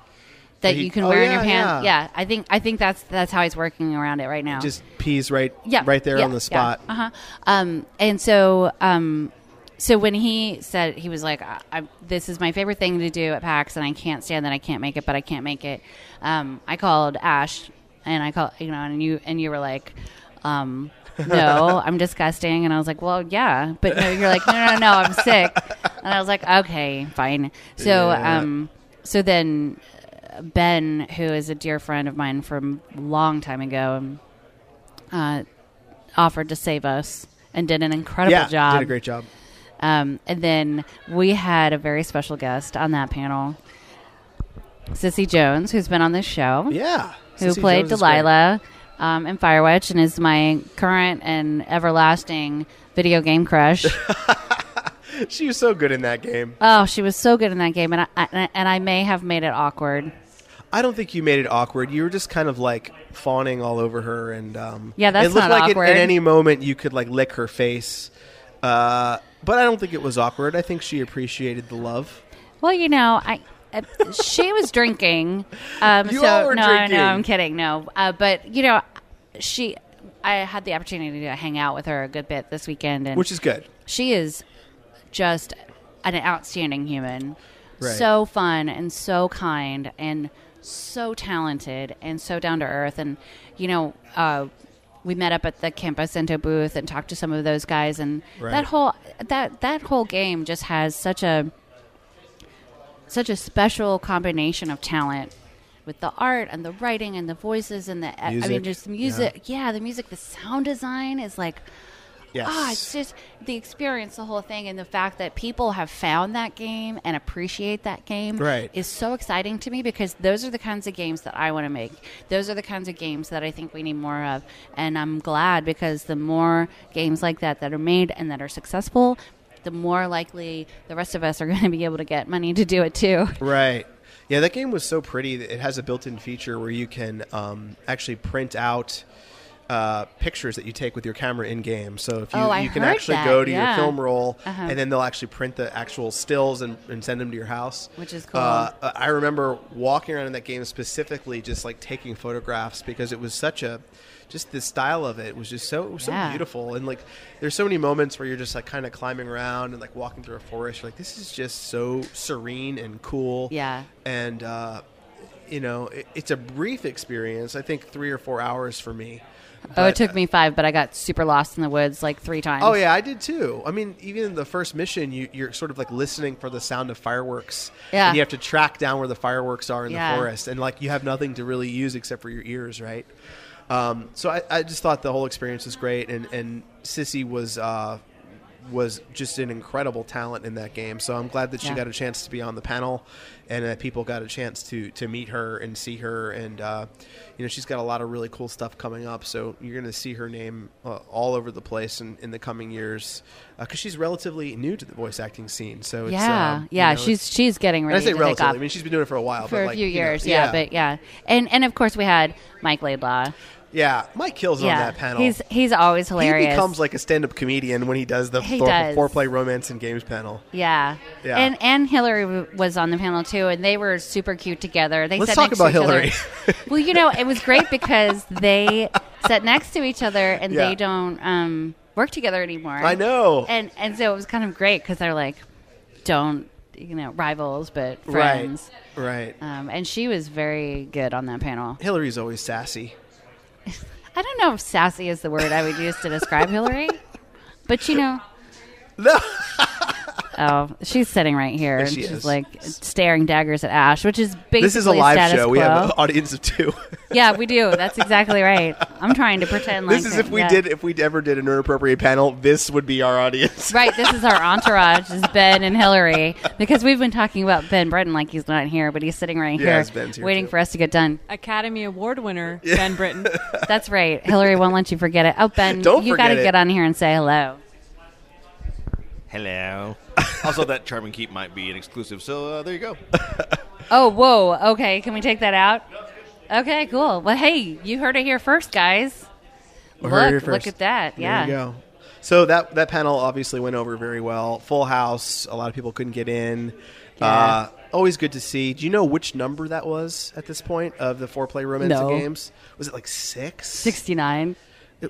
[SPEAKER 1] that
[SPEAKER 2] He-
[SPEAKER 1] you can
[SPEAKER 2] oh,
[SPEAKER 1] wear in your
[SPEAKER 2] yeah,
[SPEAKER 1] pants.
[SPEAKER 2] yeah.
[SPEAKER 1] Yeah. I think I think that's that's how he's working around it right now.
[SPEAKER 2] Just pees right,
[SPEAKER 1] yeah,
[SPEAKER 2] right there
[SPEAKER 1] yeah,
[SPEAKER 2] on the spot.
[SPEAKER 1] Yeah, uh-huh. Um, and so, um, so when he said he was like, I, I, "This is my favorite thing to do at PAX, and I can't stand that I can't make it, but I can't make it." Um, I called Ash, and I called you know, and you and you were like. Um, no, I'm disgusting, and I was like, "Well, yeah," but no, you're like, "No, no, no, I'm sick," and I was like, "Okay, fine." So,
[SPEAKER 2] Yeah.
[SPEAKER 1] um, so then uh, Ben, who is a dear friend of mine from a long time ago, um, uh, offered to save us and did an incredible
[SPEAKER 2] Yeah,
[SPEAKER 1] job.
[SPEAKER 2] did a great job.
[SPEAKER 1] Um, and then we had a very special guest on that panel, Sissy Jones, who's been on this show,
[SPEAKER 2] Yeah,
[SPEAKER 1] who
[SPEAKER 2] Sissy
[SPEAKER 1] played
[SPEAKER 2] Jones is great.
[SPEAKER 1] Delilah um, in Firewatch and is my current and everlasting video game crush.
[SPEAKER 2] She was so good in that game.
[SPEAKER 1] oh, she was so good in that game, and I, I and I may have made it awkward.
[SPEAKER 2] I don't think you made it awkward. You were just kind of like fawning all over her, and um,
[SPEAKER 1] Yeah, that's
[SPEAKER 2] it
[SPEAKER 1] not
[SPEAKER 2] looked like
[SPEAKER 1] awkward.
[SPEAKER 2] At, at any moment you could like lick her face. Uh, but I don't think it was awkward. I think she appreciated the love.
[SPEAKER 1] Well, you know, I uh, she was drinking. Um,
[SPEAKER 2] You
[SPEAKER 1] so,
[SPEAKER 2] all were
[SPEAKER 1] no,
[SPEAKER 2] drinking.
[SPEAKER 1] no, I'm kidding. No, uh, but you know, she. I had the opportunity to hang out with her a good bit this weekend, and
[SPEAKER 2] which is good.
[SPEAKER 1] she is just an outstanding human.
[SPEAKER 2] Right.
[SPEAKER 1] So fun and so kind and so talented and so down to earth. And, you know, uh, we met up at the Campo Santo booth and talked to some of those guys and
[SPEAKER 2] Right.
[SPEAKER 1] that whole that that whole game just has such a such a special combination of talent with the art and the writing and the voices and the I- I
[SPEAKER 2] Music,
[SPEAKER 1] mean just the music yeah the music the sound design is like
[SPEAKER 2] Yes.
[SPEAKER 1] Ah, it's just the experience, the whole thing, and the fact that people have found that game and appreciate that game
[SPEAKER 2] Right.
[SPEAKER 1] is so exciting to me because those are the kinds of games that I want to make. Those are the kinds of games that I think we need more of. And I'm glad because the more games like that that are made and that are successful, the more likely the rest of us are going to be able to get money to do it too.
[SPEAKER 2] Right. Yeah, that game was so pretty. that It has a built-in feature where you can um, actually print out uh, pictures that you take with your camera in game. So if you,
[SPEAKER 1] Oh, I
[SPEAKER 2] you can
[SPEAKER 1] heard
[SPEAKER 2] actually
[SPEAKER 1] that,
[SPEAKER 2] go to your
[SPEAKER 1] yeah.
[SPEAKER 2] film roll,
[SPEAKER 1] Uh-huh.
[SPEAKER 2] and then they'll actually print the actual stills and, and send them to your house,
[SPEAKER 1] Which is cool.
[SPEAKER 2] Uh, uh, I remember walking around in that game specifically, just like taking photographs because it was such a just the style of it was just so it was so
[SPEAKER 1] Yeah.
[SPEAKER 2] beautiful and like there's so many moments where you're just like kind of climbing around and like walking through a forest you're like this is just so serene and cool
[SPEAKER 1] Yeah.
[SPEAKER 2] and uh, you know, it, it's a brief experience. I think three or four hours for me.
[SPEAKER 1] Oh,
[SPEAKER 2] But-
[SPEAKER 1] it took me five, but I got super lost in the woods like three times.
[SPEAKER 2] Oh yeah, I did too. I mean, even in the first mission, you, you're sort of like listening for the sound of fireworks.
[SPEAKER 1] Yeah.
[SPEAKER 2] And you have to track down where the fireworks are in
[SPEAKER 1] Yeah.
[SPEAKER 2] the forest, and like you have nothing to really use except for your ears, right? Um, so I, I just thought the whole experience was great, and and Sissy was. Uh, was just an incredible talent in that game, so I'm glad that she
[SPEAKER 1] Yeah.
[SPEAKER 2] got a chance to be on the panel, and that people got a chance to to meet her and see her, and uh, you know she's got a lot of really cool stuff coming up. So you're going to see her name uh, all over the place in, in the coming years because she's relatively new to the voice acting scene. So it's,
[SPEAKER 1] yeah,
[SPEAKER 2] um, you
[SPEAKER 1] yeah.
[SPEAKER 2] know,
[SPEAKER 1] she's
[SPEAKER 2] it's-
[SPEAKER 1] she's getting
[SPEAKER 2] and I
[SPEAKER 1] ready
[SPEAKER 2] say
[SPEAKER 1] to take off
[SPEAKER 2] relatively. I mean, she's been doing it for a while,
[SPEAKER 1] for
[SPEAKER 2] but
[SPEAKER 1] a
[SPEAKER 2] like,
[SPEAKER 1] few
[SPEAKER 2] you know,
[SPEAKER 1] years. yeah, but yeah, and and of course we had Mike Laidlaw.
[SPEAKER 2] yeah, Mike kills
[SPEAKER 1] yeah,
[SPEAKER 2] on that panel.
[SPEAKER 1] he's he's always hilarious.
[SPEAKER 2] He becomes like a stand-up comedian when he does the
[SPEAKER 1] He
[SPEAKER 2] four,
[SPEAKER 1] does.
[SPEAKER 2] four-play romance and games panel.
[SPEAKER 1] Yeah.
[SPEAKER 2] Yeah.
[SPEAKER 1] And and Hillary w- was on the panel too, and they were super cute together. They
[SPEAKER 2] Let's
[SPEAKER 1] sat
[SPEAKER 2] talk
[SPEAKER 1] next
[SPEAKER 2] about
[SPEAKER 1] to each
[SPEAKER 2] Hillary.
[SPEAKER 1] Other. well, you know, it was great because they sat next to each other, and
[SPEAKER 2] Yeah.
[SPEAKER 1] they don't um, work together anymore.
[SPEAKER 2] I know.
[SPEAKER 1] And and so it was kind of great because they're like, don't you know, rivals but friends.
[SPEAKER 2] Right. Right.
[SPEAKER 1] Um, and she was very good on that panel.
[SPEAKER 2] Hillary's always sassy.
[SPEAKER 1] I don't know if sassy is the word I would use to describe Hillary, but you know,
[SPEAKER 2] No.
[SPEAKER 1] Oh, she's sitting right here, and
[SPEAKER 2] she
[SPEAKER 1] she's
[SPEAKER 2] is.
[SPEAKER 1] like staring daggers at Ash, which is basically
[SPEAKER 2] This is a live
[SPEAKER 1] status
[SPEAKER 2] show. We
[SPEAKER 1] quo.
[SPEAKER 2] have an audience of two.
[SPEAKER 1] yeah, we do. That's exactly right. I'm trying to pretend like
[SPEAKER 2] this is
[SPEAKER 1] that-
[SPEAKER 2] if we
[SPEAKER 1] yeah.
[SPEAKER 2] did if we ever did an inappropriate panel, this would be our audience.
[SPEAKER 1] Right, this is our entourage is Ben and Hillary because we've been talking about Ben Breton like he's not here, but he's sitting right
[SPEAKER 2] Yes,
[SPEAKER 1] here,
[SPEAKER 2] Ben's here
[SPEAKER 1] waiting
[SPEAKER 2] too.
[SPEAKER 1] for us to get done.
[SPEAKER 7] Academy Award winner Ben Britton.
[SPEAKER 1] That's right. Hillary won't let you forget it. Oh, Ben,
[SPEAKER 2] Don't
[SPEAKER 1] you got to
[SPEAKER 2] forget it.
[SPEAKER 1] get on here and say hello.
[SPEAKER 8] Hello. also, that charm and keep might be an exclusive, so uh, there you go.
[SPEAKER 1] Oh, whoa. Okay, can we take that out? Okay, cool. Well, hey, you heard it here first, guys.
[SPEAKER 2] We
[SPEAKER 1] Look,
[SPEAKER 2] heard
[SPEAKER 1] look
[SPEAKER 2] it first.
[SPEAKER 1] at that. yeah.
[SPEAKER 2] There you go. So that that panel obviously went over very well. Full house. A lot of people couldn't get in. Uh, always good to see. Do you know which number that was at this point of the four play romance
[SPEAKER 1] No.
[SPEAKER 2] games? Was it like six?
[SPEAKER 1] 69.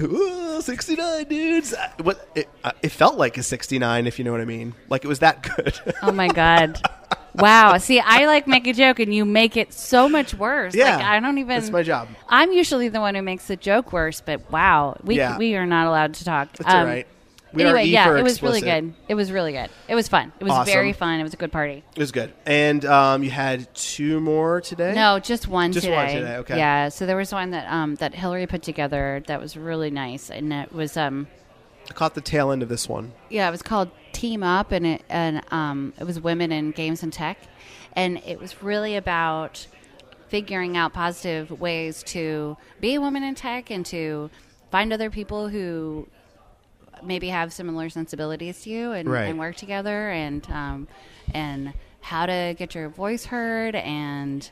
[SPEAKER 2] Ooh, 69 dudes. I- What it, uh, it felt like a 69 if you know what I mean. Like it was that good.
[SPEAKER 1] Oh my god. Wow. See, I like make a joke and you make it so much worse.
[SPEAKER 2] Yeah.
[SPEAKER 1] Like I don't even
[SPEAKER 2] That's my job.
[SPEAKER 1] I'm usually the one who makes the joke worse, but wow. We
[SPEAKER 2] Yeah.
[SPEAKER 1] we are not allowed to talk.
[SPEAKER 2] That's all right. We are
[SPEAKER 1] Um, anyway,
[SPEAKER 2] E
[SPEAKER 1] yeah,
[SPEAKER 2] for
[SPEAKER 1] it was really
[SPEAKER 2] explicit.
[SPEAKER 1] good. It was really good. It was fun. It was
[SPEAKER 2] Awesome.
[SPEAKER 1] very fun. It was a good party.
[SPEAKER 2] It was good. And um, you had two more today?
[SPEAKER 1] No, just one
[SPEAKER 2] Just
[SPEAKER 1] today.
[SPEAKER 2] one today, okay.
[SPEAKER 1] Yeah. So there was one that um that Hillary put together that was really nice and it was um
[SPEAKER 2] I caught the tail end of this one.
[SPEAKER 1] yeah, it was called Team Up, and it and um, it was women in games and tech, and it was really about figuring out positive ways to be a woman in tech and to find other people who maybe have similar sensibilities to you and,
[SPEAKER 2] Right.
[SPEAKER 1] and work together and um, and how to get your voice heard and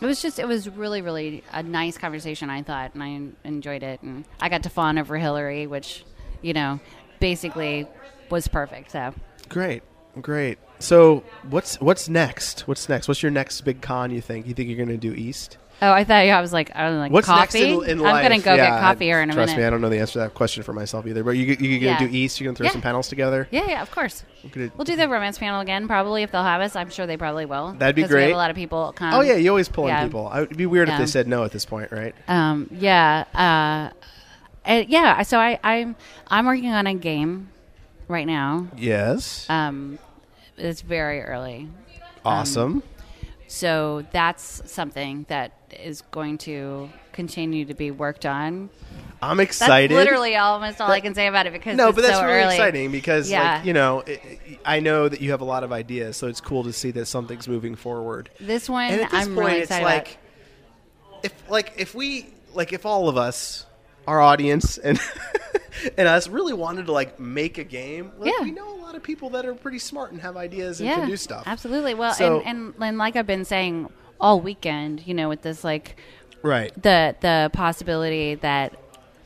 [SPEAKER 1] it was just it was really really a nice conversation I thought and I enjoyed it and I got to fawn over Hillary which you know basically was perfect so
[SPEAKER 2] Great. Great. So what's what's next? What's next? What's your next big con you think? You think you're gonna do East?
[SPEAKER 1] oh I thought yeah, I was like I was like
[SPEAKER 2] What's next
[SPEAKER 1] coffee
[SPEAKER 2] in, in
[SPEAKER 1] I'm
[SPEAKER 2] life?
[SPEAKER 1] gonna go
[SPEAKER 2] Yeah,
[SPEAKER 1] get coffee here in a
[SPEAKER 2] Trust
[SPEAKER 1] minute
[SPEAKER 2] me, I don't know the answer to that question for myself either. But you you, you gonna
[SPEAKER 1] Yeah.
[SPEAKER 2] do East, you're gonna throw
[SPEAKER 1] Yeah.
[SPEAKER 2] some panels together?
[SPEAKER 1] yeah yeah of course
[SPEAKER 2] Gonna-
[SPEAKER 1] we'll do the romance panel again probably if they'll have us I'm sure they probably will
[SPEAKER 2] That'd be
[SPEAKER 1] 'cause we have
[SPEAKER 2] great.
[SPEAKER 1] a lot of people come
[SPEAKER 2] Oh yeah, you always pull
[SPEAKER 1] um, yeah.
[SPEAKER 2] in people. I, it'd be weird if
[SPEAKER 1] Yeah.
[SPEAKER 2] they said no at this point, right?
[SPEAKER 1] um, yeah, uh, uh, yeah. So I, I'm I'm working on a game right now.
[SPEAKER 2] Yes.
[SPEAKER 1] Uh, Um, it's very early,
[SPEAKER 2] awesome.
[SPEAKER 1] so that's something that is going to continue to be worked on.
[SPEAKER 2] I'm
[SPEAKER 1] That's
[SPEAKER 2] excited.
[SPEAKER 1] literally almost all I can say about it because
[SPEAKER 2] no,
[SPEAKER 1] it's
[SPEAKER 2] but that's
[SPEAKER 1] so
[SPEAKER 2] really
[SPEAKER 1] early.
[SPEAKER 2] exciting because,
[SPEAKER 1] Yeah.
[SPEAKER 2] like, you know, it, it- I know that you have a lot of ideas, so it's cool to see that something's moving forward.
[SPEAKER 1] This one
[SPEAKER 2] and at this
[SPEAKER 1] I'm
[SPEAKER 2] point,
[SPEAKER 1] really
[SPEAKER 2] it's
[SPEAKER 1] excited about.
[SPEAKER 2] like if, like, if we, like, if all of us, our audience and and us, really wanted to like make a game, like,
[SPEAKER 1] Yeah.
[SPEAKER 2] we know a lot of people that are pretty smart and have ideas and
[SPEAKER 1] yeah,
[SPEAKER 2] can do stuff.
[SPEAKER 1] Absolutely. Well,
[SPEAKER 2] So-
[SPEAKER 1] and, and and like I've been saying all weekend, you know, with this like
[SPEAKER 2] Right.
[SPEAKER 1] the the possibility that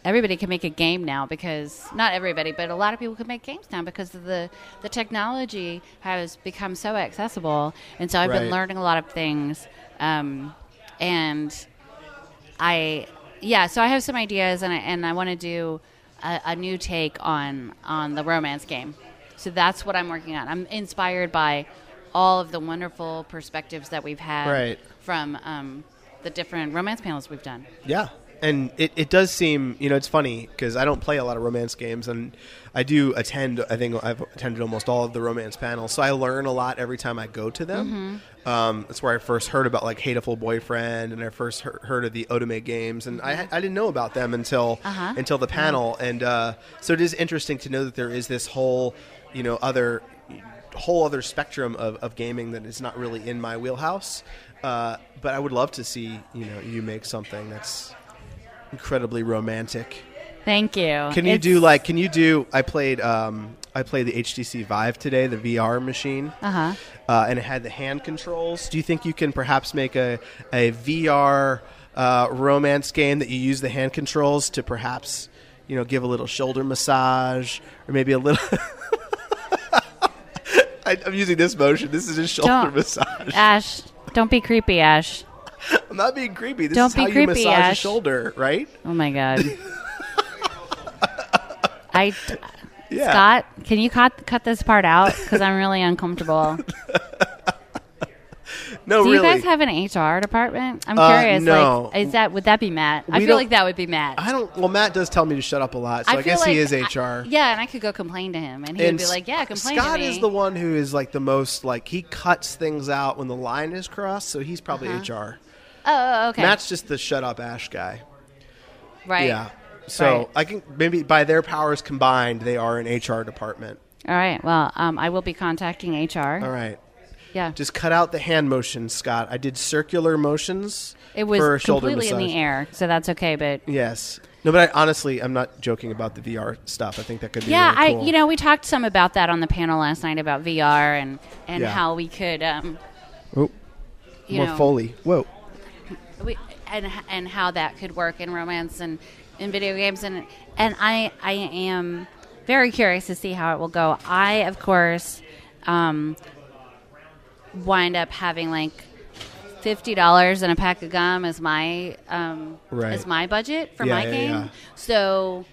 [SPEAKER 1] everybody can make a game now because not everybody but a lot of people can make games now because of the the technology has become so accessible and so i've been
[SPEAKER 2] Right.
[SPEAKER 1] learning a lot of things um, and i yeah so i have some ideas and i, and I want to do a, a new take on on the romance game so that's what i'm working on i'm inspired by all of the wonderful perspectives that we've had
[SPEAKER 2] Right.
[SPEAKER 1] from um, the different romance panels we've done.
[SPEAKER 2] Yeah. And it, it does seem, you know, it's funny because I don't play a lot of romance games and I do attend, I think I've attended almost all of the romance panels. So I learn a lot every time I go to them. Um, that's where I first heard about like Hateful Boyfriend and I first heard, heard of the Otome games. And I, I didn't know about them until
[SPEAKER 1] Uh-huh.
[SPEAKER 2] until the panel. And uh, so it is interesting to know that there is this whole, you know, other whole other spectrum of, of gaming that is not really in my wheelhouse. Uh, but I would love to see you know you make something that's incredibly romantic.
[SPEAKER 1] Thank you.
[SPEAKER 2] Can you
[SPEAKER 1] It's-
[SPEAKER 2] do like can you do? I played um, I played the HTC Vive today, the VR machine,
[SPEAKER 1] Uh-huh.
[SPEAKER 2] uh, and it had the hand controls. Do you think you can perhaps make a a VR uh, romance game that you use the hand controls to perhaps you know give a little shoulder massage or maybe a little. I, I'm using this motion. This is just shoulder
[SPEAKER 1] Don't- Uh,
[SPEAKER 2] massage.
[SPEAKER 1] Ash? Don't be creepy, Ash.
[SPEAKER 2] I'm not being creepy. This
[SPEAKER 1] Don't
[SPEAKER 2] is
[SPEAKER 1] be
[SPEAKER 2] how you
[SPEAKER 1] creepy,
[SPEAKER 2] massage a
[SPEAKER 1] Ash.
[SPEAKER 2] shoulder, right?
[SPEAKER 1] Oh my god. I
[SPEAKER 2] Yeah.
[SPEAKER 1] Scott, can you cut cut this part out because I'm really uncomfortable.
[SPEAKER 2] No,
[SPEAKER 1] Do
[SPEAKER 2] really.
[SPEAKER 1] you guys have an HR department? I'm
[SPEAKER 2] Uh,
[SPEAKER 1] curious.
[SPEAKER 2] no.
[SPEAKER 1] Like, is that would that be Matt? I
[SPEAKER 2] We
[SPEAKER 1] feel
[SPEAKER 2] don't-
[SPEAKER 1] like that would be Matt.
[SPEAKER 2] I don't. Well, Matt does tell me to shut up a lot, so I,
[SPEAKER 1] feel
[SPEAKER 2] guess he is
[SPEAKER 1] like
[SPEAKER 2] HR.
[SPEAKER 1] I- yeah, and I could go complain to him, and he'd
[SPEAKER 2] And
[SPEAKER 1] be like, "Yeah, complain
[SPEAKER 2] Scott
[SPEAKER 1] to me."
[SPEAKER 2] is the one who is like the most like he cuts things out when the line is crossed, so he's probably HR.
[SPEAKER 1] oh, oh, Uh-huh. okay.
[SPEAKER 2] Matt's just the shut up Ash guy.
[SPEAKER 1] right.
[SPEAKER 2] Yeah. So
[SPEAKER 1] Right.
[SPEAKER 2] I can maybe by their powers combined, they are an HR department.
[SPEAKER 1] All right. Well, um, I will be contacting HR.
[SPEAKER 2] All right.
[SPEAKER 1] Yeah.
[SPEAKER 2] Just cut out the hand motions, Scott. I did circular motions.
[SPEAKER 1] it
[SPEAKER 2] for
[SPEAKER 1] was
[SPEAKER 2] a shoulder
[SPEAKER 1] completely in
[SPEAKER 2] massage.
[SPEAKER 1] the air, so that's okay. But
[SPEAKER 2] Yes. No, but I, honestly, I'm not joking about the VR stuff. I think that could be.
[SPEAKER 1] yeah,
[SPEAKER 2] really cool.
[SPEAKER 1] I you know we talked some about that on the panel last night about VR and and
[SPEAKER 2] Yeah.
[SPEAKER 1] how we could um,
[SPEAKER 2] Oh,
[SPEAKER 1] you
[SPEAKER 2] more
[SPEAKER 1] know
[SPEAKER 2] Foley. Whoa.
[SPEAKER 1] we, and and how that could work in romance and in video games and and I I am very curious to see how it will go. I of course um, wind up having like fifty dollars and a pack of gum as my um,
[SPEAKER 2] Right.
[SPEAKER 1] as my budget for
[SPEAKER 2] Yeah,
[SPEAKER 1] my
[SPEAKER 2] yeah,
[SPEAKER 1] game.
[SPEAKER 2] yeah.
[SPEAKER 1] So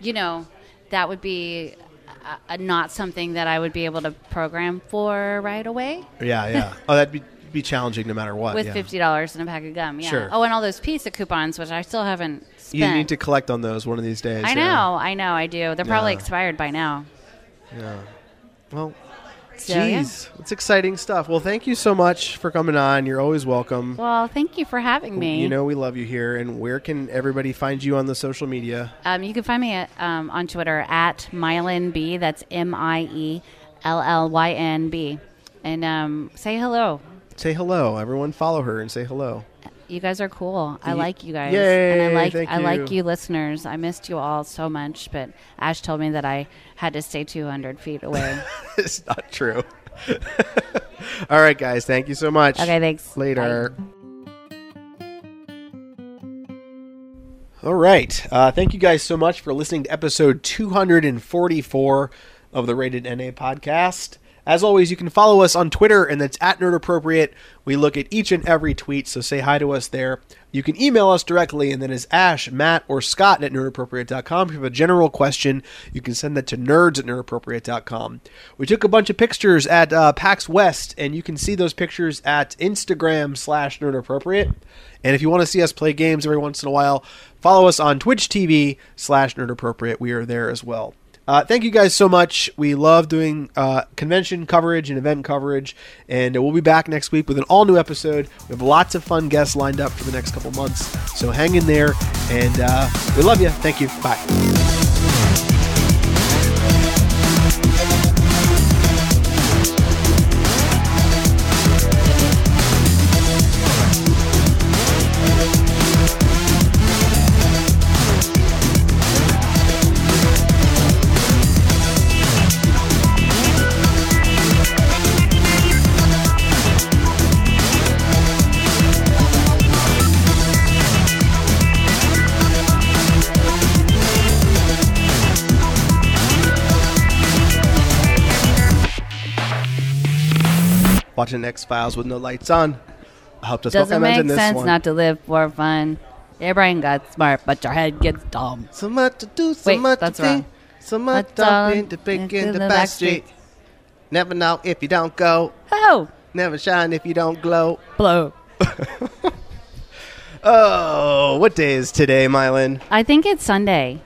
[SPEAKER 1] you know that would be. uh, Uh, not something that I would be able to program for right away.
[SPEAKER 2] Yeah, yeah. oh, that'd be be challenging no matter what.
[SPEAKER 1] with
[SPEAKER 2] yeah.
[SPEAKER 1] fifty dollars and a pack of gum. Yeah.
[SPEAKER 2] Sure.
[SPEAKER 1] Oh, and all those pizza coupons, which I still haven't spent.
[SPEAKER 2] You need to collect on those one of these days.
[SPEAKER 1] I
[SPEAKER 2] yeah.
[SPEAKER 1] know, I know, I do. They're probably
[SPEAKER 2] Yeah.
[SPEAKER 1] expired by now.
[SPEAKER 2] Well,
[SPEAKER 1] So, yeah.
[SPEAKER 2] jeez, it's exciting stuff. Well, thank you so much for coming on. You're always welcome.
[SPEAKER 1] Well, thank you for having me.
[SPEAKER 2] You know we love you here. And where can everybody find you on the social media?
[SPEAKER 1] um, you can find me at, um, on Twitter at Mylan B. That's M I E L L Y N B, and um, say hello.
[SPEAKER 2] Say hello. Everyone, follow her and say hello.
[SPEAKER 1] You guys are cool. I
[SPEAKER 2] Ye-
[SPEAKER 1] like you guys,
[SPEAKER 2] Yay,
[SPEAKER 1] and I like
[SPEAKER 2] thank
[SPEAKER 1] I like
[SPEAKER 2] you.
[SPEAKER 1] you listeners. I missed you all so much, but Ash told me that I had to stay two hundred feet away.
[SPEAKER 2] it's not true. All right, guys. Thank you so much.
[SPEAKER 1] okay, thanks. Bye.
[SPEAKER 2] Later.
[SPEAKER 6] All right. Uh, thank you guys so much for listening to episode 244 of the Rated NA podcast. As always, you can follow us on Twitter, and that's at Nerd Appropriate. We look at each and every tweet, so say hi to us there. You can email us directly, and that is Ash, Matt, or Scott at nerdappropriate.com. If you have a general question, you can send that to nerds at nerdappropriate.com. We took a bunch of pictures at uh, PAX West, and you can see those pictures at Instagram slash nerdappropriate. And if you want to see us play games every once in a while, follow us on Twitch TV slash Nerd Appropriate. We are there as well. Uh, thank you guys so much. We love doing uh, convention coverage and event coverage, and we'll be back next week with an all new episode. We have lots of fun guests lined up for the next couple months, so hang in there, and uh, we love you. Thank you. Bye.
[SPEAKER 2] Watching X Files with no lights on. I hope that's
[SPEAKER 1] Doesn't
[SPEAKER 2] what
[SPEAKER 1] make
[SPEAKER 2] in this
[SPEAKER 1] sense
[SPEAKER 2] one.
[SPEAKER 1] not to live for fun. Your brain got smart, but your head gets dumb.
[SPEAKER 2] so much to do, so
[SPEAKER 1] Wait,
[SPEAKER 2] much
[SPEAKER 1] that's
[SPEAKER 2] to think,
[SPEAKER 1] wrong.
[SPEAKER 2] so
[SPEAKER 1] But
[SPEAKER 2] much to
[SPEAKER 1] dumb
[SPEAKER 2] think, to pick
[SPEAKER 1] is
[SPEAKER 2] in
[SPEAKER 1] in
[SPEAKER 2] the
[SPEAKER 1] the
[SPEAKER 2] back
[SPEAKER 1] back
[SPEAKER 2] street.
[SPEAKER 1] street.
[SPEAKER 2] Never know if you don't go.
[SPEAKER 1] Oh,
[SPEAKER 2] Never shine if you don't glow.
[SPEAKER 1] blow.
[SPEAKER 2] Oh, what day is today, Mylan?
[SPEAKER 1] I think it's Sunday.